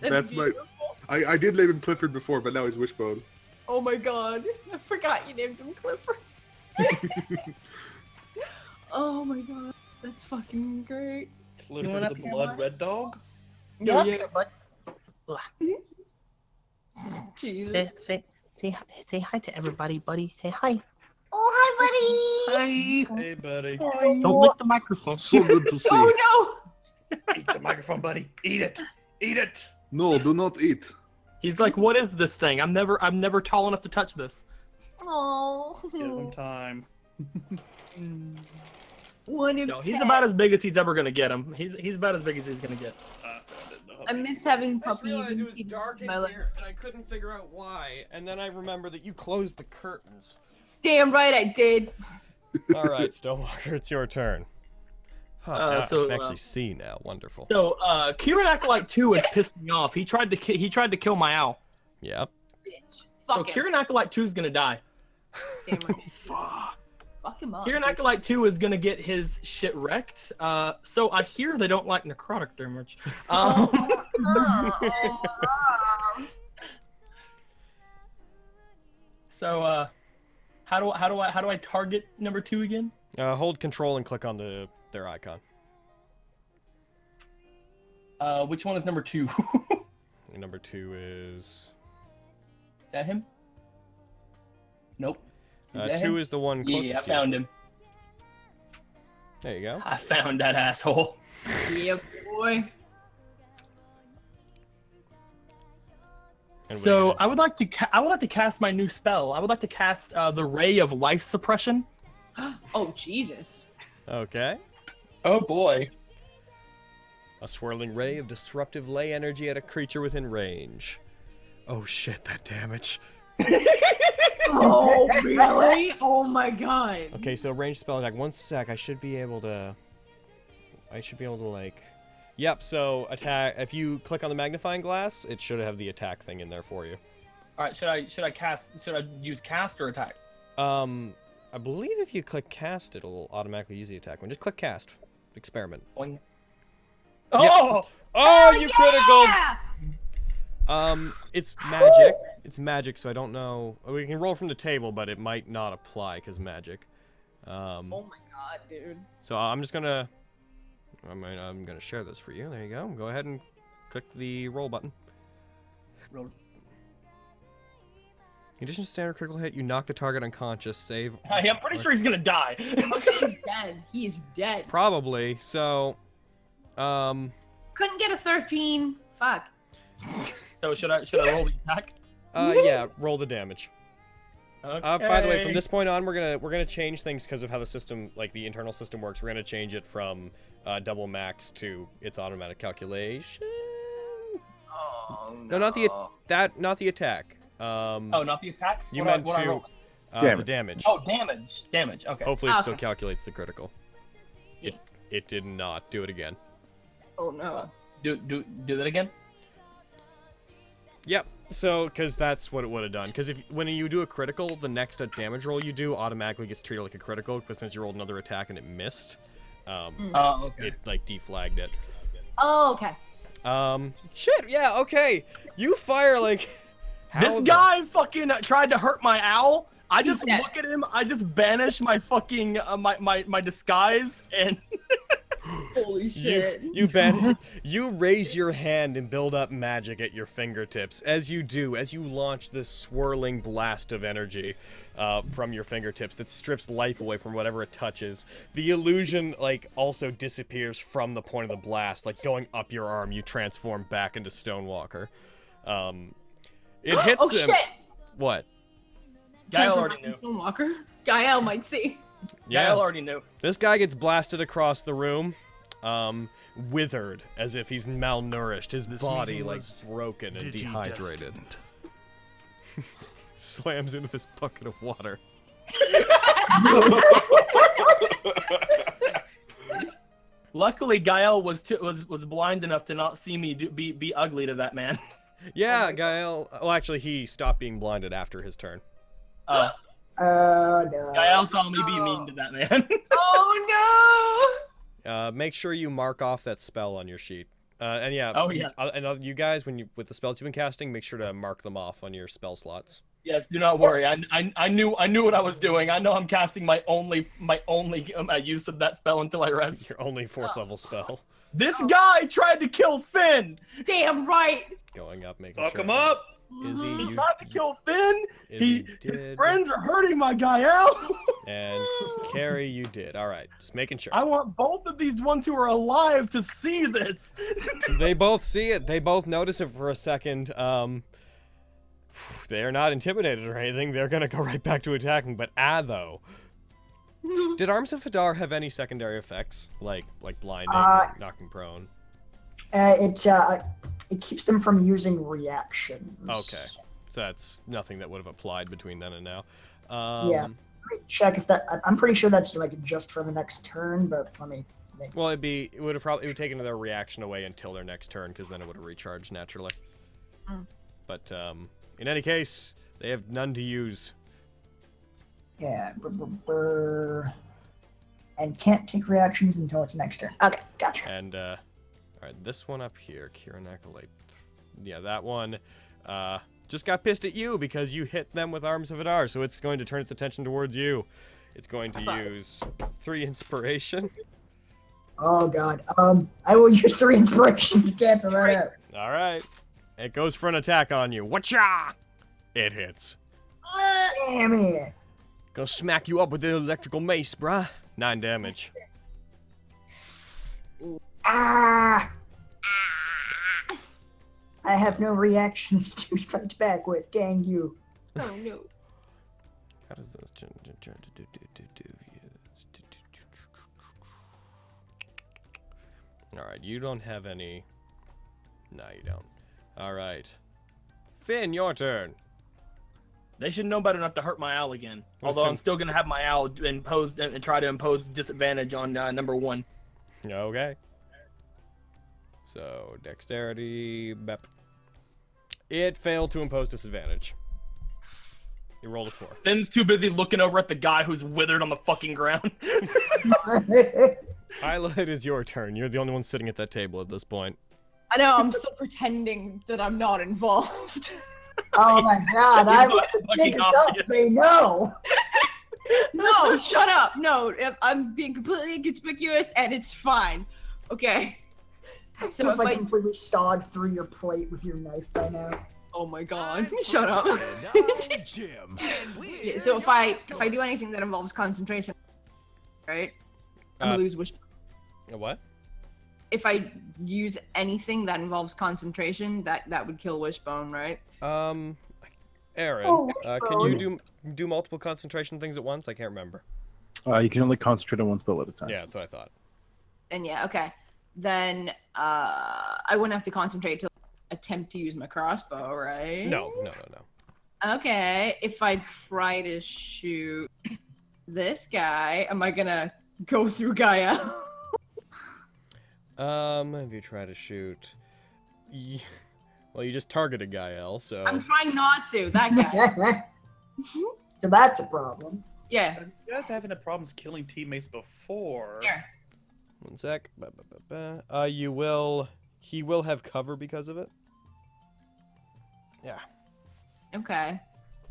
Speaker 8: that's my.
Speaker 3: beautiful.
Speaker 8: I, I did name him Clifford before, but now he's Wishbone.
Speaker 3: Oh my god. <laughs> I forgot you named him
Speaker 7: <laughs>
Speaker 3: Clifford. oh my god. That's fucking great.
Speaker 10: Clifford
Speaker 3: wanna
Speaker 10: the
Speaker 3: hear
Speaker 10: Blood
Speaker 3: mine?
Speaker 10: Red Dog.
Speaker 3: No,
Speaker 5: yeah.
Speaker 3: Jesus.
Speaker 5: say, say, say hi to everybody, buddy. Say hi.
Speaker 3: Oh, hi, buddy.
Speaker 10: Hey, buddy.
Speaker 5: Don't lick the microphone.
Speaker 8: So
Speaker 2: <laughs>
Speaker 8: good to see.
Speaker 3: <laughs> Oh
Speaker 10: Eat the microphone, buddy. Eat it. Eat it.
Speaker 8: No, do not eat.
Speaker 2: He's like, "What is this thing? I'm never, I'm never tall enough to touch this."
Speaker 3: no! Oh.
Speaker 10: Give him time.
Speaker 7: One
Speaker 2: No, he's about as big as he's ever gonna get him. He's he's about as big as he's gonna get.
Speaker 7: I miss having puppies
Speaker 1: realized it
Speaker 7: and
Speaker 1: was
Speaker 7: kids
Speaker 1: dark
Speaker 7: in
Speaker 1: in
Speaker 7: my life.
Speaker 1: here, and I couldn't figure out why. And then I remember that you closed the curtains.
Speaker 7: Damn right I
Speaker 3: <laughs>
Speaker 7: did.
Speaker 1: All right, Stonewalker, it's your turn. Huh,
Speaker 2: Uh,
Speaker 1: now
Speaker 2: so,
Speaker 1: I can
Speaker 2: uh,
Speaker 1: actually see now. Wonderful.
Speaker 2: So, uh, Kieran Acolyte Two is pissed me off. He tried to ki- he tried to kill my owl.
Speaker 1: Yep.
Speaker 7: Bitch.
Speaker 2: so
Speaker 7: Fuck him.
Speaker 2: Kieran Acolyte Two is gonna die.
Speaker 7: Damn right. Fuck him
Speaker 3: Oh,
Speaker 7: up.
Speaker 2: Kieran
Speaker 7: <laughs>
Speaker 2: Acolyte 2 is going to get his shit wrecked. Uh, so I hear they don't like necrotic damage. Um, <laughs> so uh, how do I, how do I how do I target number 2 again?
Speaker 1: Uh, hold control and click on the their icon.
Speaker 2: Uh, which one is number 2? <laughs> is
Speaker 1: And number two is
Speaker 2: that him? Nope.
Speaker 1: uh,
Speaker 2: that
Speaker 1: two
Speaker 2: him?
Speaker 1: is the one closest
Speaker 2: Yeah, I
Speaker 1: to you.
Speaker 2: found him.
Speaker 1: There you go.
Speaker 2: I found that asshole.
Speaker 7: Yeah,
Speaker 3: <gasps>
Speaker 7: boy.
Speaker 1: And
Speaker 2: So I would like to ca- I would like to cast my new spell. I would like to cast uh, the Ray of Life Suppression.
Speaker 7: Oh Jesus.
Speaker 1: Okay.
Speaker 16: Oh boy.
Speaker 1: A swirling ray of disruptive lay energy at a creature within range. Oh shit, that damage.
Speaker 3: Oh, really? Oh my god.
Speaker 1: Okay, so range spell attack. One sec, I should be able to. I should be able to like. Yep. So attack. If you click on the magnifying glass, it should have the attack thing in there for you.
Speaker 2: All right, should I should I cast should I use cast or attack?
Speaker 1: Um, I believe if you click cast, it'll automatically use the attack one. Just click cast. Experiment.
Speaker 2: Boing.
Speaker 1: Oh! Oh, you critical! Um, it's magic. It's magic, so I don't know. We can roll from the table, but it might not apply because magic. Um,
Speaker 7: Oh my god, dude.
Speaker 1: so I'm just gonna. I mean, I'm gonna share this for you. There you go. Go ahead and click the roll button.
Speaker 2: Roll.
Speaker 1: In addition to standard critical hit, you knock the target unconscious. Save.
Speaker 2: <laughs> I am pretty sure he's gonna die.
Speaker 3: he's dead. He's
Speaker 2: <laughs>
Speaker 3: dead.
Speaker 1: Probably. So, um,
Speaker 3: Couldn't get a 13. Fuck.
Speaker 2: So should I should I roll the attack?
Speaker 1: <laughs> uh, yeah, roll the damage.
Speaker 2: Okay.
Speaker 1: Uh, by the way, from this point on, we're gonna we're gonna change things because of how the system, like the internal system, works. We're gonna change it from uh, double max to its automatic calculation.
Speaker 2: Oh,
Speaker 1: No, not the that not the attack. Um,
Speaker 2: Oh, not the attack.
Speaker 1: you
Speaker 2: What I-
Speaker 1: meant
Speaker 2: what I
Speaker 1: to
Speaker 2: roll?
Speaker 1: uh, the
Speaker 2: Damage.
Speaker 1: damage.
Speaker 2: Oh, damage. Damage. Okay.
Speaker 1: Hopefully, it
Speaker 2: Ah,
Speaker 1: still
Speaker 2: okay.
Speaker 1: calculates the critical. It it did not do it again.
Speaker 3: Oh no.
Speaker 2: Do do do that again.
Speaker 1: Yep. So, because that's what it would have done. Because if when you do a critical, the next uh, damage roll you do automatically gets treated like a critical. But since you rolled another attack and it missed, um,
Speaker 3: Mm.
Speaker 2: Oh, okay.
Speaker 1: it like deflagged it.
Speaker 3: Oh, okay.
Speaker 1: Um, shit. Yeah. Okay. You fire like.
Speaker 2: <laughs> This guy fucking tried to hurt my owl. I just look at him. I just banish my fucking uh, my, my my disguise and.
Speaker 3: Holy
Speaker 1: You, you banish. you raise your hand and build up magic at your fingertips. As you do, as you launch this swirling blast of energy uh, from your fingertips that strips life away from whatever it touches, the illusion like also disappears from the point of the blast. Like going up your arm, you transform back into Stonewalker. Um, it hits
Speaker 3: <gasps> oh,
Speaker 1: him.
Speaker 3: shit!
Speaker 1: What?
Speaker 2: Gael already knew.
Speaker 3: Walker. Gael might see.
Speaker 2: Gael already knew.
Speaker 1: This guy gets blasted across the room, um, withered as if he's malnourished, his body
Speaker 17: meeting
Speaker 1: like
Speaker 17: was
Speaker 1: broken and dehydrated. <laughs> Slams into this bucket of water.
Speaker 2: Luckily, Gael was t- was was blind enough to not see me do- be be ugly to that man.
Speaker 1: <laughs> Yeah, Gael. Well, actually, he stopped being blinded after his turn.
Speaker 2: Uh,
Speaker 6: Oh no.
Speaker 2: Gael saw me be mean to that man.
Speaker 3: <laughs>
Speaker 2: <laughs>
Speaker 3: oh
Speaker 1: Uh, make sure you mark off that spell on your sheet. Uh, and yeah,
Speaker 2: Oh,
Speaker 1: you-
Speaker 2: yes.
Speaker 1: uh, and uh, you guys, when you with the spells you've been casting, make sure to mark them off on your spell slots.
Speaker 2: yes, do not worry. I, I I knew I knew what I was doing. I know I'm casting my only my only um, uh, use of that spell until I rest.
Speaker 1: Your only fourth level spell.
Speaker 2: This guy tried to kill Finn.
Speaker 3: no! Damn right.
Speaker 1: Going up, making
Speaker 9: Fuck
Speaker 1: sure.
Speaker 9: him up.
Speaker 1: Is he?
Speaker 2: He
Speaker 1: You,
Speaker 2: tried to kill Finn.
Speaker 1: is
Speaker 2: he-
Speaker 1: he did.
Speaker 2: Friends are hurting my Gael.
Speaker 1: And
Speaker 6: <laughs>
Speaker 1: Carrie, you did. All right, just making sure.
Speaker 2: I want both of these ones who are alive to see this.
Speaker 1: <laughs> they both see it. They both notice it for a second. Um, <sighs> they are not intimidated or anything. They're gonna go <laughs> right back to attacking. But ah,
Speaker 6: <laughs>
Speaker 1: though, did Arms of Hadar have any secondary effects like like blinding,
Speaker 6: Uh,
Speaker 1: knocking prone?
Speaker 6: Uh, it uh, it keeps them from using reactions.
Speaker 1: Okay, so that's nothing that would have applied between then and now. Um,
Speaker 6: yeah. Let me Check if that. I- I'm pretty sure that's like just for the next turn, but let me. Make,
Speaker 1: Well, it'd be it would have probably it would have taken their reaction away until their next turn because then it would have recharged naturally.
Speaker 6: Mm.
Speaker 1: But um, in any case, they have none to use.
Speaker 6: yeah. brr, brr, brr. And can't take reactions until its next turn. Okay, gotcha.
Speaker 1: And uh, all right, this one up here, Kieran Acolyte. Yeah, that one uh, just got pissed at you because you hit them with Arms of Adar, so it's going to turn its attention towards you. It's going to use three <laughs> inspiration.
Speaker 6: Oh god. Um, I will <laughs> use three inspiration to cancel that out.
Speaker 1: All right, it goes for an attack on you. Whatcha? It hits.
Speaker 6: Damn it.
Speaker 1: Gonna smack you up with the electrical mace, bruh. Nine damage.
Speaker 6: Ah. I have no reactions <laughs> to fight back with. Dang you.
Speaker 3: Oh
Speaker 6: <laughs>
Speaker 3: no.
Speaker 1: How does this turn to turn to do do do do? yes, do, do, do, do. All right, you don't have any. No, you don't. All right, Finn, your turn.
Speaker 2: They should know better not to hurt my owl again.
Speaker 1: What's
Speaker 2: Although
Speaker 1: the-
Speaker 2: I'm still gonna have my owl imposed and try to impose disadvantage on uh, number one.
Speaker 1: Okay. So dexterity, bep. It failed to impose disadvantage. You rolled a four.
Speaker 2: Finn's too busy looking over at the guy who's withered on the fucking ground. <laughs>
Speaker 1: Isla, <laughs> it is your turn. You're the only one sitting at that table at this point.
Speaker 3: I know. I'm still pretending that I'm not involved. <laughs>
Speaker 2: <laughs>
Speaker 6: Oh my god, I let the
Speaker 3: Fucking
Speaker 6: niggas up say no.
Speaker 3: no, shut up. No, if I'm being completely inconspicuous, and it's fine. Okay. So
Speaker 6: You've
Speaker 3: if
Speaker 6: like
Speaker 3: I-
Speaker 6: completely sawed through your plate with your knife by now.
Speaker 7: Oh my god. Shut up. <laughs>
Speaker 17: Jim.
Speaker 7: Yeah, so if I if I do anything that involves concentration, right? I'm
Speaker 1: Uh,
Speaker 7: gonna lose wish.
Speaker 1: A What?
Speaker 7: If I use anything that involves concentration, that that would kill wishbone, right?
Speaker 1: Um, Aaron,
Speaker 7: Oh,
Speaker 1: uh, can you
Speaker 7: wishbone.
Speaker 1: do do multiple concentration things at once? I can't remember.
Speaker 12: Uh, you can only concentrate on one spell at a time.
Speaker 1: Yeah, that's what I thought.
Speaker 7: And yeah, okay. Then uh, I wouldn't have to concentrate to attempt to use my crossbow, right?
Speaker 1: No, no, no, no.
Speaker 7: Okay, if I try to shoot this guy, am I gonna go through Gaia? <laughs>
Speaker 1: Um, if you try to shoot, y- well, you just targeted Gael, so
Speaker 7: I'm trying not to. That
Speaker 6: <laughs>
Speaker 7: guy.
Speaker 6: So that's a problem.
Speaker 7: yeah.
Speaker 10: You guys haven't had problems killing teammates before.
Speaker 1: one sec. Ba, ba, ba, ba. Uh, you will. He will have cover because of it. Yeah.
Speaker 7: Okay.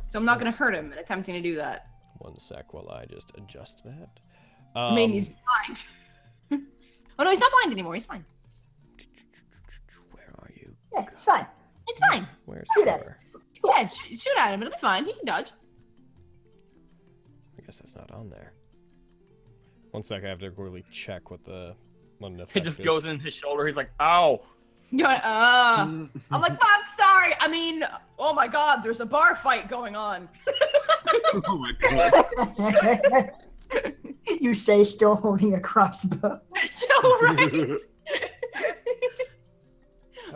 Speaker 7: So I'm not gonna hurt him in attempting to do that.
Speaker 1: One sec while I just adjust that.
Speaker 7: I mean,
Speaker 1: Um,
Speaker 7: he's blind. <laughs> oh no, he's not blind anymore. He's fine.
Speaker 6: Yeah, it's fine.
Speaker 7: It's fine.
Speaker 1: Where's
Speaker 6: Shoot at
Speaker 1: cover?
Speaker 7: Yeah, shoot, shoot at him. It'll be fine. He can dodge.
Speaker 1: I guess that's not on there. One sec, I have to really check what the London
Speaker 2: It
Speaker 1: effect
Speaker 2: just
Speaker 1: is.
Speaker 2: goes in his shoulder. He's like, ow.
Speaker 7: You know, what?
Speaker 1: <laughs>
Speaker 7: uh, I'm like, Bob sorry. I mean, oh my God, there's a bar fight going on.
Speaker 8: oh my god.
Speaker 6: <laughs> you say still holding a crossbow. <laughs>
Speaker 1: <laughs>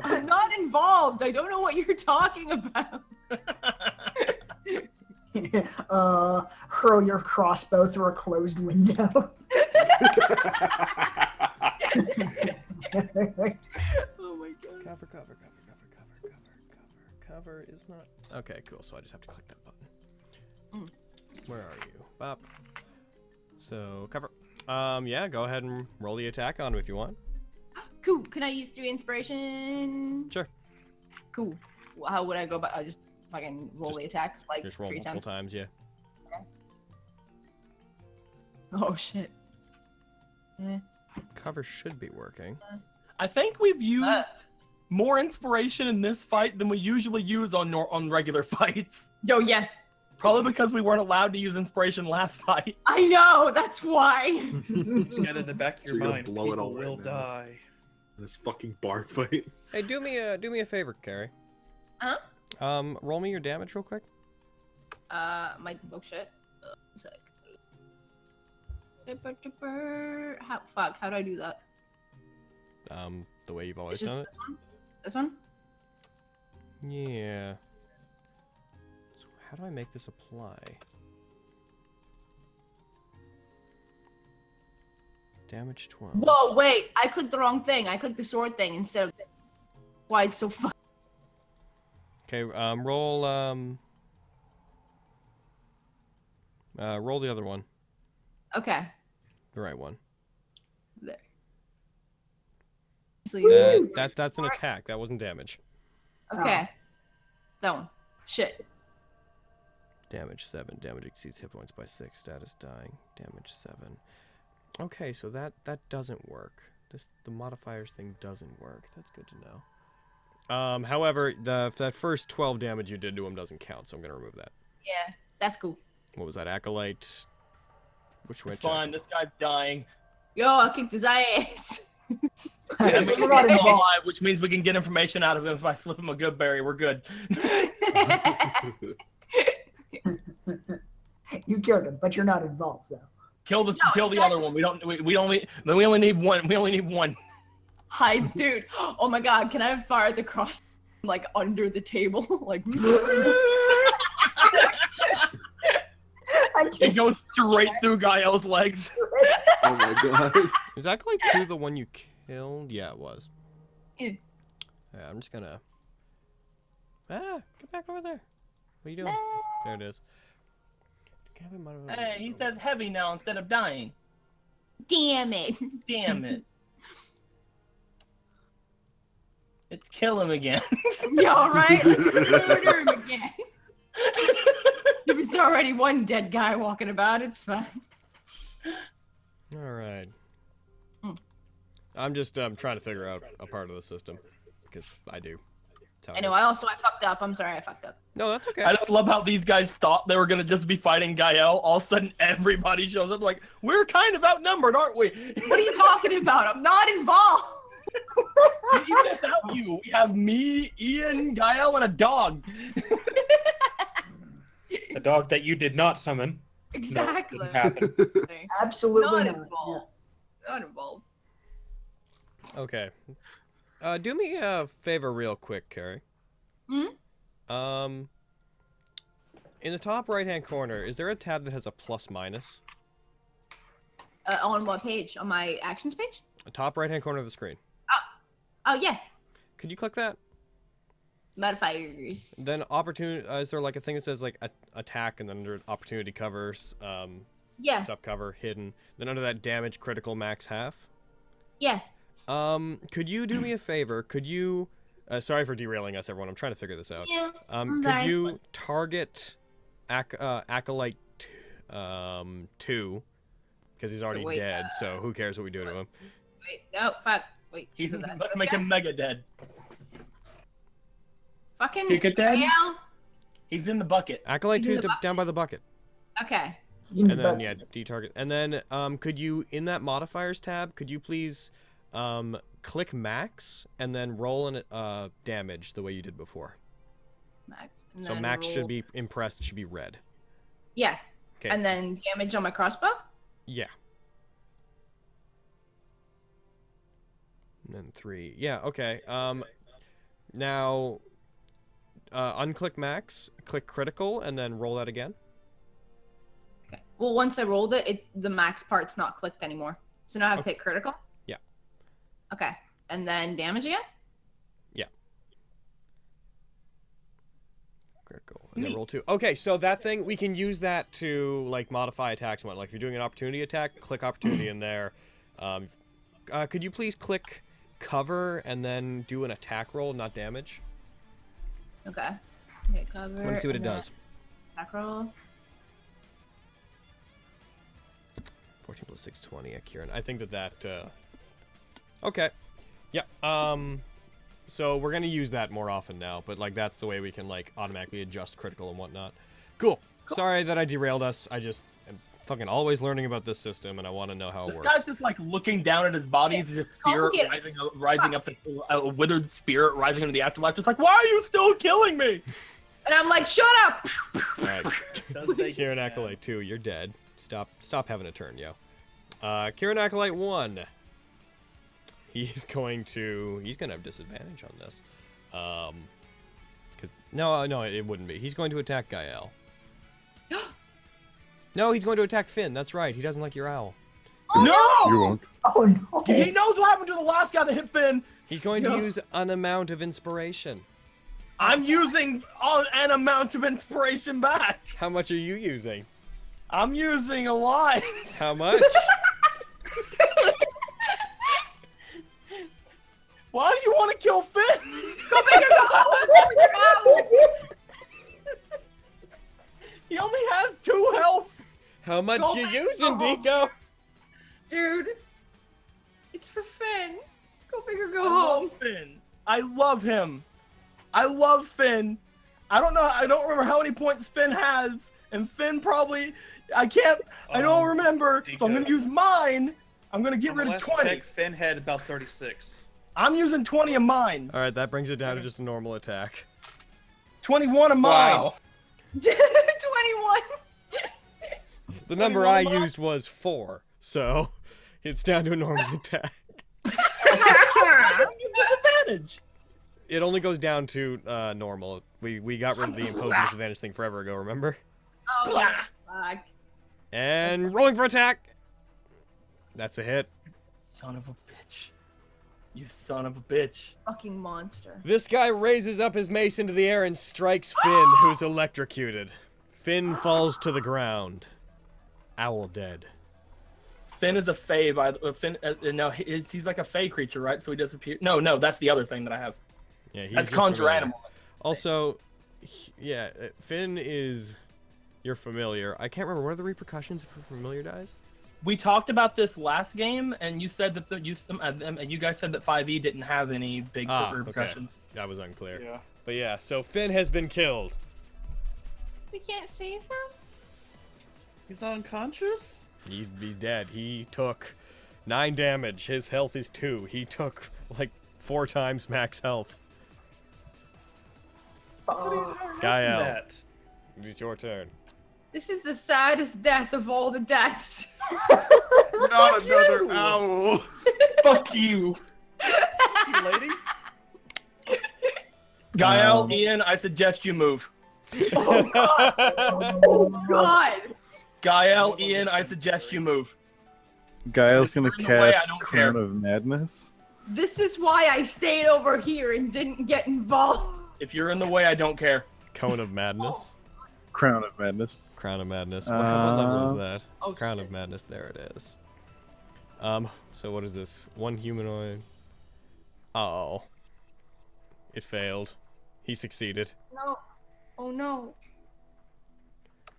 Speaker 7: I'm not involved. I don't know what you're talking about.
Speaker 6: uh, hurl your crossbow through a closed window. <laughs>
Speaker 7: <laughs> Oh my god.
Speaker 1: Cover, cover, cover, cover, cover, cover, cover. Cover is not. Okay, cool. So I just have to click that button.
Speaker 7: Mm.
Speaker 1: Where are you? Bop. So cover. Um, yeah, go ahead and roll the attack on him if you want.
Speaker 7: Cool. Can I use three inspiration?
Speaker 1: Sure.
Speaker 7: Cool. Well, how would I go about? I just fucking roll the attack like
Speaker 1: Just roll
Speaker 7: three
Speaker 1: multiple
Speaker 7: times.
Speaker 1: times. yeah.
Speaker 7: Oh shit. Eh.
Speaker 1: Cover should be working.
Speaker 2: I think
Speaker 5: Uh.
Speaker 2: we've used more inspiration in this fight than we usually use on nor- on regular <laughs> fights.
Speaker 7: Yo, yeah.
Speaker 2: Probably because we weren't allowed to use inspiration last fight.
Speaker 5: <laughs>
Speaker 7: I know. That's why.
Speaker 10: Just get in the back of
Speaker 8: So
Speaker 10: your
Speaker 8: you're gonna
Speaker 10: mind.
Speaker 8: blow it
Speaker 10: People
Speaker 8: all right
Speaker 10: will
Speaker 8: now.
Speaker 10: die.
Speaker 8: This fucking bar fight. <laughs>
Speaker 1: Hey, do me a do me a favor, Carrie.
Speaker 7: Huh?
Speaker 1: Um, roll me your damage real quick.
Speaker 7: Uh, my oh shit. Uh, one sec. How fuck? How do I do that?
Speaker 1: Um, the way you've
Speaker 7: It's
Speaker 1: always
Speaker 7: just
Speaker 1: done it.
Speaker 7: this one. This one.
Speaker 1: Yeah. So how do I make this apply? Damage 12.
Speaker 7: Whoa, wait! I clicked the wrong thing. I clicked the sword thing instead of. Why it's so fuck?
Speaker 1: Okay, um, roll, um... Uh, roll the other one.
Speaker 7: Okay.
Speaker 1: The right one.
Speaker 7: There. So you-
Speaker 1: That, Uh, that That's an attack. That wasn't damage.
Speaker 7: okay. That one. Shit.
Speaker 1: Damage 7. Damage exceeds hit points by 6. Status dying. Damage 7. Okay, so that, that doesn't work. This The modifiers thing doesn't work. That's good to know. Um, however, the that first 12 damage you did to him doesn't count, so I'm going to remove that.
Speaker 7: Yeah, that's cool.
Speaker 1: What was that? Acolyte? <laughs> Which way?
Speaker 2: It's fine. This guy's
Speaker 5: <laughs>
Speaker 2: dying.
Speaker 7: Yo, I kicked his ass. <laughs>
Speaker 2: I mean, he's alive, which means we can get information out of him. If I slip him a good berry, we're good.
Speaker 6: you killed him, but you're not involved though.
Speaker 2: Kill the kill the other one. We don't. We, we only. We only need one. We only
Speaker 5: <laughs>
Speaker 2: need one.
Speaker 7: Hi, dude. Oh my god, can I fire the cross like under the table? <laughs> like
Speaker 2: It goes straight through Gael's legs.
Speaker 8: <laughs> Oh my god.
Speaker 1: Is Acolyte 2 the one you killed? Yeah, it was.
Speaker 7: Yeah.
Speaker 1: Yeah, I'm just gonna. Ah, get back over there. What are you doing? There it is. Gavin might have-
Speaker 5: Hey, he says heavy now instead of dying.
Speaker 7: Damn it. <laughs>
Speaker 5: Damn it. Let's kill him again.
Speaker 7: Y'all right? Let's murder him again. <laughs> there was already one dead guy walking about, it's fine.
Speaker 1: All right.
Speaker 7: Mm.
Speaker 1: I'm just um, trying to figure out a part of the system because I do. That's how
Speaker 7: I know. I also I fucked up. I'm sorry. I fucked up. Uh,
Speaker 1: No, that's okay.
Speaker 2: <laughs> I just love how these guys thought they were gonna just be fighting Gael. All of a sudden, everybody shows up. Like we're kind of outnumbered, aren't we? <laughs>
Speaker 3: What are you talking about? I'm not involved.
Speaker 2: Even without you, we have me, Ian, Gael, and a dog.
Speaker 9: A dog that you did not summon. No, it didn't
Speaker 7: Exactly.
Speaker 9: happen. <laughs>
Speaker 6: Absolutely
Speaker 7: Not
Speaker 6: not.
Speaker 7: involved. Not involved.
Speaker 1: Okay. Uh, do me a favor, real quick, Carrie. Hmm. Um. In the top right-hand corner, is there a tab that has a plus minus?
Speaker 7: Uh, on what page? On my actions page?
Speaker 1: The top right-hand corner of the screen.
Speaker 7: Oh yeah.
Speaker 1: Could you click that?
Speaker 7: Modifiers.
Speaker 1: Then opportunity. Uh, is there like a thing that says like a- attack and then under opportunity covers? Um,
Speaker 7: Yeah.
Speaker 1: Sub cover hidden. Then under that damage critical max half.
Speaker 3: <laughs>
Speaker 7: Yeah.
Speaker 1: Um, could you do me a favor? Could you? Uh, sorry for derailing us, everyone. I'm trying to figure this out.
Speaker 7: Yeah,
Speaker 1: Um,
Speaker 7: I'm
Speaker 1: could
Speaker 7: sorry.
Speaker 1: you target Ac- uh, acolyte t- um two? Because he's already
Speaker 7: wait, uh,
Speaker 1: dead. so who cares what we do to him?
Speaker 7: Wait. No. Fuck. Wait.
Speaker 2: He's,
Speaker 7: so
Speaker 1: <laughs>
Speaker 7: that-
Speaker 2: let's
Speaker 7: this
Speaker 2: make
Speaker 7: guy?
Speaker 2: him mega dead.
Speaker 7: Fucking.
Speaker 2: Kick it dead?
Speaker 7: Yeah.
Speaker 2: He's in the bucket.
Speaker 1: Acolyte
Speaker 7: He's
Speaker 1: two
Speaker 7: in
Speaker 1: is
Speaker 7: the
Speaker 1: d- down by the bucket.
Speaker 7: Okay. Mm,
Speaker 1: And then yeah, detarget. And then um, could you in that modifiers tab? Could you please um click max and then roll an uh damage the way you did before?
Speaker 7: Max. and
Speaker 1: so
Speaker 7: then
Speaker 1: max should
Speaker 7: roll-
Speaker 1: be impressed. It should be red.
Speaker 7: Yeah.
Speaker 1: 'Kay.
Speaker 7: And then damage on my crossbow.
Speaker 1: Yeah. And then three. Yeah, okay. Um now uh unclick max, click critical, and then roll that again.
Speaker 7: Well, once I rolled it, it the max part's not clicked anymore. So now I have to hit critical.
Speaker 1: Yeah.
Speaker 7: Okay. And then damage again.
Speaker 1: Critical. And then roll two. Okay, so that thing we can use that to like modify attacks and what like if you're doing an opportunity attack, click opportunity in there. Um uh, could you please click cover and then do an attack roll, not damage?
Speaker 7: Okay. Hit cover.
Speaker 1: I want to see what it
Speaker 7: and then
Speaker 1: does.
Speaker 7: Attack roll.
Speaker 1: 14 plus 6, 20 at Kieran. I think that that. Uh... Okay. Yeah. Um. So we're gonna use that more often now, but like that's the way we can like automatically adjust critical and whatnot. Cool. Sorry that I derailed us. I just am fucking always learning about this system, and I want to know how it
Speaker 2: This
Speaker 1: works.
Speaker 2: guy's just like looking down at his body as his spirit
Speaker 7: complicated.
Speaker 2: rising up, rising up to a withered spirit rising into the afterlife. Just like, why are you still killing me?
Speaker 7: And I'm like, shut up.
Speaker 1: All right. <laughs> Kieran Acolyte two, you're dead. Stop. Stop having a turn, yo. Uh, Kieran Acolyte one. He's <laughs> going to. He's gonna have disadvantage on this. Um. Cause no, uh, no, it wouldn't be. He's going to attack
Speaker 2: <gasps>
Speaker 1: Gael. no, he's going to attack Finn. That's right. He doesn't like your owl.
Speaker 2: Oh, no!
Speaker 15: You won't.
Speaker 2: He knows what happened to the last guy that hit Finn.
Speaker 1: He's going to
Speaker 2: Yeah.
Speaker 1: use an amount of inspiration.
Speaker 2: I'm using all, an amount of inspiration back.
Speaker 1: How much are you using?
Speaker 2: I'm using a lot. <laughs>
Speaker 1: How much?
Speaker 2: <laughs> Why do you want to kill Finn?
Speaker 3: Go big or go home. Go big or go home.
Speaker 2: <laughs> He only has two health.
Speaker 1: How much
Speaker 3: Go
Speaker 1: you
Speaker 3: back
Speaker 1: using,
Speaker 3: home.
Speaker 1: Dico?
Speaker 3: Dude, it's for Finn. Go big or go
Speaker 2: I
Speaker 3: home.
Speaker 2: love
Speaker 3: <laughs>
Speaker 2: Finn. I love him. I love Finn. I don't know. I don't remember how many points Finn has, and Finn probably. I can't. I
Speaker 1: Oh,
Speaker 2: don't
Speaker 10: Um,
Speaker 2: remember. So I'm gonna
Speaker 10: Dico.
Speaker 2: use mine. I'm gonna get rid of
Speaker 10: Last
Speaker 2: 20.
Speaker 10: check, Finn had about 36.
Speaker 2: I'm using 20 of mine.
Speaker 1: All right, that brings it down to just a normal attack.
Speaker 2: 21 of mine.
Speaker 10: Wow.
Speaker 3: 21.
Speaker 1: The number I used was four, so <laughs> it's down to
Speaker 2: <laughs>
Speaker 1: a normal attack.
Speaker 2: Disadvantage.
Speaker 1: It only goes down to uh, normal. We we got rid of the imposed disadvantage thing forever ago, remember?
Speaker 7: Oh, yeah. fuck.
Speaker 1: And rolling for attack. That's a hit.
Speaker 2: Son of a bitch. You son of a bitch.
Speaker 7: Fucking monster.
Speaker 1: This guy raises up his mace into the air and strikes
Speaker 2: <gasps>
Speaker 1: Finn, who's electrocuted. Finn falls to the ground. Owl dead.
Speaker 2: Finn is a fae by the uh, Finn. Uh, uh, no, he is, he's like a fae creature, right? So he disappears. No, no, that's the other thing that I have.
Speaker 1: Yeah, he's
Speaker 2: That's
Speaker 1: your
Speaker 2: conjure
Speaker 1: familiar.
Speaker 2: animal.
Speaker 1: Also, he- yeah, uh, Finn is your familiar. I can't remember what are the repercussions if a familiar dies.
Speaker 2: we talked about this last game, and you said that the, you some, uh, um, and you guys said that 5e didn't have any big
Speaker 1: Ah,
Speaker 2: repercussions.
Speaker 1: okay. That was unclear. Yeah. But yeah, so Finn has been killed.
Speaker 7: We can't save him?
Speaker 10: He's not unconscious?
Speaker 1: He's, he's dead. He took nine damage. His health is two. He took like four times max health. Gael,
Speaker 10: that?
Speaker 1: it's your turn.
Speaker 3: This is the saddest death of all
Speaker 7: <laughs>
Speaker 3: the deaths.
Speaker 8: Not another
Speaker 12: <laughs>
Speaker 8: owl.
Speaker 16: Fuck you.
Speaker 10: You lady?
Speaker 2: Gael,
Speaker 1: um,
Speaker 2: Ian, I suggest you
Speaker 3: <laughs>
Speaker 2: move. <laughs>
Speaker 3: Oh <laughs> God!
Speaker 2: Gael, Ian, I suggest you move.
Speaker 12: Guile's gonna
Speaker 2: away, I
Speaker 12: cast
Speaker 2: don't
Speaker 12: Crown of Madness.
Speaker 3: This is why I stayed over here and didn't get involved.
Speaker 2: If you're in the way, I don't care.
Speaker 1: Cone of Madness.
Speaker 12: Crown of Madness.
Speaker 1: Crown of Madness. What, what level
Speaker 12: Uh,
Speaker 1: is that? Crown of Madness. There it is. Um. So what is this? One humanoid. Oh. It failed. He succeeded.
Speaker 7: No. Oh no.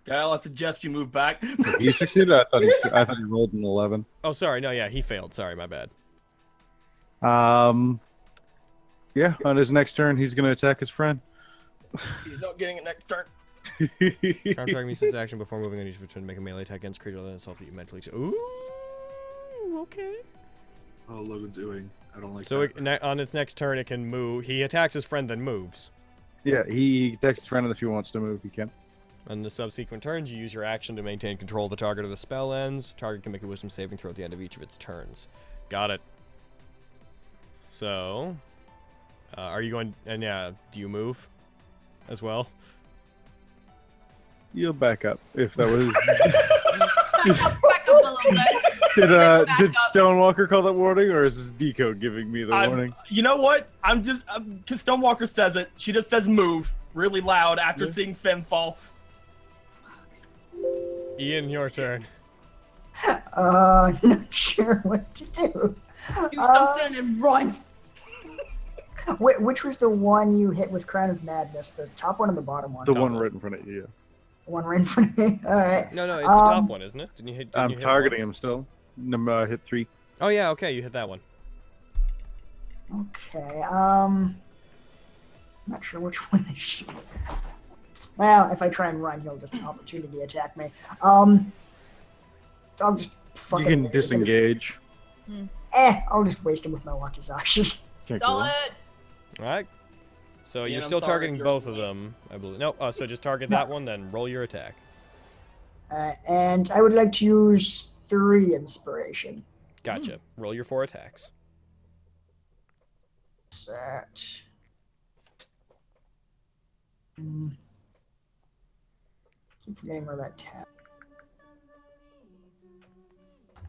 Speaker 2: Gael, I suggest you move back. <laughs>
Speaker 12: He succeeded. I thought he. su- I thought he rolled an eleven.
Speaker 1: Oh, sorry. No, yeah, he failed. Sorry, my bad.
Speaker 12: Um. Yeah. On his next turn, he's gonna attack his friend.
Speaker 2: He's not getting it next turn.
Speaker 8: <laughs>
Speaker 1: Contract means its action before moving on each return to make a melee attack against creature other than itself that you mentally. Ooh. okay.
Speaker 8: Oh, Logan's ooing. I don't like
Speaker 1: So
Speaker 8: that.
Speaker 1: it, ne- on its next turn, it can move. He attacks his friend, then moves.
Speaker 12: <laughs> Yeah. He attacks his friend, and if he wants to move, he can.
Speaker 1: On the subsequent turns, you use your action to maintain control of the target of the spell ends. Target can make a wisdom saving throw at the end of each of its turns. Got it. So, uh, are you going? And yeah, do you move as well?
Speaker 12: You'll back up if
Speaker 4: <laughs>
Speaker 12: that was.
Speaker 3: Back up a little bit.
Speaker 12: did uh did
Speaker 3: <laughs>
Speaker 12: Stonewalker call that warning, or is this Deco giving me the
Speaker 2: I'm-
Speaker 12: warning?
Speaker 2: You know what? I'm just I'm, 'cause Stonewalker says it. She just says move really loud after
Speaker 12: Yeah.
Speaker 2: seeing Finn fall.
Speaker 1: Ian, your turn.
Speaker 6: Uh, <laughs> not sure what to do.
Speaker 3: Do something and run.
Speaker 6: <laughs> Wh- which was the one you hit with Crown of Madness? The top one or the bottom one?
Speaker 12: The one right in front of you.
Speaker 6: The one right in front of me. All right.
Speaker 1: No, no, it's the
Speaker 6: Um,
Speaker 1: top one, isn't it? Didn't you hit? didn't
Speaker 12: I'm
Speaker 1: you hit
Speaker 12: targeting
Speaker 1: one?
Speaker 12: him still. Number uh, hit three.
Speaker 1: Oh yeah, okay, you hit that one.
Speaker 6: Okay. Um, I'm not sure which <laughs> one I shoot. Well, if I try and run, he'll just opportunity attack me. Um, so I'll just fuck
Speaker 12: You
Speaker 6: it.
Speaker 12: can disengage.
Speaker 6: Eh, I'll just waste him with my <laughs> wakizashi.
Speaker 12: Can't kill him.
Speaker 3: Solid.
Speaker 1: All right. So
Speaker 2: Ian,
Speaker 1: you're
Speaker 2: I'm
Speaker 1: still
Speaker 2: sorry,
Speaker 1: targeting
Speaker 2: you're-
Speaker 1: both of them, I believe. No, uh, so just target that one, then roll your attack.
Speaker 6: Uh, and I would like to use three inspiration.
Speaker 1: Gotcha.
Speaker 2: Hmm.
Speaker 1: Roll your four attacks.
Speaker 6: Set. Mm. Keep forgetting where that tab.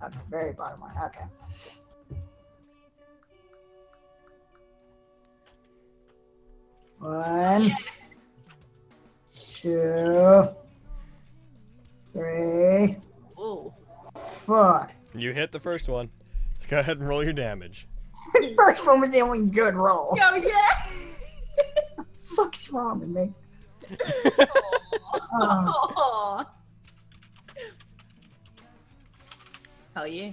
Speaker 6: At the very bottom one. Okay. One, two, three,
Speaker 3: Oh.
Speaker 6: four. <laughs>
Speaker 1: You hit the first one. <laughs> Go ahead and roll your damage.
Speaker 6: The first one was the only good roll. <laughs>
Speaker 3: Yo, yeah.
Speaker 6: fuck's wrong with me? Uh,
Speaker 3: Oh. Hell yeah.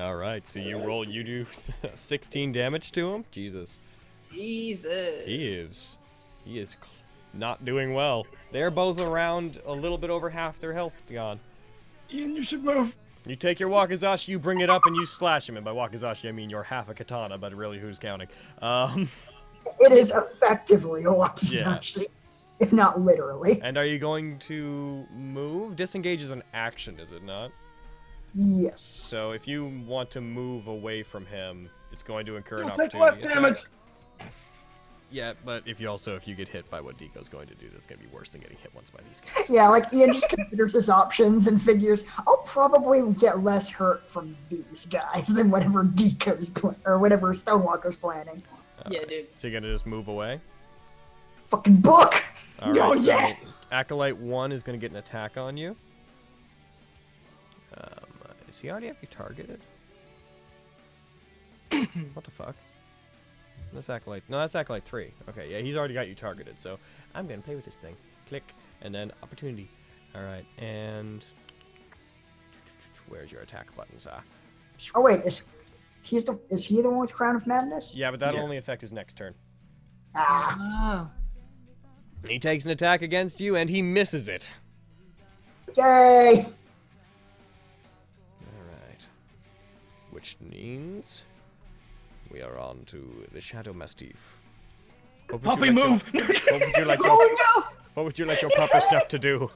Speaker 1: All right, so you roll. You do <laughs> 16 damage to him. Jesus,
Speaker 3: Jesus.
Speaker 1: he is, he is cl- not doing well. They're both around a little bit over half their health gone.
Speaker 2: Ian, you should move.
Speaker 1: You take your wakizashi, you bring it up, and you slash him. And by wakizashi, I mean your half a katana, but really, who's counting? Um, <laughs>
Speaker 6: it is effectively a wakizashi, if not literally. <laughs>
Speaker 1: and are you going to move? Disengage is an action, is it not?
Speaker 6: Yes.
Speaker 1: So if you want to move away from him, it's going to incur an
Speaker 2: You'll take
Speaker 1: opportunity.
Speaker 2: left
Speaker 1: attack.
Speaker 2: damage.
Speaker 1: Yeah, but if you also if you get hit by what Deco's going to do, that's going to be worse than getting hit once by these guys.
Speaker 6: <laughs> Yeah, like Ian just considers his options and figures, I'll probably get less hurt from these guys than whatever Deco's pl- or whatever Stonewalker's planning.
Speaker 3: Yeah, dude.
Speaker 1: So you're gonna just move away.
Speaker 6: Fucking book.
Speaker 1: All
Speaker 6: No,
Speaker 1: so
Speaker 6: yeah.
Speaker 1: Acolyte one is gonna get an attack on you. Um, does he already have you targeted? what the fuck? That's acolyte. No, that's acolyte three. Okay, yeah, he's already got you targeted. So I'm gonna play with this thing. Click and then opportunity. All right, and where's your attack buttons ah? are.
Speaker 6: Oh wait, is he's the is he the one with Crown of Madness?
Speaker 1: Yeah, but that'll only affect his next turn.
Speaker 6: Ah.
Speaker 1: He takes an attack against you and he misses it.
Speaker 6: Yay!
Speaker 1: Alright. Which means we are on to the Shadow Mastiff. What would
Speaker 2: Puppy
Speaker 1: you like
Speaker 2: move!
Speaker 1: your- <laughs> what would
Speaker 2: <laughs>
Speaker 1: you like your,
Speaker 3: Oh
Speaker 1: what would you like your papa snuff to do?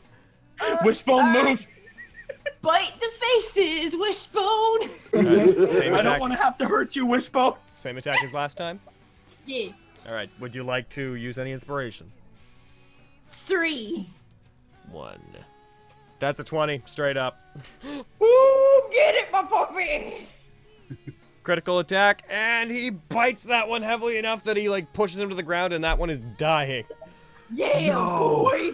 Speaker 2: Wishbone
Speaker 3: Ah.
Speaker 2: move!
Speaker 3: no! Bite the faces, wishbone.
Speaker 1: Alright, Uh, same
Speaker 2: I don't
Speaker 1: attack-
Speaker 2: want to have to hurt you, Wishbone.
Speaker 1: Same attack as last time?
Speaker 3: yeah.
Speaker 1: Alright, would you like to use any inspiration?
Speaker 3: Three.
Speaker 1: One. That's a 20, straight up.
Speaker 3: Ooh, get it, my puppy.
Speaker 1: Critical attack, and he bites that one heavily enough that he like pushes him to the ground, and that one is dying.
Speaker 3: Yeah,
Speaker 1: No.
Speaker 3: boy.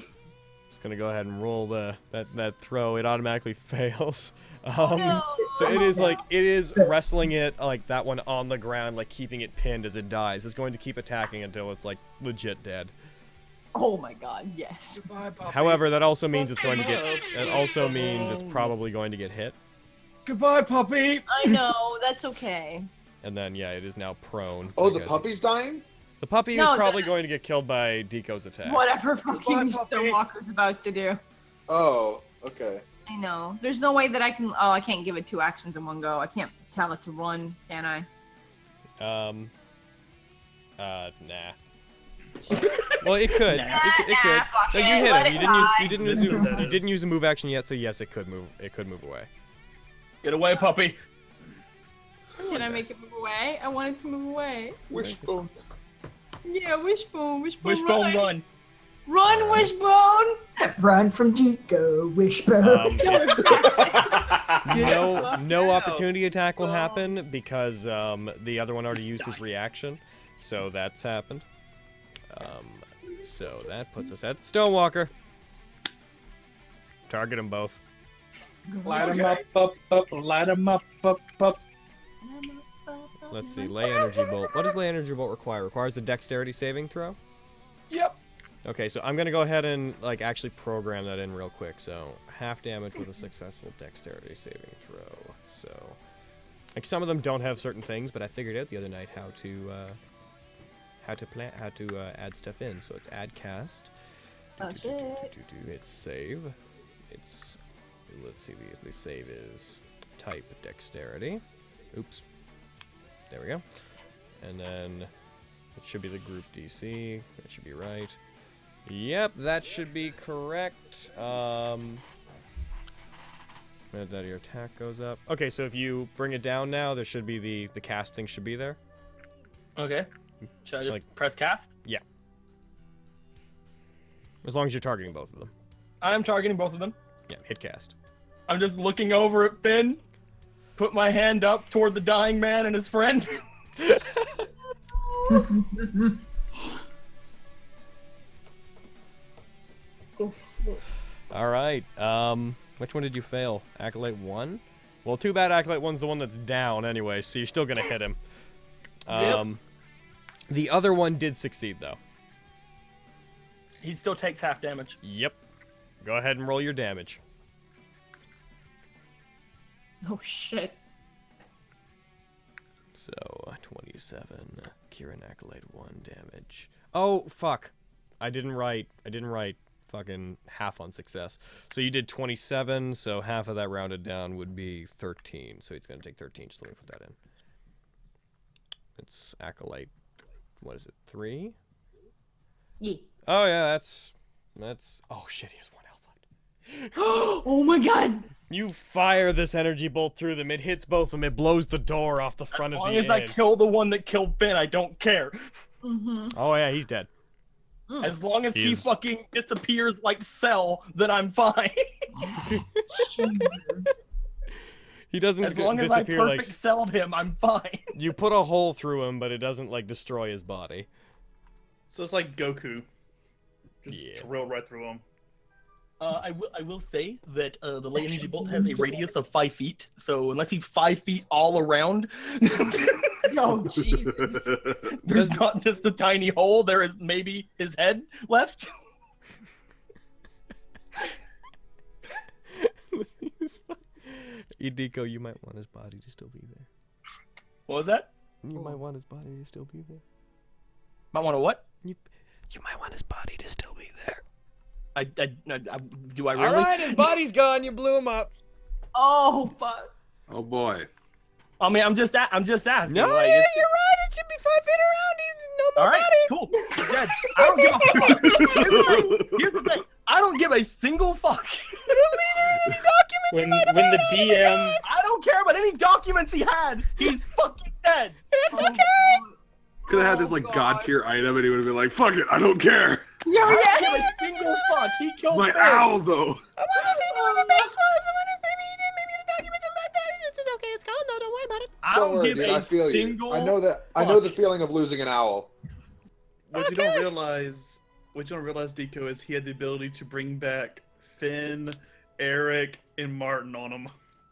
Speaker 1: Just gonna go ahead and roll the that that throw. It automatically <laughs> fails.
Speaker 7: Oh,
Speaker 1: Um,
Speaker 3: no.
Speaker 7: <laughs>
Speaker 1: So it is like it is wrestling it like that one on the ground, like keeping it pinned as it dies. It's going to keep attacking until it's like legit dead.
Speaker 3: Oh my god, yes.
Speaker 1: However, that also means it's going to get. It also means it's probably going to get hit.
Speaker 2: Goodbye, puppy.
Speaker 7: I know, that's okay.
Speaker 1: And then yeah, it is now prone.
Speaker 15: Oh, the
Speaker 1: because-
Speaker 15: puppy's dying?
Speaker 1: The puppy
Speaker 7: No,
Speaker 1: is
Speaker 7: the-
Speaker 1: probably going to get killed by Deco's attack.
Speaker 3: Whatever fucking Stonewalker's about to do.
Speaker 15: Oh, okay.
Speaker 7: I know. There's no way that I can. Oh, I can't give it two actions in one go. I can't tell it to run, can I?
Speaker 1: Um. Uh,
Speaker 15: <laughs>
Speaker 1: nah. well, it could.
Speaker 7: Nah.
Speaker 1: it, could- it could.
Speaker 7: Nah, fuck
Speaker 1: No, you
Speaker 7: it,
Speaker 1: hit
Speaker 7: let
Speaker 1: him. You
Speaker 7: it
Speaker 1: didn't use.
Speaker 7: die.
Speaker 1: You didn't
Speaker 7: This
Speaker 1: use.
Speaker 7: is what that
Speaker 1: You
Speaker 7: is.
Speaker 1: didn't use a move action yet, so yes, it could move. It could move away.
Speaker 2: Get away, puppy.
Speaker 3: Can I make it move away? I want it to move away.
Speaker 2: Wishbone.
Speaker 3: Yeah, wishbone, wishbone.
Speaker 2: Wishbone run.
Speaker 3: Run, wishbone!
Speaker 6: Run from Deco, Wishbone.
Speaker 1: Um, no, no opportunity attack will happen because um, the other one already used his reaction, so that's happened. Um, so that puts us at Stonewalker. Target them both.
Speaker 16: Light 'em up, up, up, light 'em up, up, up.
Speaker 1: Let's see. Lay energy bolt. What does lay energy bolt require? Requires a dexterity saving throw.
Speaker 2: Yep.
Speaker 1: Okay, so I'm gonna go ahead and like actually program that in real quick. So half damage with a successful dexterity saving throw. So like some of them don't have certain things, but I figured out the other night how to uh, how to plan how to uh, add stuff in. So it's add cast.
Speaker 7: Oh shit.
Speaker 1: <gasps> Do, do, It's save. It's let's see the, the save is type dexterity. Oops. There we go. And then it should be the group DC. That should be right. Yep, that should be correct. Um and that your attack goes up. Okay, so if you bring it down now, there should be the the cast thing should be there.
Speaker 2: Okay. Should I just
Speaker 1: Like-
Speaker 2: press cast?
Speaker 1: Yeah. As long as you're targeting both of them.
Speaker 2: I'm targeting both of them.
Speaker 1: Yeah, hit cast.
Speaker 2: I'm just looking over at Finn. Put my hand up toward the dying man and his friend. <laughs>
Speaker 1: All right. Um, which one did you fail? Acolyte one. Well, too bad Acolyte one's the one that's down anyway, so you're still gonna hit him.
Speaker 2: Yep.
Speaker 1: Um, the other one did succeed though.
Speaker 2: He still takes half damage.
Speaker 1: Yep. Go ahead and roll your damage.
Speaker 3: Oh shit.
Speaker 1: So uh, twenty-seven. Kieran Acolyte one damage. Oh fuck! I didn't write. I didn't write fucking half on success. So you did twenty-seven. So half of that rounded down would be thirteen. So he's gonna take thirteen. Just let me put that in. It's acolyte. What is it? Three.
Speaker 3: Yeah.
Speaker 1: Oh yeah, that's that's. Oh shit, he has one health left.
Speaker 3: oh my god!
Speaker 1: You fire this energy bolt through them. It hits both of them. It blows the door off the front
Speaker 2: As
Speaker 1: of
Speaker 2: long
Speaker 1: the
Speaker 2: as I
Speaker 1: inn.
Speaker 2: kill the one that killed Finn, I don't care.
Speaker 3: Mm-hmm.
Speaker 1: Oh yeah, he's dead.
Speaker 2: As long as he
Speaker 1: He's-
Speaker 2: fucking disappears like Cell, then I'm fine. <laughs>
Speaker 1: He doesn't
Speaker 2: as
Speaker 1: go-
Speaker 2: long as I
Speaker 1: disappear like
Speaker 2: perfect celled him, I'm fine.
Speaker 1: you put a hole through him, but it doesn't like destroy his body.
Speaker 10: So it's like Goku. <laughs> Just
Speaker 1: Yeah.
Speaker 10: drill right through him.
Speaker 2: Uh, I will. I will say that uh, the late energy bolt has a radius of five feet, so unless he's five feet all around, <laughs>
Speaker 3: no, Jesus.
Speaker 2: there's not just the tiny hole. There is maybe his head left. <laughs>
Speaker 1: Idiko, you might want his body to still be there.
Speaker 2: What was that?
Speaker 1: You might want his body to still be there.
Speaker 2: Might want to what?
Speaker 1: You, you might want his body to still be there.
Speaker 2: I, I, I, I- do I really?
Speaker 1: All right, his body's gone. You blew him up.
Speaker 3: Oh fuck.
Speaker 8: Oh boy.
Speaker 2: I mean, I'm just a- I'm just asking.
Speaker 8: No,
Speaker 2: like,
Speaker 8: yeah,
Speaker 2: it's-
Speaker 1: you're right. It should be five feet around. No
Speaker 2: All right, cool. Yeah, I don't
Speaker 3: <laughs>
Speaker 2: give a fuck. Here's the thing. Here's the thing. I don't give a single fuck.
Speaker 9: When when the DM
Speaker 2: I don't care about any documents he had. He's fucking dead. Um,
Speaker 1: It's okay.
Speaker 8: Could have had
Speaker 15: Oh,
Speaker 8: this like god tier item, and he would have been like, "Fuck it, I don't care."
Speaker 2: Yeah, yeah. I don't give a single fuck. He killed
Speaker 8: My
Speaker 2: me.
Speaker 8: owl though.
Speaker 1: I wonder if he knew where the base was. I wonder if maybe he did. Maybe he did document the lead down. It's just okay. It's gone. No, don't worry about it.
Speaker 2: I
Speaker 15: Don't
Speaker 2: don't
Speaker 15: worry,
Speaker 2: give
Speaker 15: dude,
Speaker 2: a
Speaker 15: I feel
Speaker 2: single.
Speaker 15: you. I know that. I know the feeling of losing an owl.
Speaker 10: What you don't realize, what you don't realize, Deco, is he had the ability to bring back Finn, Eric, and Martin on him.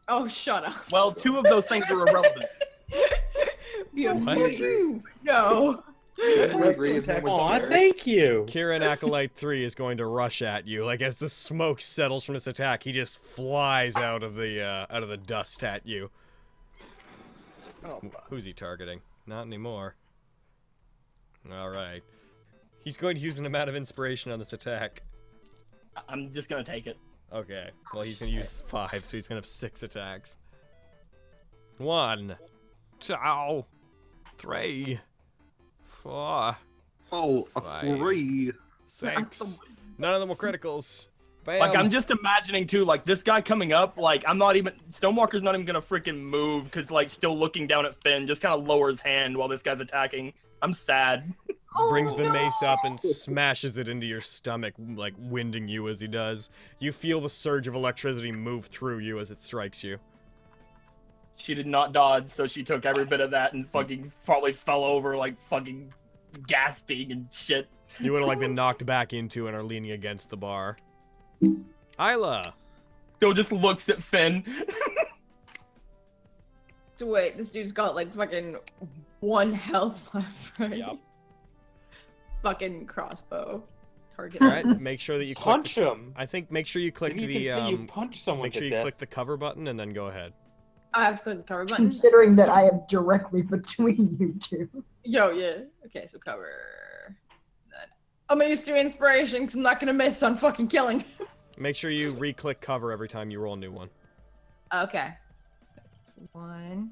Speaker 3: Oh, shut up.
Speaker 2: Well, two of those things are
Speaker 1: <laughs>
Speaker 2: irrelevant. <laughs>
Speaker 3: Beautiful.
Speaker 1: What?
Speaker 3: No.
Speaker 1: Aw,
Speaker 9: thank you.
Speaker 1: Kieran Acolyte 3 is going to rush at you. Like as the smoke settles from his attack, he just flies out of the uh, out of the dust at you.
Speaker 2: Oh,
Speaker 1: Wh- Who's he targeting? Not anymore. All right. He's going to use an amount of inspiration on this attack.
Speaker 2: I'm just gonna take it.
Speaker 1: Okay. Well, he's going to use 5, so he's going to have 6 attacks. 1 two, 3 4
Speaker 8: Oh, a
Speaker 1: Five.
Speaker 8: three.
Speaker 1: Six. None of them were criticals. Bam.
Speaker 2: Like I'm just imagining too, like this guy coming up, like I'm not even Stonewalker's not even gonna freaking move because like still looking down at Finn, just kind of lower his hand while this guy's attacking. I'm sad.
Speaker 1: brings
Speaker 2: Oh,
Speaker 1: the mace up and smashes it into your stomach, like winding you as he does. You feel the surge of electricity move through you as it strikes you.
Speaker 2: She did not dodge, so she took every bit of that and fucking probably fell over like fucking gasping and shit.
Speaker 1: You would have like been knocked back into and are leaning against the bar. Isla.
Speaker 2: Still just looks at Finn.
Speaker 3: So wait, this dude's got like fucking one health <laughs> left, right?
Speaker 1: Yep.
Speaker 3: Fucking crossbow. Target.
Speaker 1: All right. Make sure that you click
Speaker 9: Punch
Speaker 1: the-
Speaker 9: him.
Speaker 1: I think make sure you click
Speaker 9: Then you
Speaker 1: the
Speaker 9: can say
Speaker 1: um,
Speaker 9: you punch someone
Speaker 1: Make sure
Speaker 9: to
Speaker 1: you
Speaker 9: death.
Speaker 1: click the cover button and then go ahead.
Speaker 3: I have to click the cover
Speaker 6: <laughs>
Speaker 3: button.
Speaker 6: Considering that I am directly between you two.
Speaker 3: Yo, yeah. Okay, so cover. That. I'm gonna use three inspiration because I'm not gonna miss on fucking killing.
Speaker 1: Make sure you re-click cover every time you roll a new one.
Speaker 3: Okay. One.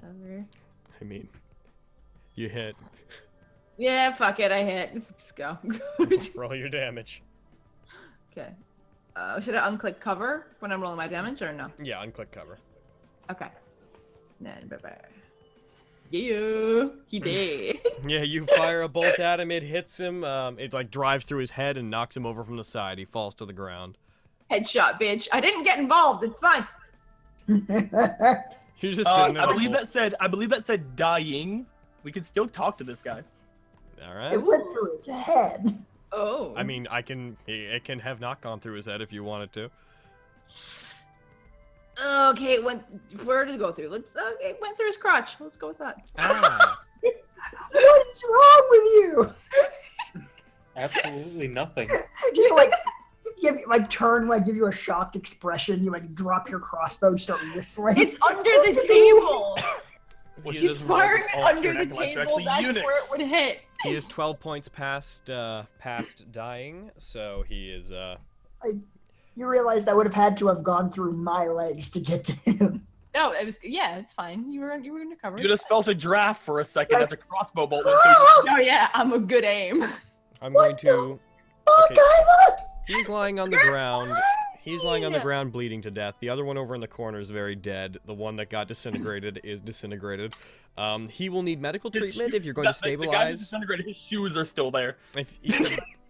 Speaker 3: Cover.
Speaker 1: I mean,
Speaker 9: <laughs>
Speaker 1: you hit.
Speaker 3: Yeah, fuck it. I hit. Let's go. <laughs>
Speaker 1: roll your damage.
Speaker 3: okay. Uh, should I unclick cover when I'm rolling my damage or no?
Speaker 1: Yeah, unclick cover.
Speaker 3: Okay. Then bye bye. Yeah,
Speaker 1: <laughs>
Speaker 3: he did.
Speaker 1: Yeah, you fire a bolt at him. It hits him. Um, it like drives through his head and knocks him over from the side. He falls to the ground.
Speaker 3: Headshot, bitch. I didn't get involved. It's fine.
Speaker 1: You're just
Speaker 2: Uh,
Speaker 1: sitting there.
Speaker 2: I believe
Speaker 1: like,
Speaker 2: that said I believe that said dying. We could still talk to this guy.
Speaker 1: All
Speaker 6: It
Speaker 1: right.
Speaker 6: went through his head.
Speaker 3: Oh.
Speaker 1: I mean, I can. It can have not gone through his head if you wanted to.
Speaker 3: Okay, it went. Where did it go through? Let's. Uh, it went through his crotch. Let's go with that.
Speaker 9: Ah,
Speaker 6: What is wrong with you?
Speaker 9: Absolutely nothing.
Speaker 6: Just like give like turn, like give you a shocked expression. You like drop your crossbow, and start whistling.
Speaker 3: It's under
Speaker 6: <laughs>
Speaker 3: the table.
Speaker 9: Which
Speaker 3: She's
Speaker 9: is
Speaker 3: firing it
Speaker 9: all
Speaker 3: under the
Speaker 9: Kieran Acolytes are
Speaker 3: table.
Speaker 9: actually
Speaker 3: That's where
Speaker 9: eunuchs.
Speaker 3: it would hit.
Speaker 1: He is 12 points past uh, past dying, so he is. Uh,
Speaker 6: You realized I would have had to have gone through my legs to get to him.
Speaker 7: Oh,
Speaker 3: No, it was. Yeah, it's fine. You were. You were gonna cover.
Speaker 2: You
Speaker 7: <gasps>
Speaker 2: just felt a draft for a second as a crossbow bolt went through.
Speaker 3: Oh yeah, I'm a good aim.
Speaker 1: I'm
Speaker 3: What
Speaker 1: going to.
Speaker 6: Fuck,
Speaker 1: okay,
Speaker 6: Isla!
Speaker 1: He's lying on the ground. He's lying on the ground, bleeding to death. The other one over in the corner is very dead. The one that got disintegrated is disintegrated. Um, he will need medical treatment if you're going to
Speaker 2: That- like, The guy who
Speaker 1: stabilize.
Speaker 2: disintegrated, his shoes are still there.
Speaker 1: If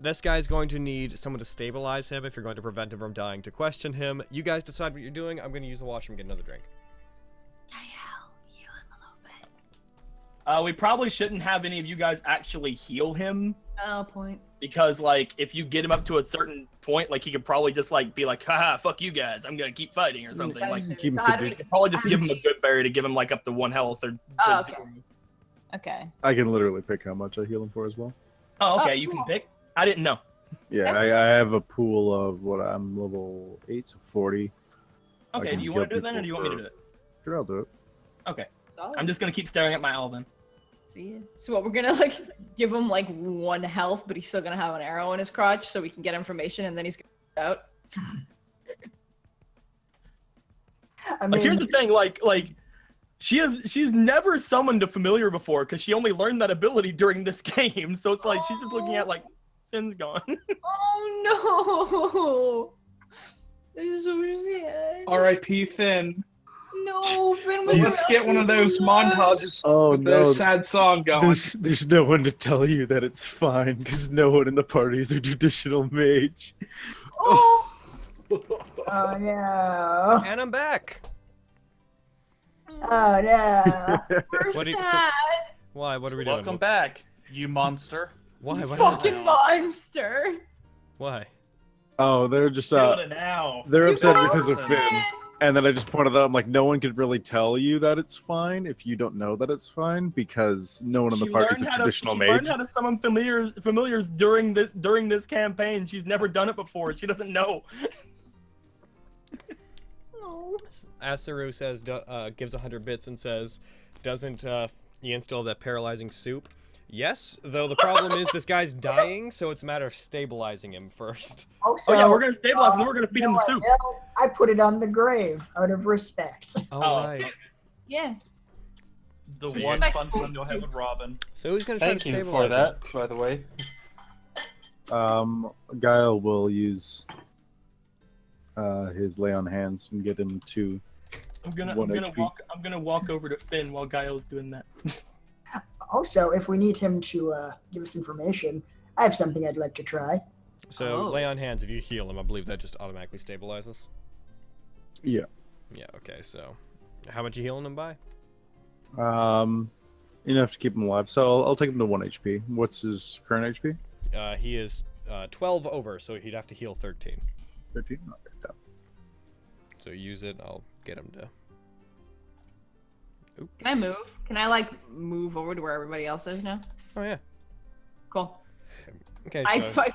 Speaker 1: this guy's going to need someone to stabilize him, if you're going to prevent him from dying, to question him. You guys decide what you're doing. I'm going to use the washroom, get another drink.
Speaker 2: Uh, we probably shouldn't have any of you guys actually heal him
Speaker 3: Oh, point.
Speaker 2: because, like, if you get him up to a certain point, like, he could probably just like be like, "Haha, fuck you guys, I'm gonna keep fighting" or something. Like,
Speaker 3: Mm, So
Speaker 2: you
Speaker 3: how do we-
Speaker 2: could probably just give him a good berry to give him like up to one health or. to
Speaker 3: Oh, okay.
Speaker 2: zero.
Speaker 3: Okay.
Speaker 4: I can literally pick how much I heal him for as well.
Speaker 2: Oh, okay. you can pick. I didn't know.
Speaker 4: Yeah, I, I have a pool of what I'm level eight, so forty. I
Speaker 2: Okay,
Speaker 4: can
Speaker 2: do you
Speaker 4: heal
Speaker 2: want to do it then, or do you
Speaker 4: people
Speaker 2: want me to
Speaker 4: for-
Speaker 2: do it?
Speaker 4: Sure, I'll do it.
Speaker 2: Okay.
Speaker 3: Oh.
Speaker 7: Solid.
Speaker 2: I'm just gonna keep staring at my owl then.
Speaker 7: Oh, See? So what we're gonna like give him like one health, but he's still gonna have an arrow in his crotch so we can get information and then he's gonna out.
Speaker 6: I
Speaker 2: like here's
Speaker 6: mean-
Speaker 2: the thing, like like she is she's never summoned a familiar before because she only learned that ability during this <laughs> game. So it's like she's just looking at like Finn's gone.
Speaker 7: Oh <laughs> no! I'm so sad.
Speaker 16: R.I.P. Finn.
Speaker 7: No, Finn was
Speaker 16: Well, let's get one of those montages
Speaker 4: Oh,
Speaker 16: with
Speaker 4: no.
Speaker 16: those sad song going.
Speaker 4: There's, there's no one to tell you that it's fine because no one in the party is a traditional mage.
Speaker 6: Oh no.
Speaker 1: And I'm back.
Speaker 6: Oh
Speaker 16: <laughs>
Speaker 6: no.
Speaker 1: What do you- so- Why? What are we
Speaker 10: Welcome
Speaker 1: doing?
Speaker 10: back, you monster.
Speaker 1: Why? What
Speaker 7: fucking
Speaker 1: happened?
Speaker 7: monster.
Speaker 1: Why?
Speaker 4: Oh, they're just uh,
Speaker 10: now.
Speaker 4: they're upset
Speaker 10: got
Speaker 4: because of
Speaker 10: it.
Speaker 4: Finn. And then I just pointed out, I'm like, no one could really tell you that it's fine if you don't know that it's fine because no one in the
Speaker 2: She
Speaker 4: party is a
Speaker 2: learned how to-
Speaker 4: traditional
Speaker 2: she
Speaker 4: mage.
Speaker 2: learned how to summon familiars familiars during this during this campaign. She's never done it before. She doesn't know.
Speaker 1: Asaru says, do- uh, gives 100 bits and says, doesn't uh, Ian still have that paralyzing soup? Yes, though the problem is this guy's dying, so it's a matter of stabilizing him first. <laughs>
Speaker 6: Also,
Speaker 1: Oh, yeah, we're gonna stabilize him,
Speaker 6: uh,
Speaker 1: then we're gonna feed him
Speaker 6: no,
Speaker 1: the soup.
Speaker 6: no, I put it on the grave out of respect.
Speaker 1: All right.
Speaker 7: Yeah.
Speaker 10: The
Speaker 1: So
Speaker 10: one
Speaker 1: you-
Speaker 10: fun time you'll have with Robin.
Speaker 1: So who's gonna
Speaker 9: Thank
Speaker 1: try
Speaker 9: you
Speaker 1: to
Speaker 9: for
Speaker 1: stabilize
Speaker 9: that, by the way.
Speaker 4: Um, Guile will use uh, his lay on hands and get him to
Speaker 2: I'm gonna
Speaker 4: one
Speaker 2: I'm gonna
Speaker 4: HP.
Speaker 2: walk I'm gonna walk over to Finn while Gaio's doing that.
Speaker 6: Also, if we need him to uh, give us information, I have something I'd like to try.
Speaker 1: So
Speaker 6: Oh.
Speaker 1: lay on hands. If you heal him, I believe that just automatically stabilizes.
Speaker 4: Yeah.
Speaker 1: Yeah. Okay. So, how much you healing him by?
Speaker 4: Um, enough to keep him alive. So I'll, I'll take him to one HP. What's his current HP?
Speaker 1: Uh, he is uh, 12 over, so he'd have to heal 13.
Speaker 4: Thirteen. Okay, done.
Speaker 1: So use it. I'll get him to.
Speaker 7: Can I move? Can I like move over to where everybody else is now?
Speaker 1: Oh yeah.
Speaker 7: Cool.
Speaker 1: Okay.
Speaker 7: I
Speaker 1: so-
Speaker 7: fi-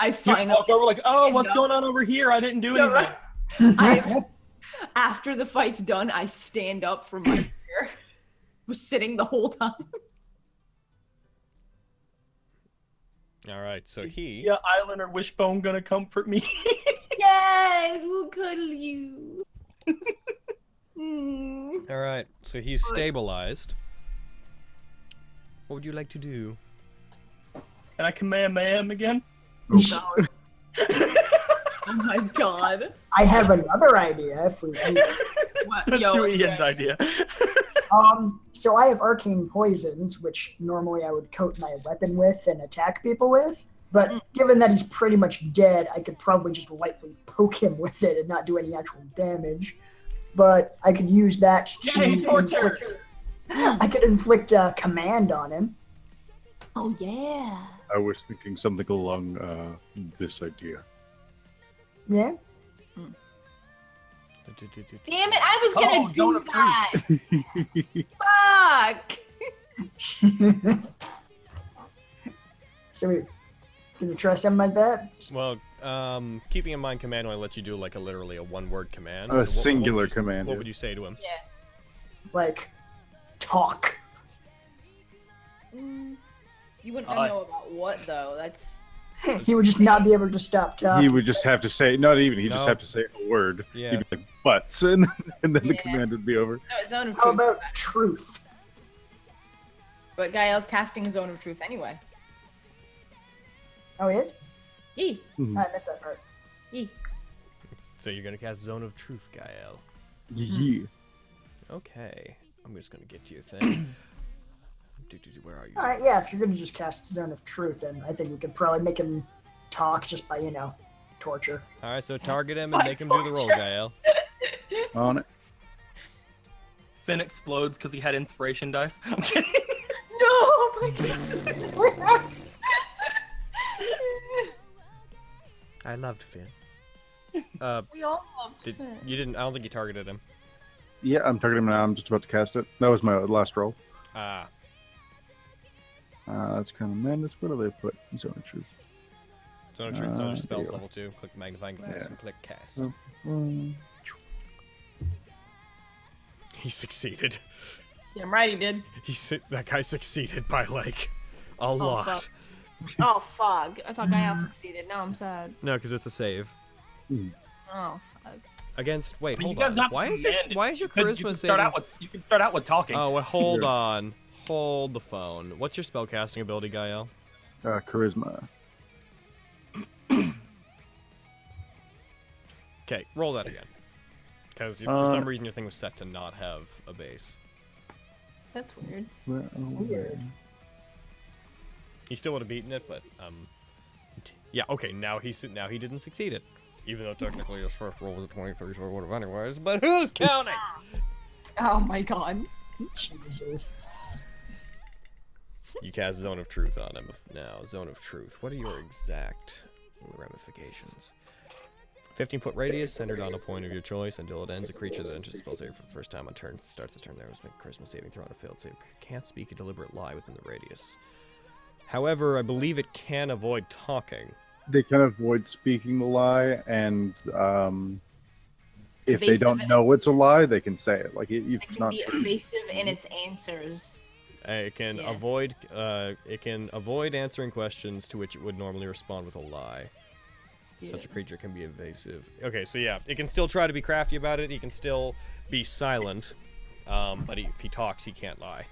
Speaker 7: I
Speaker 2: You
Speaker 7: finally
Speaker 2: walk over like, oh,
Speaker 7: Finn
Speaker 2: what's
Speaker 7: got-
Speaker 2: going on over here? I didn't do
Speaker 7: Yeah,
Speaker 2: anything.
Speaker 7: right. after the fight's done, I stand up from
Speaker 1: <coughs>
Speaker 7: my chair. Was sitting the whole time.
Speaker 1: All right. So he.
Speaker 2: Yeah, Island or Wishbone gonna comfort me. <laughs>
Speaker 7: yes, we'll cuddle you. Mm.
Speaker 1: All right. So he's stabilized. What would you like to do?
Speaker 2: And I command ma'am again.
Speaker 7: oh my god.
Speaker 6: I have another idea if
Speaker 3: <laughs>
Speaker 6: we need it.
Speaker 7: What?
Speaker 1: <laughs>
Speaker 7: Yo,
Speaker 2: Ian's idea.
Speaker 6: Um, so I have arcane poisons, which normally I would coat my weapon with and attack people with. But given that he's pretty much dead, I could probably just lightly poke him with it and not do any actual damage. But I could use that to
Speaker 2: Yay, torture!
Speaker 6: inflict. I could inflict uh, command on him.
Speaker 7: Oh yeah.
Speaker 4: I was thinking something along uh, this idea.
Speaker 6: Yeah.
Speaker 7: Damn it, I was gonna do that. Fuck.
Speaker 6: So we gonna try something like that.
Speaker 1: Well, um, keeping in mind, command only lets you do like a literally a one-word command.
Speaker 4: A
Speaker 1: what- what would you
Speaker 4: singular
Speaker 1: s-
Speaker 4: command,
Speaker 1: What
Speaker 4: yeah.
Speaker 1: would you say to him?
Speaker 6: Like talk.
Speaker 7: Mm. You wouldn't
Speaker 4: I-
Speaker 7: know about what though. That's
Speaker 6: He would just not be able to stop talking.
Speaker 4: He would just have to say, not even, he'd just
Speaker 1: No.
Speaker 4: have to say a word.
Speaker 1: Yeah.
Speaker 4: He'd be like, butts, <laughs> and, and then the
Speaker 7: Yeah.
Speaker 4: command would be over.
Speaker 7: no zone of
Speaker 6: How
Speaker 7: truth.
Speaker 6: about truth?
Speaker 7: But Gael's casting zone of truth anyway.
Speaker 6: Oh, he is?
Speaker 7: Yee,
Speaker 6: I missed that part.
Speaker 7: yee.
Speaker 1: So you're gonna cast Zone of Truth, Gael.
Speaker 4: Yeah.
Speaker 1: Okay, I'm just gonna get you a
Speaker 4: <coughs>
Speaker 1: thing. do, do, do, where are you?
Speaker 6: All right, yeah. If you're gonna just cast Zone of Truth, then I think we could probably make him talk just by you know torture. <laughs>
Speaker 1: All right, so target him
Speaker 6: My
Speaker 1: and make him do the roll,
Speaker 6: torture.
Speaker 1: Gael.
Speaker 4: On it.
Speaker 2: Finn explodes because he had inspiration dice. <laughs> I'm kidding.
Speaker 7: <laughs> No, oh my god.
Speaker 1: I loved
Speaker 6: <laughs>
Speaker 1: Finn. Uh,
Speaker 7: we all love
Speaker 1: did, you didn't? I don't think you targeted him.
Speaker 4: Yeah, I'm targeting him now. I'm just about to cast it. That was my last roll.
Speaker 1: Ah,
Speaker 4: Uh, that's kind of madness. Where do they put Zone of Truth?
Speaker 1: Zone of Truth.
Speaker 4: Uh,
Speaker 1: Zone
Speaker 4: there
Speaker 1: of spells
Speaker 4: you are.
Speaker 1: level two. Click the magnifying glass
Speaker 4: Yeah.
Speaker 1: and click cast.
Speaker 4: Um,
Speaker 1: He succeeded.
Speaker 7: Damn right he did.
Speaker 1: He su- that guy succeeded by like a
Speaker 2: Oh,
Speaker 7: Oh,
Speaker 1: lot.
Speaker 7: Fuck. <laughs> Oh fuck! I thought Gael succeeded. Now I'm sad.
Speaker 1: No, because it's a save.
Speaker 4: Hmm.
Speaker 7: Oh fuck.
Speaker 1: Against wait,
Speaker 2: But you
Speaker 1: hold
Speaker 2: guys
Speaker 1: on.
Speaker 2: have to
Speaker 1: Why is your
Speaker 2: command it.
Speaker 1: why is your
Speaker 2: You could- you
Speaker 1: charisma
Speaker 2: could
Speaker 1: saving?
Speaker 2: start out with you can start out with talking.
Speaker 1: Oh, well, hold on, hold the phone. What's your spellcasting ability, Gael?
Speaker 12: Uh, charisma.
Speaker 1: Okay, roll that again. Because for
Speaker 12: Uh,
Speaker 1: some reason your thing was set to not have a base.
Speaker 7: That's weird.
Speaker 12: Well,
Speaker 7: Weird.
Speaker 1: He still would have beaten it, but um, yeah. Okay, now he su- now he didn't succeed it, even though technically his first roll was a twenty-three, so it would have anyways. But who's counting? <laughs>
Speaker 7: Oh my god.
Speaker 6: Jesus.
Speaker 1: you cast Zone of Truth on him now. Zone of Truth. What are your exact ramifications? Fifteen foot radius, centered on a point of your choice. Until it ends, a creature that enters the spell save for the first time on turn starts the turn there must make a charisma saving throw on a failed save. Can't speak a deliberate lie within the radius. However, I believe it can avoid talking.
Speaker 12: They can avoid speaking the lie, and um, if they don't know it's a lie, they can say it. Like it, it's not
Speaker 7: Be
Speaker 12: true.
Speaker 7: evasive in its answers.
Speaker 1: Uh, It can
Speaker 7: Yeah.
Speaker 1: avoid uh, it can avoid answering questions to which it would normally respond with a lie. Such a
Speaker 7: Yeah.
Speaker 1: creature can be evasive. Okay, so yeah, it can still try to be crafty about it. He can still be silent, um, but he, if he talks, he can't lie.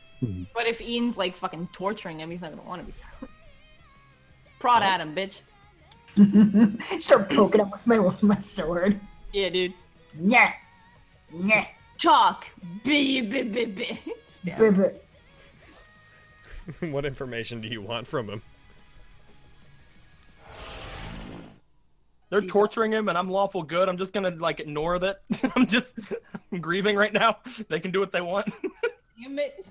Speaker 1: <laughs>
Speaker 7: But if Ian's like fucking torturing him, he's not gonna want to be silent. <laughs> Prod at him, bitch.
Speaker 6: Start poking him with my, with my sword.
Speaker 7: Yeah, dude.
Speaker 6: Yeah. Yeah.
Speaker 7: Talk. Be be be be. <laughs> Stab.
Speaker 1: what information do you want from him?
Speaker 2: They're torturing him, and I'm lawful good. I'm just gonna like ignore that. <laughs> I'm just I'm grieving right now. They can do what they want.
Speaker 7: Damn it.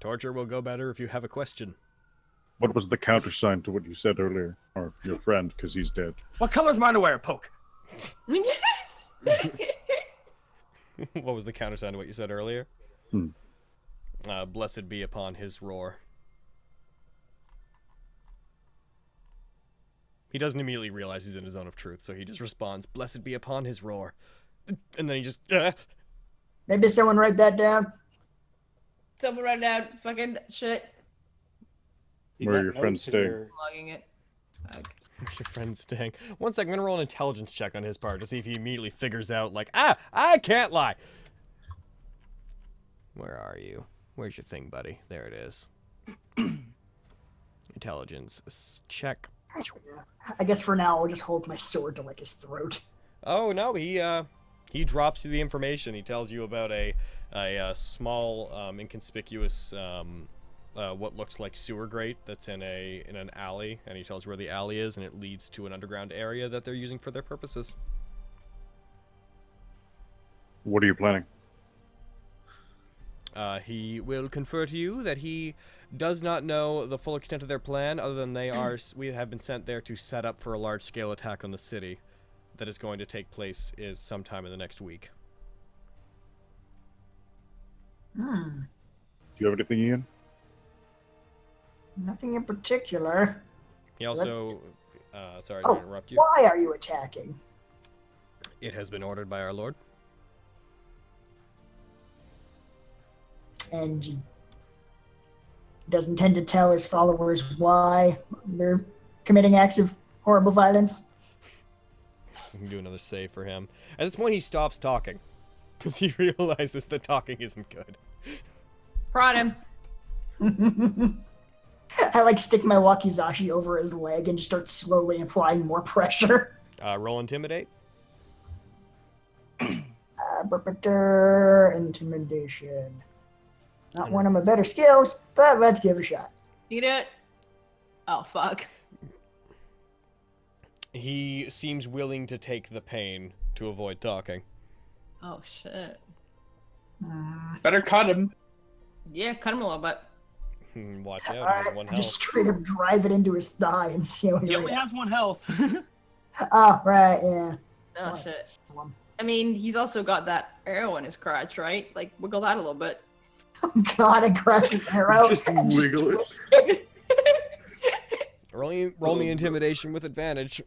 Speaker 1: Torture will go better if you have a question.
Speaker 12: What was the countersign to what you said earlier, or your friend, because he's dead?
Speaker 2: What color's my underwear?
Speaker 1: <laughs>
Speaker 2: Poke.
Speaker 1: what was the countersign to what you said earlier?
Speaker 12: Hmm.
Speaker 1: Uh, blessed be upon his roar. He doesn't immediately realize he's in a zone of truth, so he just responds, "Blessed be upon his roar," and then he just. "Ah."
Speaker 6: Maybe someone write that down.
Speaker 7: Someone run down. Fucking shit.
Speaker 12: Where are your friends staying?
Speaker 7: Logging it. Fuck.
Speaker 1: Your friend's staying. One second, I'm gonna roll an intelligence check on his part to see if he immediately figures out, like, ah, I can't lie. Where are you? Where's your thing, buddy? There it is. <clears throat> intelligence s- check.
Speaker 6: I guess for now I'll just hold my sword to like his throat.
Speaker 1: Oh no, he uh, he drops you the information. He tells you about a a uh, small, um, inconspicuous, um, uh, what looks like sewer grate that's in a in an alley, and he tells where the alley is, and it leads to an underground area that they're using for their purposes.
Speaker 12: What are you planning?
Speaker 1: Uh, he will confer to you that he does not know the full extent of their plan, other than they are s- we have been sent there to set up for a large scale attack on the city, that is going to take place is sometime in the next week.
Speaker 6: Hmm.
Speaker 12: Do you have anything, Ian?
Speaker 6: Nothing in particular.
Speaker 1: He also, uh, sorry
Speaker 6: Oh,
Speaker 1: to interrupt you.
Speaker 6: Why are you attacking?
Speaker 1: It has been ordered by our lord. <laughs>
Speaker 6: And he doesn't tend to tell his followers why they're committing acts of horrible violence.
Speaker 1: We can do another save for him. At this point, he stops talking because he <laughs> realizes that talking isn't good.
Speaker 7: Prod him.
Speaker 6: <laughs> I like stick my wakizashi over his leg and just start slowly applying more pressure. <laughs>
Speaker 1: Uh, roll intimidate.
Speaker 6: Uh, but- but, uh, intimidation. Not one of my better skills, but let's give it a shot.
Speaker 7: You do it. Oh fuck.
Speaker 1: He seems willing to take the pain to avoid talking.
Speaker 7: Oh shit.
Speaker 16: Better cut him.
Speaker 7: Yeah, cut him a little bit.
Speaker 1: Hmm, Watch out, he
Speaker 6: All
Speaker 1: has
Speaker 6: right,
Speaker 1: one
Speaker 6: I just
Speaker 1: health.
Speaker 6: <laughs> straight up drive it into his thigh and see how
Speaker 2: He
Speaker 6: he.
Speaker 2: only
Speaker 6: reacts.
Speaker 2: has one health. <laughs>
Speaker 6: Oh right, yeah. <laughs>
Speaker 7: Oh
Speaker 6: Fine.
Speaker 7: shit.
Speaker 6: Um,
Speaker 7: I mean, he's also got that arrow in his crotch, right? Like wiggle that a little bit.
Speaker 6: Oh, God, I grabbed the
Speaker 8: <laughs>
Speaker 6: arrow.
Speaker 8: Just
Speaker 6: and just
Speaker 8: wiggle it.
Speaker 6: twist it.
Speaker 1: Roll, me- roll me intimidation with advantage.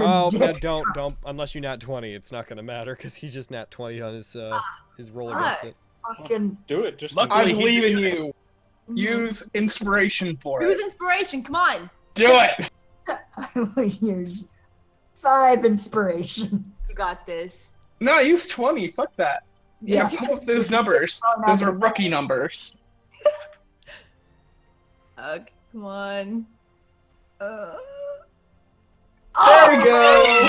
Speaker 1: oh, no, don't, don't. Unless you nat 20, it's not going to matter because he just nat 20 on his uh, his roll against it.
Speaker 6: Fucking
Speaker 9: Do it. Just
Speaker 16: I believe in you. Use inspiration for
Speaker 3: Use
Speaker 16: it.
Speaker 3: inspiration. Come on.
Speaker 16: Do
Speaker 1: <gasps>
Speaker 16: it.
Speaker 6: I <laughs> will use five inspiration.
Speaker 3: You got this.
Speaker 16: No, use twenty. Fuck that. Yeah,
Speaker 6: Yeah. Oh,
Speaker 16: fuck up those
Speaker 6: <laughs>
Speaker 16: numbers. Those are rookie numbers.
Speaker 7: Ugh, come on. Uh, Oh,
Speaker 6: There we go.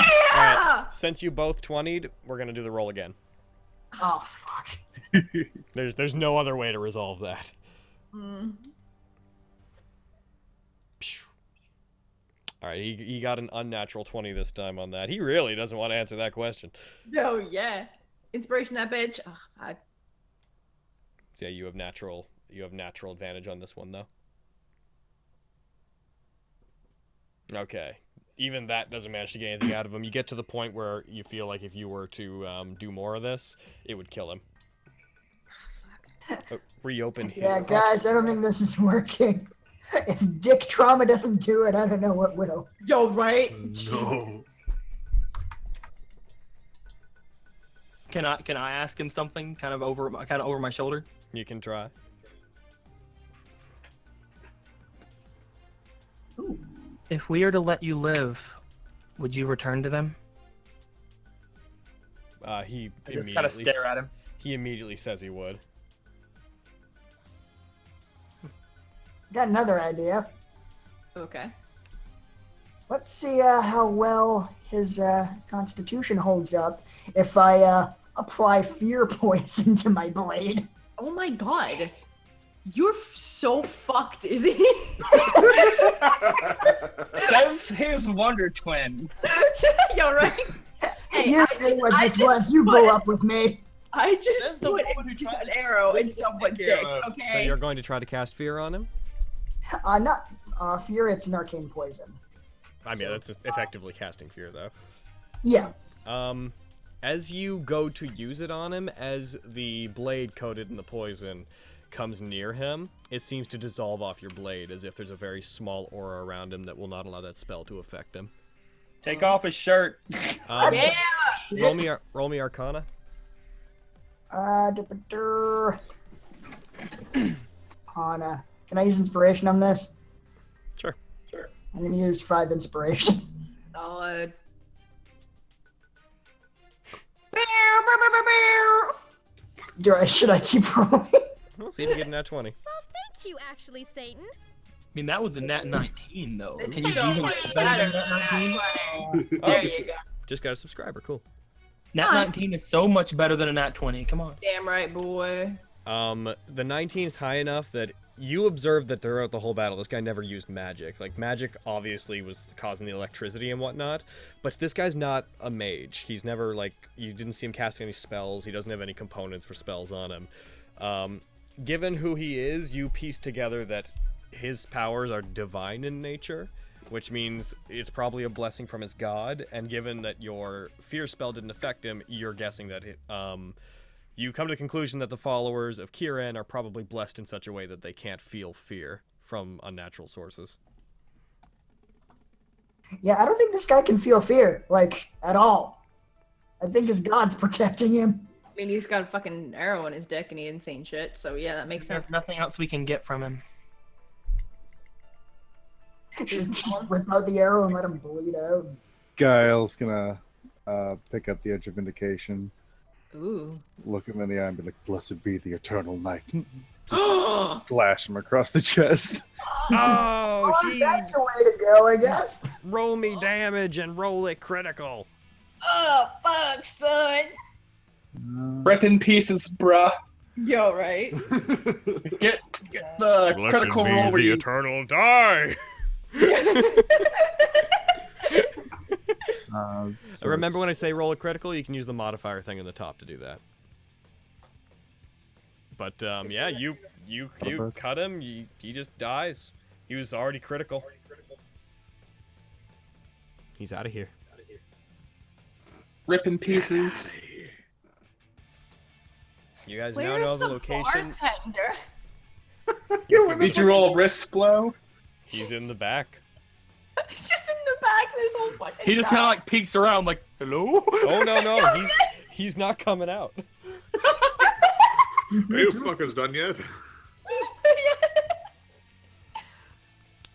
Speaker 1: All right. Since you both 20'd, we're going to do the roll again.
Speaker 6: Oh fuck.
Speaker 1: There's there's no other way to resolve that.
Speaker 3: Hmm.
Speaker 7: mm.
Speaker 1: All right, he, he got an unnatural 20 this time on that. He really doesn't want to answer that question.
Speaker 7: No, yeah.
Speaker 3: Inspiration that bitch. Oh, fuck.
Speaker 1: So yeah, you have natural you have natural advantage on this one though. Okay. Even that doesn't manage to get anything out of him. You get to the point where you feel like if you were to um, do more of this, it would kill him. Uh, reopen his
Speaker 6: Yeah, guys, I don't think this is <laughs> working. If dick trauma doesn't do it, I don't know what will.
Speaker 3: Yo, right?
Speaker 8: No.
Speaker 2: Can I can I ask him something kind of over my kind of over my shoulder?
Speaker 1: You can try.
Speaker 2: If we are to let you live, would you return to them?
Speaker 1: Uh, he
Speaker 2: I just kinda
Speaker 1: immediately
Speaker 2: stare
Speaker 1: s-
Speaker 2: at him.
Speaker 1: He immediately says he would.
Speaker 6: Got another idea.
Speaker 7: Okay.
Speaker 6: Let's see uh, how well his uh, constitution holds up if I uh, apply fear <laughs> poison to my blade.
Speaker 3: Oh my god. You're f- so
Speaker 6: <laughs>
Speaker 3: fucked, Izzy.
Speaker 16: Says his wonder
Speaker 3: <laughs>
Speaker 16: twin.
Speaker 3: Yo, right? Hey,
Speaker 6: you
Speaker 3: I
Speaker 6: knew
Speaker 3: just,
Speaker 6: what
Speaker 3: I
Speaker 6: this
Speaker 3: just,
Speaker 6: was. You go up with me.
Speaker 3: I just put an, an arrow in someone's dick,
Speaker 1: So
Speaker 3: okay?
Speaker 1: you're going to try to cast fear on him?
Speaker 6: Uh, not uh, fear. It's an arcane poison.
Speaker 1: I mean, that's effectively casting fear though.
Speaker 6: Yeah.
Speaker 1: Um, as you go to use it on him, as the blade coated in the poison comes near him, it seems to dissolve off your blade as if there's a very small aura around him that will not allow that spell to affect him.
Speaker 2: Take off his shirt.
Speaker 1: Um,
Speaker 6: Yeah!
Speaker 1: Roll me, ar- roll me Arcana.
Speaker 6: Uh, <clears throat> Hana, can I use inspiration on this?
Speaker 1: Sure.
Speaker 6: Sure. I'm gonna use five inspiration. <laughs>
Speaker 7: Solid.
Speaker 6: Do I? Should I keep rolling?
Speaker 1: We'll see if
Speaker 2: <laughs>
Speaker 1: you get in that twenty.
Speaker 18: Thank you, actually, Satan.
Speaker 2: I mean, that was a nat 19, though. Can you do
Speaker 18: so
Speaker 2: even
Speaker 18: much
Speaker 2: better than
Speaker 3: <laughs>
Speaker 18: better
Speaker 2: nat 19?
Speaker 1: There you go. Just got a subscriber. Cool.
Speaker 2: Nat 19 is so much better than a nat 20. Come on.
Speaker 7: Damn right, boy.
Speaker 1: Um, the 19 is high enough that you observed that throughout the whole battle, this guy never used magic. Like, magic obviously was causing the electricity and whatnot, but this guy's not a mage. He's never, like, you didn't see him casting any spells. He doesn't have any components for spells on him. Um, given who he is, you piece together that his powers are divine in nature, which means it's probably a blessing from his god. And given that your fear spell didn't affect him, you're guessing that it, um, you come to the conclusion that the followers of Kiran are probably blessed in such a way that they can't feel fear from unnatural sources.
Speaker 6: Yeah, I don't think this guy can feel fear, like, at all. I think his god's <laughs> protecting him.
Speaker 7: I mean, he's got a fucking arrow in his dick and he didn't say ain't shit, so yeah, that makes sense.
Speaker 2: There's nothing else we can get from him.
Speaker 6: Just, just rip out the arrow and let him bleed out.
Speaker 12: Guile's gonna uh, pick up the edge of vindication,
Speaker 7: Ooh.
Speaker 12: look him in the eye, and be like, "Blessed be the eternal <laughs> night."
Speaker 7: oh,
Speaker 12: Slash him across the chest.
Speaker 1: Oh, he
Speaker 6: that's a way to go, I guess.
Speaker 1: roll me damage and roll it critical.
Speaker 3: Oh,
Speaker 7: fuck, son.
Speaker 16: Rip in pieces, bruh.
Speaker 7: Yo, right?
Speaker 16: Get get the critical roll where you <laughs>
Speaker 1: eternal die.
Speaker 12: Uh, so
Speaker 1: Remember when I
Speaker 12: it's-
Speaker 1: say roll a critical, you can use the modifier thing in the top to do that. But um, yeah, you you you cut him. You, he just dies. He was already critical. He's out of here.
Speaker 16: rip in pieces.
Speaker 1: You guys now
Speaker 3: Where's
Speaker 1: know the,
Speaker 3: the
Speaker 1: location.
Speaker 3: bartender?
Speaker 16: Did you roll a wrist blow?
Speaker 1: He's in the back.
Speaker 3: <laughs> He's just in the back this whole fucking
Speaker 2: He just
Speaker 3: time.
Speaker 2: kind of like peeks around, like, hello?
Speaker 1: Oh, no,
Speaker 3: <laughs>
Speaker 1: no. <laughs> he's, he's not
Speaker 8: <laughs>
Speaker 1: coming out.
Speaker 8: Are you fuckers done yet?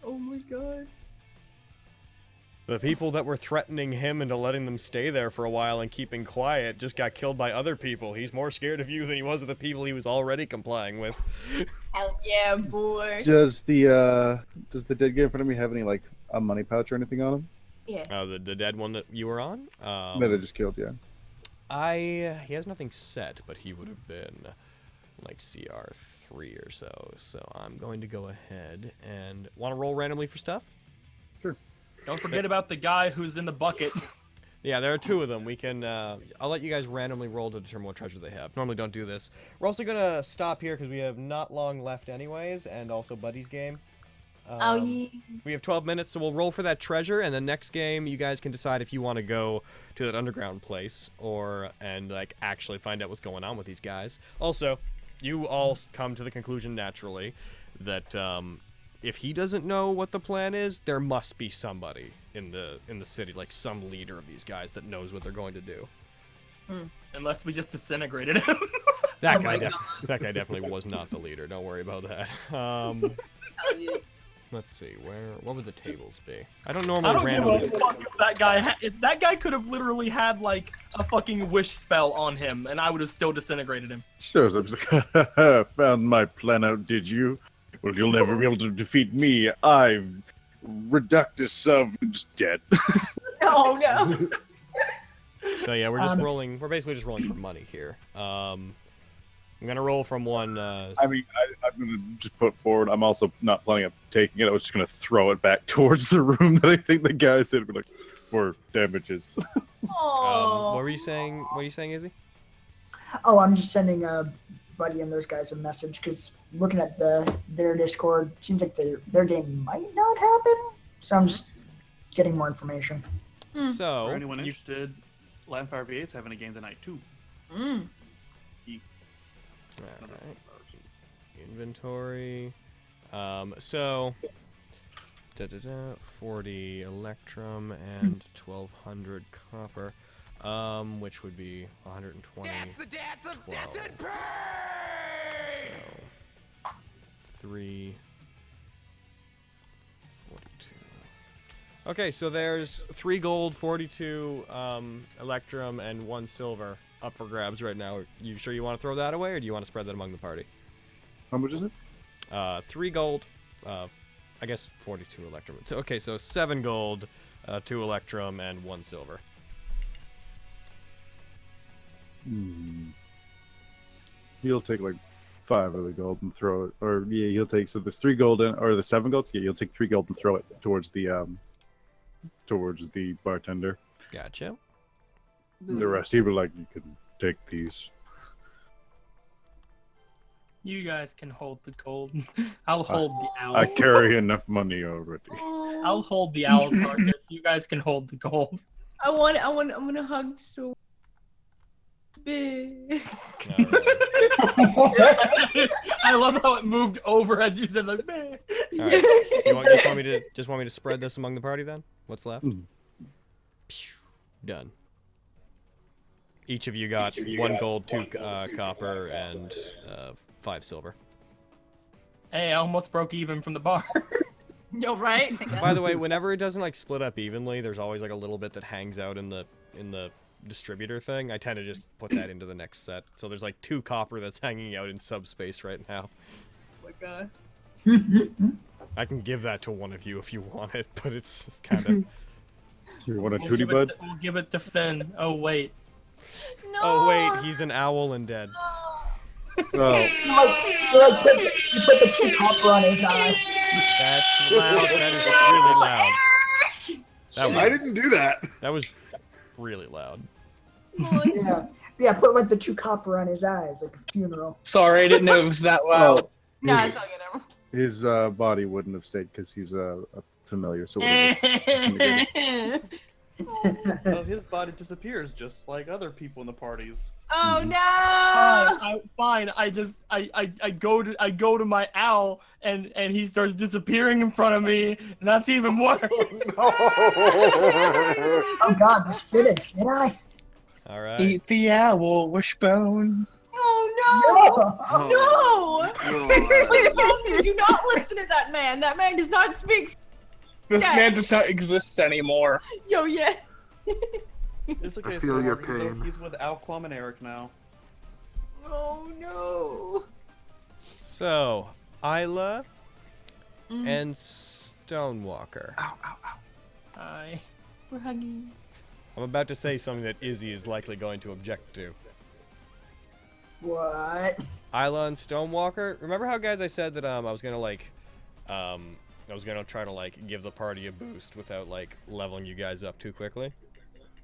Speaker 3: Oh my
Speaker 6: <laughs>
Speaker 3: god.
Speaker 1: The people that were threatening him into letting them stay there for a while and keeping quiet just got killed by other people. He's more scared of you than he was of the people he was already complying with.
Speaker 3: Hell yeah, boy.
Speaker 4: Does the uh does the dead guy in front of me have any like a money pouch or anything on him?
Speaker 3: Yeah.
Speaker 1: Uh, the, the dead one that you were on? Um,
Speaker 4: that I just killed, yeah.
Speaker 1: I he has nothing set, but he would have been like CR three or so. So I'm going to go ahead and want to roll randomly for stuff.
Speaker 4: Sure.
Speaker 2: Don't forget about the guy who's in the bucket. <laughs>
Speaker 1: Yeah, there are two of them. We can. Uh, I'll let you guys randomly roll to determine what treasure they have. Normally, don't do this. We're also gonna stop here because we have not long left, anyways, and also Buddy's game. Um,
Speaker 3: Oh, yeah.
Speaker 1: We have 12 minutes, so we'll roll for that treasure, and the next game you guys can decide if you want to go to that underground place or and like actually find out what's going on with these guys. Also, you all s- come to the conclusion naturally that um, if he doesn't know what the plan is, there must be somebody in the in the city, like some leader of these guys that knows what they're going to do.
Speaker 2: Unless we just disintegrated him.
Speaker 1: <laughs>
Speaker 2: Hmm.
Speaker 1: That
Speaker 2: Oh
Speaker 1: guy,
Speaker 2: my
Speaker 1: def-
Speaker 2: God.
Speaker 1: that
Speaker 2: <laughs>
Speaker 1: guy definitely was not the leader. Don't worry about that. Um, let's see where what would the tables be? I don't normally
Speaker 2: I don't give
Speaker 1: randomly.
Speaker 2: a fuck if that guy. Ha- if that guy could have literally had like a fucking wish spell on him, and I would have still disintegrated him.
Speaker 12: Shows up. it's like, <laughs> Found my plan out, did you? Well, you'll never be able to defeat me. I've reductus of just dead. <laughs>
Speaker 3: Oh no. <laughs>
Speaker 1: So yeah, we're just
Speaker 12: Um,
Speaker 1: rolling. We're basically just rolling for money here. Um, I'm gonna roll from one. Uh,
Speaker 12: I mean, I, I'm gonna just put forward. I'm also not planning on taking it. I was just gonna throw it back <laughs> towards the room that I think the guys in. Be like, for damages. <laughs>
Speaker 1: um, what were you saying? What are you saying, Izzy?
Speaker 6: Oh, I'm just sending uh, Buddy and those guys a message because looking at the their Discord, seems like their their game might not happen. So I'm just getting more information.
Speaker 1: So,
Speaker 10: for anyone interested, Landfire V8 is having a game tonight too.
Speaker 3: Mm.
Speaker 1: All right. Inventory. Um, so, da, da, da, 40 electrum and 1200 copper, um, which would be 120. That's the dance of death and So, 3. 42. Okay, so there's 3 gold, 42 um, electrum, and 1 silver up for grabs right now. You sure you want to throw that away, or do you want to spread that among the party?
Speaker 12: How much is it?
Speaker 1: Uh, three gold, uh, I guess 42 electrum. So- Okay, so seven gold, uh, two electrum, and one silver.
Speaker 12: Hmm. He'll take like five of the gold and throw it, or yeah, he'll take so there's three gold and or the seven golds. Yeah, he'll take three gold and throw it towards the um towards the bartender.
Speaker 1: Gotcha.
Speaker 12: The rest, he would like you can take these.
Speaker 5: You guys can hold the
Speaker 2: <laughs>
Speaker 5: gold. I'll hold the owl.
Speaker 12: I carry enough money already. <laughs>
Speaker 5: I'll hold the owl carcass. You guys can hold the gold.
Speaker 3: I want. I want. I'm gonna hug so big.
Speaker 2: <laughs> I love how it moved over as you said, like, meh.
Speaker 1: All <laughs> right. do you want, just want me to just want me to spread this among the party then? What's left? Phew. Done. Each of you got
Speaker 11: of you
Speaker 1: one
Speaker 11: got
Speaker 1: gold, two, uh, copper, and uh, five silver.
Speaker 2: <laughs> Hey, I almost broke even from the bar.
Speaker 3: Yo, right?
Speaker 1: By the way, whenever it doesn't like split up evenly, there's always like a little bit that hangs out in the in the distributor thing. I tend to just put that into the next set. So there's like two copper that's hanging out in subspace right now.
Speaker 5: What guy? uh,
Speaker 1: I can give that to one of you if you want it, but it's just kind of.
Speaker 12: You want a
Speaker 5: We'll give, it to, we'll give it to Finn. Oh wait.
Speaker 1: Oh wait, he's an owl and dead.
Speaker 6: <laughs>
Speaker 3: Oh.
Speaker 6: You like, you like put, the, you put the two
Speaker 3: <laughs>
Speaker 6: copper on his eye.
Speaker 1: That's loud. That is really loud. That
Speaker 8: I didn't do that.
Speaker 1: That was really loud.
Speaker 6: yeah, yeah. Put like the two copper on his eyes, like a funeral.
Speaker 16: Sorry, I didn't know it was that loud.
Speaker 12: <laughs> Well,
Speaker 3: Nah,
Speaker 12: his,
Speaker 3: it's all good. Emma.
Speaker 16: <laughs>
Speaker 12: his uh, body wouldn't have stayed because he's a, a familiar. So it would've disintegrated.
Speaker 10: <laughs> so his body disappears just like other people in the parties.
Speaker 3: Oh no!
Speaker 2: Mm-hmm. Fine, I, fine, I just I, I I go to I go to my owl and and he starts disappearing in front of me, and that's even worse.
Speaker 6: oh God, was finished, did I?
Speaker 1: All right.
Speaker 16: Eat the owl, wishbone.
Speaker 3: Oh no! No! Wishbone, you do not listen to that man. That man does not speak.
Speaker 16: This
Speaker 3: Yeah.
Speaker 16: man does not exist anymore.
Speaker 3: Yo, yeah.
Speaker 10: It's okay,
Speaker 16: I feel your
Speaker 10: Skylar, he's-
Speaker 16: pain.
Speaker 10: He's with Alquam and Eric now.
Speaker 3: Oh no!
Speaker 1: So, Isla and Stonewalker.
Speaker 2: Hi.
Speaker 7: We're hugging.
Speaker 1: I'm about to say something that Izzy is likely going to object to.
Speaker 6: What?
Speaker 1: Isla and Stonewalker. Remember how guys I said that um I was gonna like um I was gonna try to like give the party a boost without like leveling you guys up too quickly?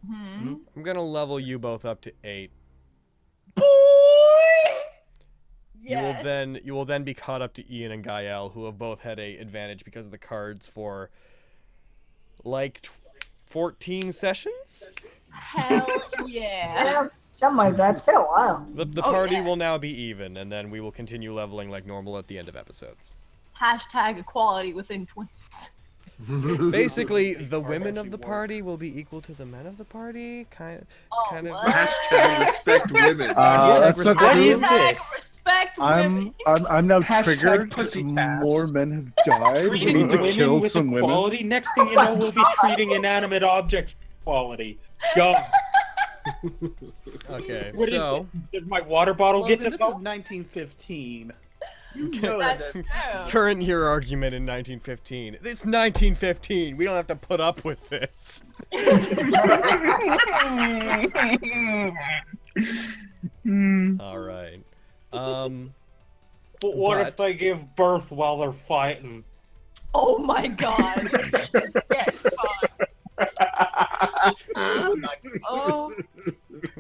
Speaker 3: Mm-hmm.
Speaker 7: Hmm.
Speaker 1: I'm gonna level you both up to eight. Boy! You will then you will then be caught up to Ian and Gael, who have both had a advantage because of the cards for like t- 14 sessions.
Speaker 3: Hell
Speaker 6: <laughs>
Speaker 3: yeah!
Speaker 6: Yeah, something like that. It's been a while.
Speaker 1: The, the
Speaker 7: Oh,
Speaker 1: party
Speaker 7: yeah.
Speaker 1: will now be even, and then we will continue leveling like normal at the end of episodes.
Speaker 7: <laughs>
Speaker 1: <laughs>
Speaker 7: Hashtag equality within twins.
Speaker 3: <laughs>
Speaker 1: Basically, the women of the party will be equal to the men of the party. Kind, it's kind of
Speaker 8: Hashtag
Speaker 1: <laughs>
Speaker 8: respect women.
Speaker 1: Hashtag
Speaker 4: that's not
Speaker 1: respect-
Speaker 4: true.
Speaker 1: What is this?
Speaker 3: Respect
Speaker 4: I'm I'm, I'm now
Speaker 16: Hashtag
Speaker 4: triggered because more men have died. we
Speaker 9: Treating
Speaker 4: need to
Speaker 9: women
Speaker 4: kill
Speaker 9: with
Speaker 4: some women.
Speaker 9: equality. Next thing you know, we'll be treating inanimate objects with equality. God.
Speaker 1: okay,
Speaker 9: What is
Speaker 1: so
Speaker 9: this? Does my water bottle get
Speaker 10: Logan, this is
Speaker 9: developed?
Speaker 10: 1915. You know
Speaker 3: That's
Speaker 10: that.
Speaker 3: <laughs> true.
Speaker 1: current your argument in 1915. It's 1915. We don't have to put up with this.
Speaker 9: Hmm.
Speaker 4: Hmm.
Speaker 1: All right. Um.
Speaker 9: But what if
Speaker 1: But-
Speaker 9: they give birth while they're fighting?
Speaker 3: Oh my god!
Speaker 16: <laughs>
Speaker 3: Get
Speaker 17: <laughs>
Speaker 3: fucked.
Speaker 1: <laughs>
Speaker 3: oh,
Speaker 1: I'm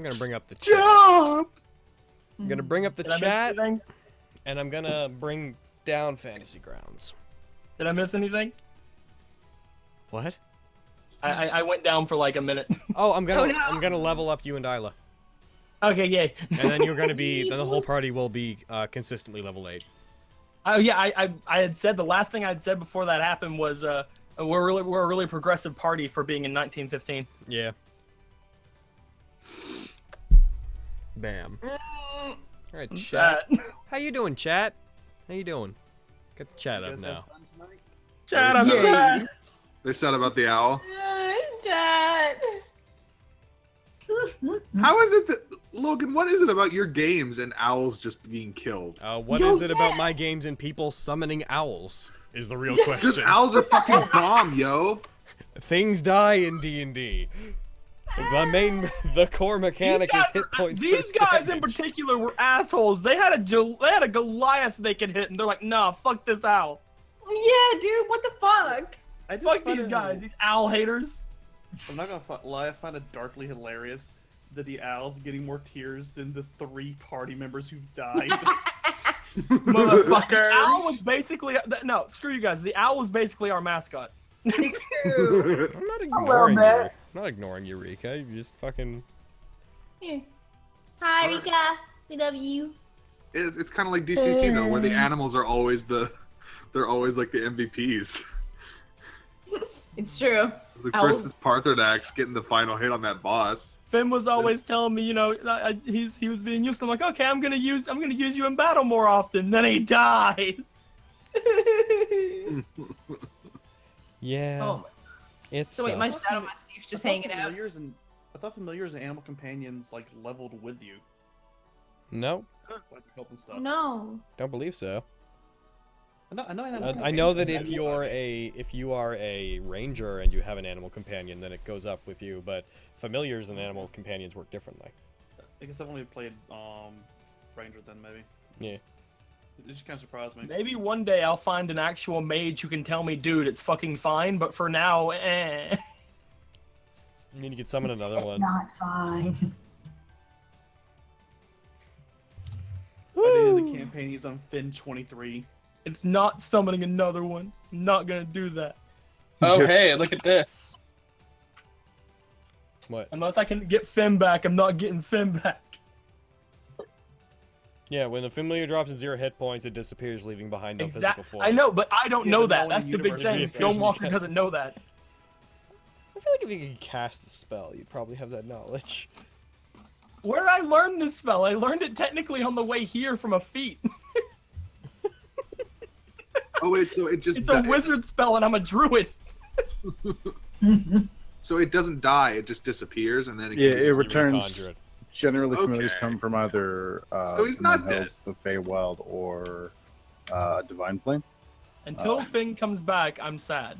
Speaker 1: gonna bring up the chat.
Speaker 16: Job.
Speaker 1: I'm gonna bring up the
Speaker 2: Did I miss
Speaker 1: chat,
Speaker 2: anything?
Speaker 1: and I'm gonna bring down Fantasy Grounds.
Speaker 2: Did I miss anything?
Speaker 1: What?
Speaker 2: I, I I went down for like a minute.
Speaker 1: <laughs> Oh, I'm gonna
Speaker 2: Oh, no.
Speaker 1: I'm gonna level up you and Isla,
Speaker 2: Okay, yay.
Speaker 1: and then you're
Speaker 2: <laughs>
Speaker 1: gonna be then the whole party will be uh, consistently level eight.
Speaker 2: Oh yeah, I, I I had said the last thing I had said before that happened was uh we're really we're a really progressive party for being in 1915.
Speaker 1: Yeah. Bam.
Speaker 3: Mm,
Speaker 1: All right,
Speaker 2: What's
Speaker 1: chat.
Speaker 2: <laughs>
Speaker 1: How you doing, chat? How you doing? Get the chat up now.
Speaker 2: Chat,
Speaker 8: They
Speaker 2: I'm
Speaker 8: said-
Speaker 2: sad.
Speaker 8: They said about the owl.
Speaker 3: uh, Jet.
Speaker 8: How is it that Logan? What is it about your games and owls just being killed?
Speaker 1: Uh, what is
Speaker 8: Yo, <laughs>
Speaker 1: it about my games and people summoning owls? Is the real question.
Speaker 8: owls are fucking <laughs> bomb, yo.
Speaker 1: Things die in D and D. The main, <laughs> the core mechanic is
Speaker 2: guys
Speaker 1: hit points.
Speaker 2: These
Speaker 1: per
Speaker 2: guys in
Speaker 1: damage.
Speaker 2: particular were assholes. They had a Gol- they had a Goliath they could hit, and they're like, nah, fuck this owl.
Speaker 3: Yeah, dude. What the fuck?
Speaker 10: I just um,
Speaker 2: Fuck
Speaker 10: find
Speaker 2: these
Speaker 10: it-
Speaker 2: guys, these owl haters.
Speaker 10: I'm not gonna fi- lie. I find it darkly hilarious that the owl's getting more tears than the three party members who've died.
Speaker 2: The owl
Speaker 16: Motherfuckers.
Speaker 2: was basically th- no, screw you guys. The owl was basically our mascot.
Speaker 3: True.
Speaker 1: <laughs> I'm not ignoring you.
Speaker 6: bit.
Speaker 1: I'm not ignoring you, Rika. You just fucking.
Speaker 3: Here.
Speaker 19: Hi, Rika. We love you.
Speaker 8: It's, it's kind of like DCC though,
Speaker 2: Mm.
Speaker 8: where the animals are always the, they're always like the MVPs.
Speaker 3: <laughs>
Speaker 8: <laughs>
Speaker 3: It's true.
Speaker 8: Like,
Speaker 3: Owl.
Speaker 8: for instance, Parthornax getting the final hit on that boss.
Speaker 2: Finn was always telling me, you know, I, I- he's he was being used. I'm like, okay, I'm gonna use I'm gonna use you in battle more often. Then he
Speaker 3: <laughs>
Speaker 2: dies.
Speaker 1: Yeah.
Speaker 3: Oh,
Speaker 1: It's.
Speaker 3: so wait, my
Speaker 10: sucks.
Speaker 3: shadow, my Steve's just
Speaker 10: I thought
Speaker 3: hanging out.
Speaker 10: familiars And, I thought familiars and animal companions like leveled with you.
Speaker 1: No,
Speaker 10: Like, help and stuff.
Speaker 7: No.
Speaker 1: don't believe so.
Speaker 10: I know, I know,
Speaker 1: Uh,
Speaker 10: animal
Speaker 1: I know that
Speaker 10: companions.
Speaker 1: if you're a if you are a ranger and you have an animal companion, then it goes up with you. But familiars and animal companions work differently.
Speaker 10: I guess I've only played um, Ranger then maybe.
Speaker 1: Yeah.
Speaker 10: It just kind of surprised me.
Speaker 2: Maybe one day I'll find an actual mage who can tell me, dude, it's fucking fine. But for now, eh.
Speaker 1: And then you could summon another
Speaker 6: It's
Speaker 1: one.
Speaker 6: not fine.
Speaker 10: By the end of the campaign, he's on Finn 23.
Speaker 2: It's not summoning another one. I'm not gonna do that.
Speaker 16: Oh hey, look at this.
Speaker 1: What?
Speaker 2: Unless I can get Finn back, I'm not getting Finn back.
Speaker 1: Yeah, when a familiar drops to zero hit points, it disappears, leaving behind no
Speaker 2: Exact-
Speaker 1: physical form.
Speaker 2: I know, but I don't
Speaker 1: Yeah,
Speaker 2: know
Speaker 1: but no
Speaker 2: that.
Speaker 1: one
Speaker 2: That's
Speaker 1: in
Speaker 2: the big
Speaker 1: universe
Speaker 2: thing.
Speaker 1: reappears
Speaker 2: Stone
Speaker 1: and
Speaker 2: Walker
Speaker 1: casts
Speaker 2: doesn't know that.
Speaker 1: I feel like if you could cast the spell, you'd probably have that knowledge.
Speaker 2: Where did I learn this spell? I learned it technically on the way here from a feat. <laughs>
Speaker 8: Oh wait, so it just
Speaker 2: It's a
Speaker 8: di-
Speaker 2: wizard spell, and I'm a druid.
Speaker 8: <laughs> so it doesn't die; it just disappears, and then it
Speaker 12: Yeah,
Speaker 8: can
Speaker 12: it
Speaker 8: just-
Speaker 12: returns. Generally, familiars
Speaker 8: Okay.
Speaker 12: come from either uh,
Speaker 8: So he's not
Speaker 12: Kingdom Hearts, the Feywild, or uh, Divine Plane.
Speaker 2: Until
Speaker 1: Oh.
Speaker 12: Uh,
Speaker 2: Finn comes back, I'm sad.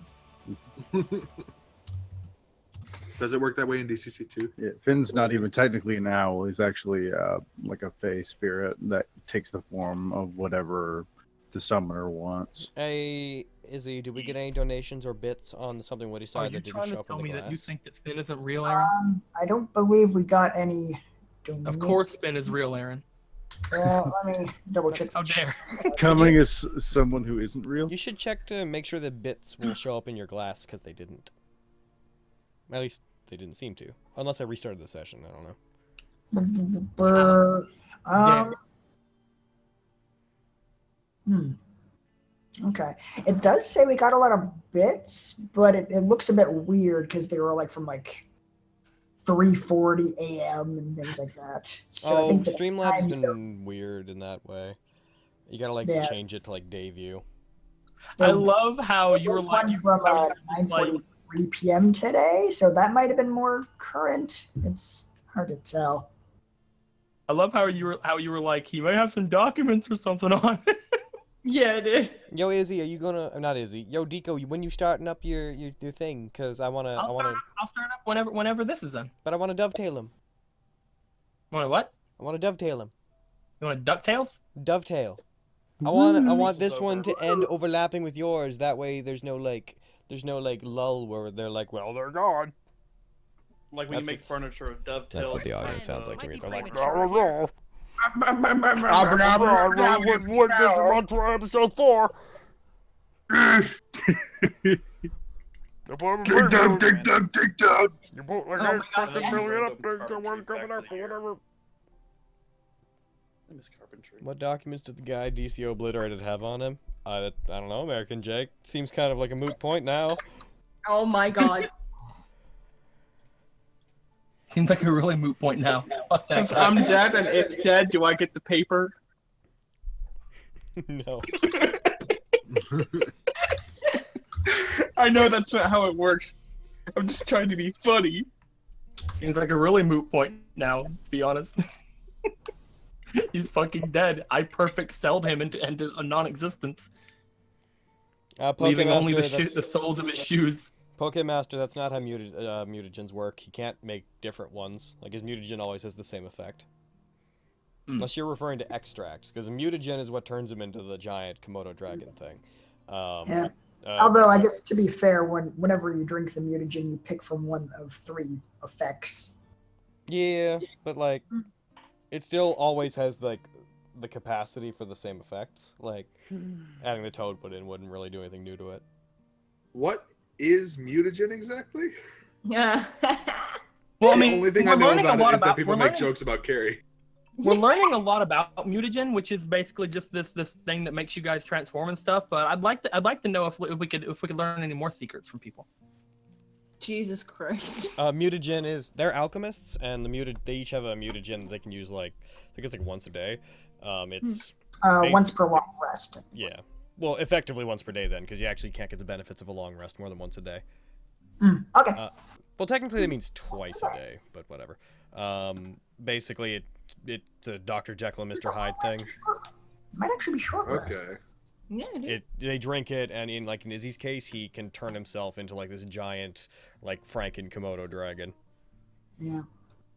Speaker 8: Does it work that way in DCC two?
Speaker 12: Yeah, <laughs> Finn's not even technically an owl. He's actually uh, like a fey spirit that takes the form of whatever the summoner wants.
Speaker 1: Hey, Izzy, did we get any donations or bits on the something Woody
Speaker 2: Are
Speaker 1: side
Speaker 2: you
Speaker 1: that didn't
Speaker 2: trying
Speaker 1: show
Speaker 2: to
Speaker 1: up
Speaker 2: tell
Speaker 1: on the
Speaker 2: me
Speaker 1: glass?
Speaker 2: that you think that Finn isn't real, Aaron?
Speaker 6: Um, I don't believe we got any.
Speaker 2: Of course, Finn is real, Aaron.
Speaker 6: Well, let me double check.
Speaker 2: How dare?
Speaker 12: Coming as someone who isn't real.
Speaker 1: You should check to make sure the bits will show up in your glass because they didn't. At least they didn't seem to, unless I restarted the session. I don't know.
Speaker 6: Uh,
Speaker 1: Damn.
Speaker 6: um, hmm. Okay. It does say we got a lot of bits, but it, it looks a bit weird because they were like from like 3:40 a.m. and things like that. So I
Speaker 1: oh,
Speaker 6: think that
Speaker 1: Streamlabs
Speaker 6: time
Speaker 1: has
Speaker 6: zone-
Speaker 1: been weird in that way. You gotta like
Speaker 6: Yeah.
Speaker 1: change it to like day view.
Speaker 2: I love how you were
Speaker 6: There's
Speaker 2: like,
Speaker 6: one from uh, 9:43 p.m. today, so that might have been more current. It's hard to tell.
Speaker 2: I love how you were how you were like, he may have some documents or something on. it." <laughs>
Speaker 1: Yeah, dude. Yo, Izzy, are you gonna? I'm not Izzy. Yo, Deco, you- when you starting up your your, your thing? Cause I wanna, i
Speaker 2: I'll
Speaker 1: wanna,
Speaker 2: I'll start up whenever whenever this is done.
Speaker 1: but I wanna dovetail him.
Speaker 2: Wanna what?
Speaker 1: I wanna dovetail him.
Speaker 2: You want ducktails?
Speaker 1: Dovetail. I want, I
Speaker 2: Woo.
Speaker 1: want this one to end overlapping with yours. That way, there's no like, there's no like lull where they're like, well, they're gone.
Speaker 10: Like when
Speaker 1: That's
Speaker 10: you make furniture of dovetails.
Speaker 1: That's what the
Speaker 10: and
Speaker 1: audience
Speaker 10: stuff.
Speaker 1: sounds like to me. They're like,
Speaker 17: episode four.
Speaker 15: Dig down, dig down, dig down.
Speaker 17: Your bootlegger
Speaker 15: Oh my God,
Speaker 17: fucking
Speaker 15: yes.
Speaker 17: million updates and one coming up or whatever.
Speaker 1: <laughs> What documents did the guy DCO obliterated have on him? I, I don't know, American Jake. Seems kind of like a moot point now.
Speaker 3: Oh
Speaker 7: <laughs>
Speaker 3: my god.
Speaker 2: Seems like a really moot point now. Fuck that.
Speaker 16: Since I'm dead and it's dead, do I get the paper?
Speaker 1: no. <laughs>
Speaker 16: <laughs> I know that's not how it works. I'm just trying to be funny.
Speaker 2: Seems like a really moot point now, to be honest. <laughs> He's fucking dead. I perfect selled him into, into a non existence.
Speaker 1: Uh,
Speaker 2: Leaving only the
Speaker 1: Pokemaster,
Speaker 2: shoe- the
Speaker 1: that's-
Speaker 2: soles of his shoes.
Speaker 1: Pokemaster, that's not how muti- uh, mutagens work. He can't make different ones. Like his mutagen always has the same effect.
Speaker 2: Hmm.
Speaker 1: Unless you're referring to extracts, because a mutagen is what turns him into the giant Komodo dragon thing. Um,
Speaker 6: Yeah.
Speaker 1: uh,
Speaker 6: Although I guess to be fair, when whenever you drink the mutagen, you pick from one of three effects.
Speaker 1: Yeah, but like,
Speaker 6: Hmm.
Speaker 1: it still always has like the capacity for the same effects. Like, adding the toad put in wouldn't really do anything new to it.
Speaker 8: What is mutagen exactly?
Speaker 3: Yeah.
Speaker 2: Well, I
Speaker 8: the
Speaker 2: mean,
Speaker 8: only thing
Speaker 2: we're
Speaker 8: I know
Speaker 2: learning a
Speaker 8: about it
Speaker 2: lot
Speaker 8: is that
Speaker 2: about-
Speaker 8: people
Speaker 2: we're
Speaker 8: make
Speaker 2: learning-
Speaker 8: jokes about
Speaker 2: <laughs>
Speaker 8: Carrie.
Speaker 2: We're learning a lot about mutagen, which is basically just this this thing that makes you guys transform and stuff. But I'd like to I'd like to know if we, if we could if we could learn any more secrets from people.
Speaker 3: Jesus Christ.
Speaker 1: Uh, mutagen is they're alchemists, and the muted they each have a mutagen that they can use like I think it's like once a day. Um, it's
Speaker 6: Uh,
Speaker 1: they-
Speaker 6: once per long rest.
Speaker 1: Yeah, well, effectively once per day then, because you actually can't get the benefits of a long rest more than once a day.
Speaker 6: okay.
Speaker 1: Uh, well, technically that means twice a day, but whatever. Um, basically, it it's a Doctor Jekyll and Mister Hyde thing.
Speaker 6: Might actually be short rest.
Speaker 3: Yeah,
Speaker 1: It they drink it, and in like in Izzy's case, he can turn himself into like this giant like Franken Komodo dragon.
Speaker 6: Yeah.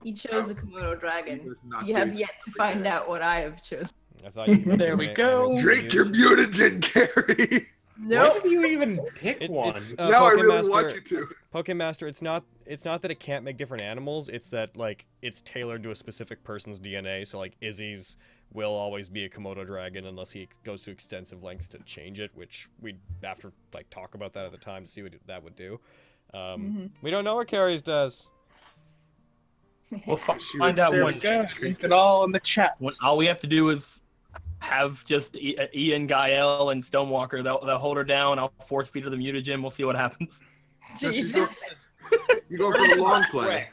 Speaker 7: He chose a Komodo dragon.
Speaker 8: not
Speaker 7: You have
Speaker 1: doing
Speaker 7: yet to find out what I have chosen.
Speaker 1: I
Speaker 7: <laughs>
Speaker 1: thought you
Speaker 7: There we go.
Speaker 8: Drink your mutagen, Carrie.
Speaker 7: Nope.
Speaker 9: Why do you even pick one?
Speaker 1: It's, uh,
Speaker 8: Now I
Speaker 1: Pokemaster,
Speaker 8: really want you to. <laughs>
Speaker 1: Pokemaster, it's not it's not that it can't make different animals. It's that like it's tailored to a specific person's DNA. So like Izzy's will always be a Komodo dragon unless he goes to extensive lengths to change it, which we after like
Speaker 8: Mm-hmm.
Speaker 1: talk about that at the time to see what that would do. Um,
Speaker 7: Mhm.
Speaker 1: We don't know what Carrie's does.
Speaker 8: <laughs>
Speaker 2: We'll fi-
Speaker 10: She
Speaker 2: find out
Speaker 10: refused
Speaker 2: one.
Speaker 10: to
Speaker 16: It's all in the chat.
Speaker 2: When all we have to do is have just I- uh, Ian, Gael, and Stonewalker. They'll, they'll hold her down. I'll force feed her the mutagen. We'll see what happens.
Speaker 7: Jesus.
Speaker 8: You go for the long play.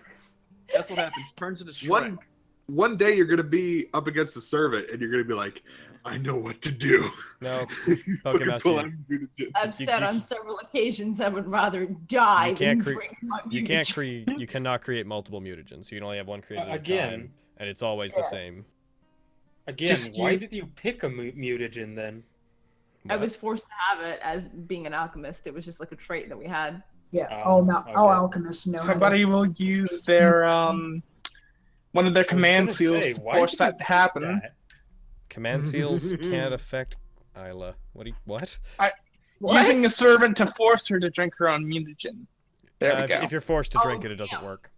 Speaker 10: That's what happens. Turns into Shrek.
Speaker 8: One, one day you're gonna be up against the servant, and you're gonna be like, "I know what to do." <laughs>
Speaker 1: No,
Speaker 8: Fucking
Speaker 1: Pokemon
Speaker 8: pull
Speaker 1: you-
Speaker 8: out your mutagen.
Speaker 7: I've
Speaker 1: You-
Speaker 7: said
Speaker 1: you-
Speaker 7: on several occasions I would rather die
Speaker 1: You
Speaker 7: than
Speaker 1: can't cre-
Speaker 7: drink my
Speaker 1: you can't
Speaker 7: mutagen.
Speaker 1: create you cannot create multiple mutagens. You can only have one created at a
Speaker 9: again.
Speaker 1: time, and it's always the same.
Speaker 9: Again,
Speaker 1: Just
Speaker 9: why
Speaker 1: you-
Speaker 9: did you pick a mu- mutagen then?
Speaker 7: I was forced to have it as being an alchemist. It was just like a trait that we had.
Speaker 6: Yeah.
Speaker 1: Um,
Speaker 9: Oh,
Speaker 6: all mal- all alchemists know. how to-
Speaker 16: Somebody will use their um one of their command
Speaker 1: gonna
Speaker 16: seals
Speaker 1: say,
Speaker 16: to
Speaker 1: why
Speaker 16: force
Speaker 1: did you
Speaker 16: that to happen.
Speaker 1: Command
Speaker 6: <laughs>
Speaker 1: seals can't
Speaker 16: <laughs>
Speaker 1: affect Isla. What do you what?
Speaker 16: I, using a servant to force her to drink her own mutagen. There
Speaker 1: Uh,
Speaker 16: we
Speaker 1: if,
Speaker 16: go.
Speaker 1: if you're forced
Speaker 6: Oh,
Speaker 1: to drink it, it doesn't work.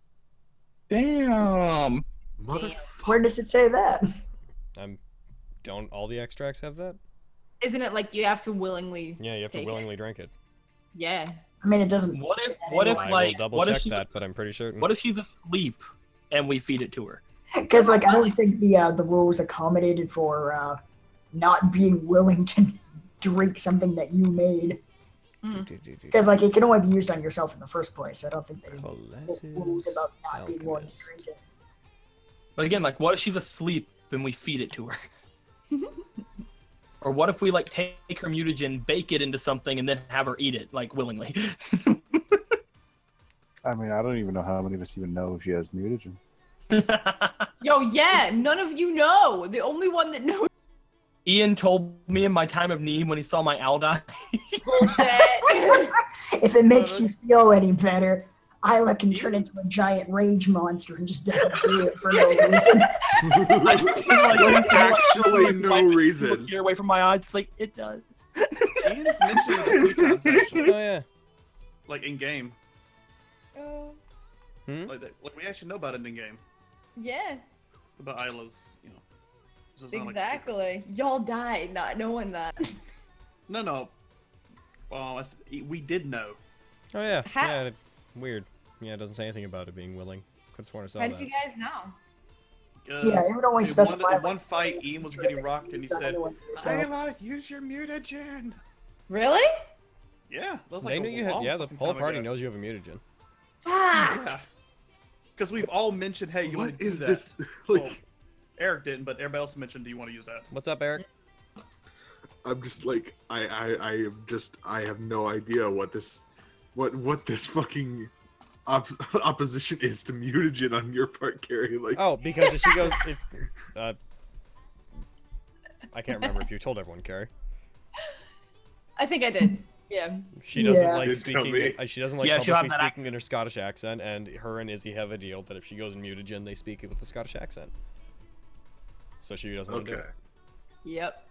Speaker 16: Damn.
Speaker 6: Where does it say that?
Speaker 1: I'm don't all the extracts have that?
Speaker 7: Isn't it like you have to willingly?
Speaker 1: Yeah, you have to
Speaker 7: take
Speaker 1: willingly drink it.
Speaker 7: It? Yeah.
Speaker 6: I mean, it doesn't.
Speaker 2: What if? What if
Speaker 1: I will
Speaker 2: like?
Speaker 1: double
Speaker 2: What if
Speaker 1: check
Speaker 2: she?
Speaker 1: that, but I'm pretty certain.
Speaker 2: What if she's asleep, and we feed it to her?
Speaker 6: Because like I don't think the uh, the rules accommodated for uh, not being willing to <laughs> drink something that you made. Because like it can only be used on yourself in the first place. So I don't think they rules about not being willing to drink it.
Speaker 2: But again, like, what if she's asleep and we feed it to her? or what if we like take her mutagen, bake it into something, and then have her eat it like willingly? <laughs>
Speaker 4: I mean, I don't even know how many of us even know if she has mutagen.
Speaker 7: Yo, yeah. None of you know. The only one that
Speaker 10: <laughs>
Speaker 7: knows.
Speaker 2: Ian told me in my time of need when he saw my <laughs> Aldi.
Speaker 6: <laughs> if it makes you feel any better, Isla can turn into a giant rage monster and just <laughs> doesn't do it
Speaker 2: <laughs>
Speaker 6: for no reason.
Speaker 8: There's actually no reason.
Speaker 2: You're away from my eyes. It's like it does.
Speaker 10: Ian's mentioned it a few times actually.
Speaker 1: Oh yeah.
Speaker 10: Like in game.
Speaker 1: Hmm?
Speaker 10: Like, that, like we actually know about it in game.
Speaker 7: <laughs> Yeah.
Speaker 10: About Isla's, you know. So it's not like a secret.
Speaker 7: Exactly. Y'all died not knowing that.
Speaker 10: no, no. Oh, I s we did know.
Speaker 1: Oh yeah.
Speaker 7: How-
Speaker 1: Yeah. it- Weird. Yeah, it doesn't say anything about it being willing. Could have sworn I saw
Speaker 7: How
Speaker 1: that.
Speaker 7: did you guys know?
Speaker 6: Yeah, it would only
Speaker 10: in
Speaker 6: specify,
Speaker 10: One, in
Speaker 6: like,
Speaker 10: one fight, Ian was getting rocked, and he said, "Isla, use your mutagen."
Speaker 7: Really?
Speaker 10: Yeah, that was like
Speaker 1: they
Speaker 10: a
Speaker 1: knew you had.
Speaker 10: long
Speaker 1: Yeah, the
Speaker 10: fucking
Speaker 1: whole
Speaker 10: time
Speaker 1: party
Speaker 10: ago.
Speaker 1: knows you have a mutagen.
Speaker 10: Yeah. Because we've all mentioned, hey, you want to do that. This? <laughs> Well, Eric didn't, but everybody else mentioned, do you want to use that?
Speaker 1: What's up, Eric?
Speaker 8: I'm just like I, I I am just I have no idea what this what what this fucking op- <laughs> opposition is to mutagen on your part, Carrie. Like
Speaker 1: Oh, because if she goes, if, uh, I can't remember if you told everyone, Carrie.
Speaker 7: I think I did. Yeah.
Speaker 1: She doesn't
Speaker 7: Yeah.
Speaker 1: like
Speaker 8: Didn't tell
Speaker 1: speaking.
Speaker 8: me.
Speaker 1: uh, She doesn't like
Speaker 2: Yeah, she'll have
Speaker 1: publicly
Speaker 2: that
Speaker 1: speaking in her Scottish accent, and her and Izzy have a deal that if she goes in mutagen, they speak with a Scottish accent. So she doesn't want to do
Speaker 8: Okay.
Speaker 1: it.
Speaker 9: <laughs>
Speaker 7: Yep.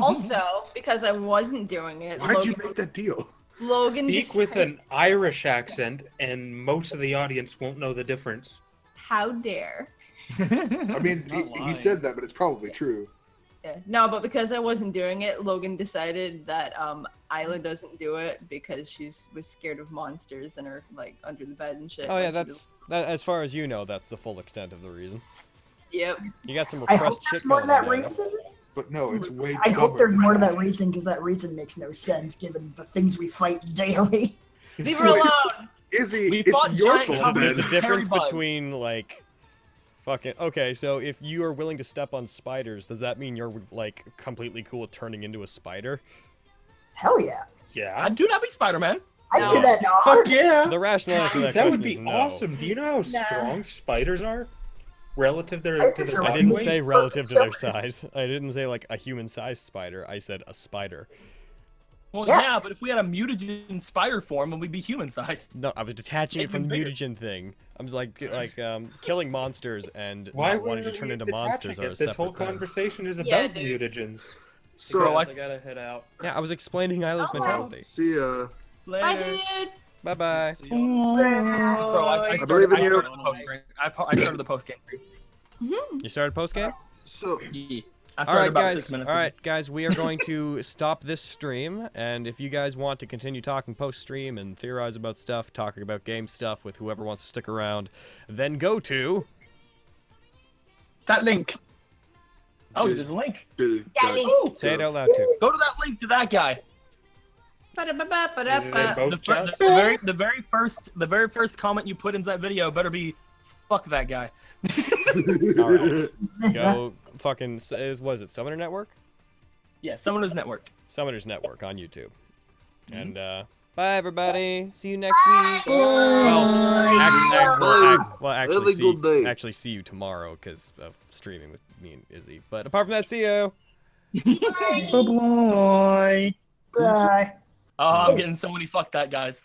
Speaker 7: also, because I wasn't doing it,
Speaker 9: Why'd you
Speaker 7: Logan,
Speaker 8: make that deal?
Speaker 7: Logan
Speaker 9: Speak with
Speaker 7: decided-
Speaker 9: an Irish accent, and most of the audience won't know the difference.
Speaker 7: How dare?
Speaker 8: I mean, he, he says that, but it's probably true.
Speaker 7: Yeah. No, but because I wasn't doing it, Logan decided that um Isla doesn't do it because she's was scared of monsters and are like under the bed and shit.
Speaker 1: Oh
Speaker 7: like,
Speaker 1: yeah,
Speaker 7: she
Speaker 1: that's
Speaker 7: was-
Speaker 1: that. As far as you know, that's the full extent of the reason.
Speaker 7: Yep.
Speaker 1: You got some
Speaker 6: I hope
Speaker 1: repressed
Speaker 6: there's
Speaker 1: shit
Speaker 6: more
Speaker 1: going
Speaker 6: to
Speaker 1: on.
Speaker 6: that
Speaker 1: there.
Speaker 6: reason.
Speaker 8: But no, it's way.
Speaker 6: I hope
Speaker 8: dumber
Speaker 6: there's
Speaker 8: than
Speaker 6: more to
Speaker 8: that.
Speaker 6: that reason because that reason makes no sense given the things we fight <laughs> daily.
Speaker 7: Leave her alone.
Speaker 8: Izzy,
Speaker 1: We
Speaker 8: it's your fault.
Speaker 1: There's a
Speaker 8: Then.
Speaker 1: difference
Speaker 7: Harry Buzz.
Speaker 1: between like fucking okay, so if you are willing to step on spiders, does that mean you're like completely cool with turning into a spider?
Speaker 6: Hell yeah.
Speaker 9: Yeah.
Speaker 2: I do not be Spider Man.
Speaker 6: I do that now. Fuck
Speaker 16: yeah.
Speaker 1: The rationale answer to
Speaker 9: Dude,
Speaker 1: that,
Speaker 9: that would
Speaker 1: question
Speaker 9: be
Speaker 1: is no.
Speaker 9: awesome. Do you know how strong spiders are relative to their, to their
Speaker 1: I
Speaker 9: body
Speaker 1: didn't
Speaker 9: weight?
Speaker 1: say relative to their size. I didn't say like a human-sized spider. I said a spider.
Speaker 2: Well,
Speaker 8: Ah!
Speaker 2: yeah. but if we had a mutagen spider form, then we'd be human sized.
Speaker 1: No, I was detaching it
Speaker 2: Even
Speaker 1: from the
Speaker 2: bigger.
Speaker 1: mutagen thing. I was like, like um, killing monsters and
Speaker 9: Why
Speaker 1: not wanting
Speaker 9: were
Speaker 1: to turn
Speaker 9: we
Speaker 1: into
Speaker 9: detaching
Speaker 1: monsters
Speaker 9: it?
Speaker 1: are a
Speaker 9: This whole
Speaker 1: separate thing.
Speaker 9: conversation is
Speaker 1: Yeah,
Speaker 9: about mutagens.
Speaker 8: So
Speaker 10: Guys, I gotta head out.
Speaker 1: Yeah, I was explaining Isla's mentality.
Speaker 8: See ya.
Speaker 7: Bye,
Speaker 10: Later.
Speaker 7: dude.
Speaker 1: Bye bye.
Speaker 2: Bro, I, I,
Speaker 8: I
Speaker 2: started,
Speaker 8: believe in
Speaker 2: I,
Speaker 8: you.
Speaker 2: started the post-game. I, po- I started the post game.
Speaker 1: You started post game?
Speaker 8: So,
Speaker 1: all right, guys. All right, guys. We are going to <laughs> stop this stream, and if you guys want to continue talking post stream and theorize about stuff, talking about game stuff with whoever wants to stick around, then go to
Speaker 16: that link.
Speaker 2: Oh, there's a link.
Speaker 18: That link.
Speaker 1: Say it out loud too.
Speaker 2: Go to that link to that guy.
Speaker 18: Ba-da-ba-ba-ba-da-ba.
Speaker 2: The, fir- the very, the very first, the very first comment you put into that video better be, "Fuck that guy."
Speaker 1: All right. Go fucking. s- is- Was it Summoner Network?
Speaker 2: Yeah, Summoner's Network. Mm-hmm.
Speaker 1: Summoner's Network on YouTube. And uh, bye everybody. See you next week. Well, act- act- well, act- well, actually, see, actually see you tomorrow because of streaming with me and Izzy. But apart from that, see you.
Speaker 16: Bye.
Speaker 2: Oh, I'm getting so many fuck that guys.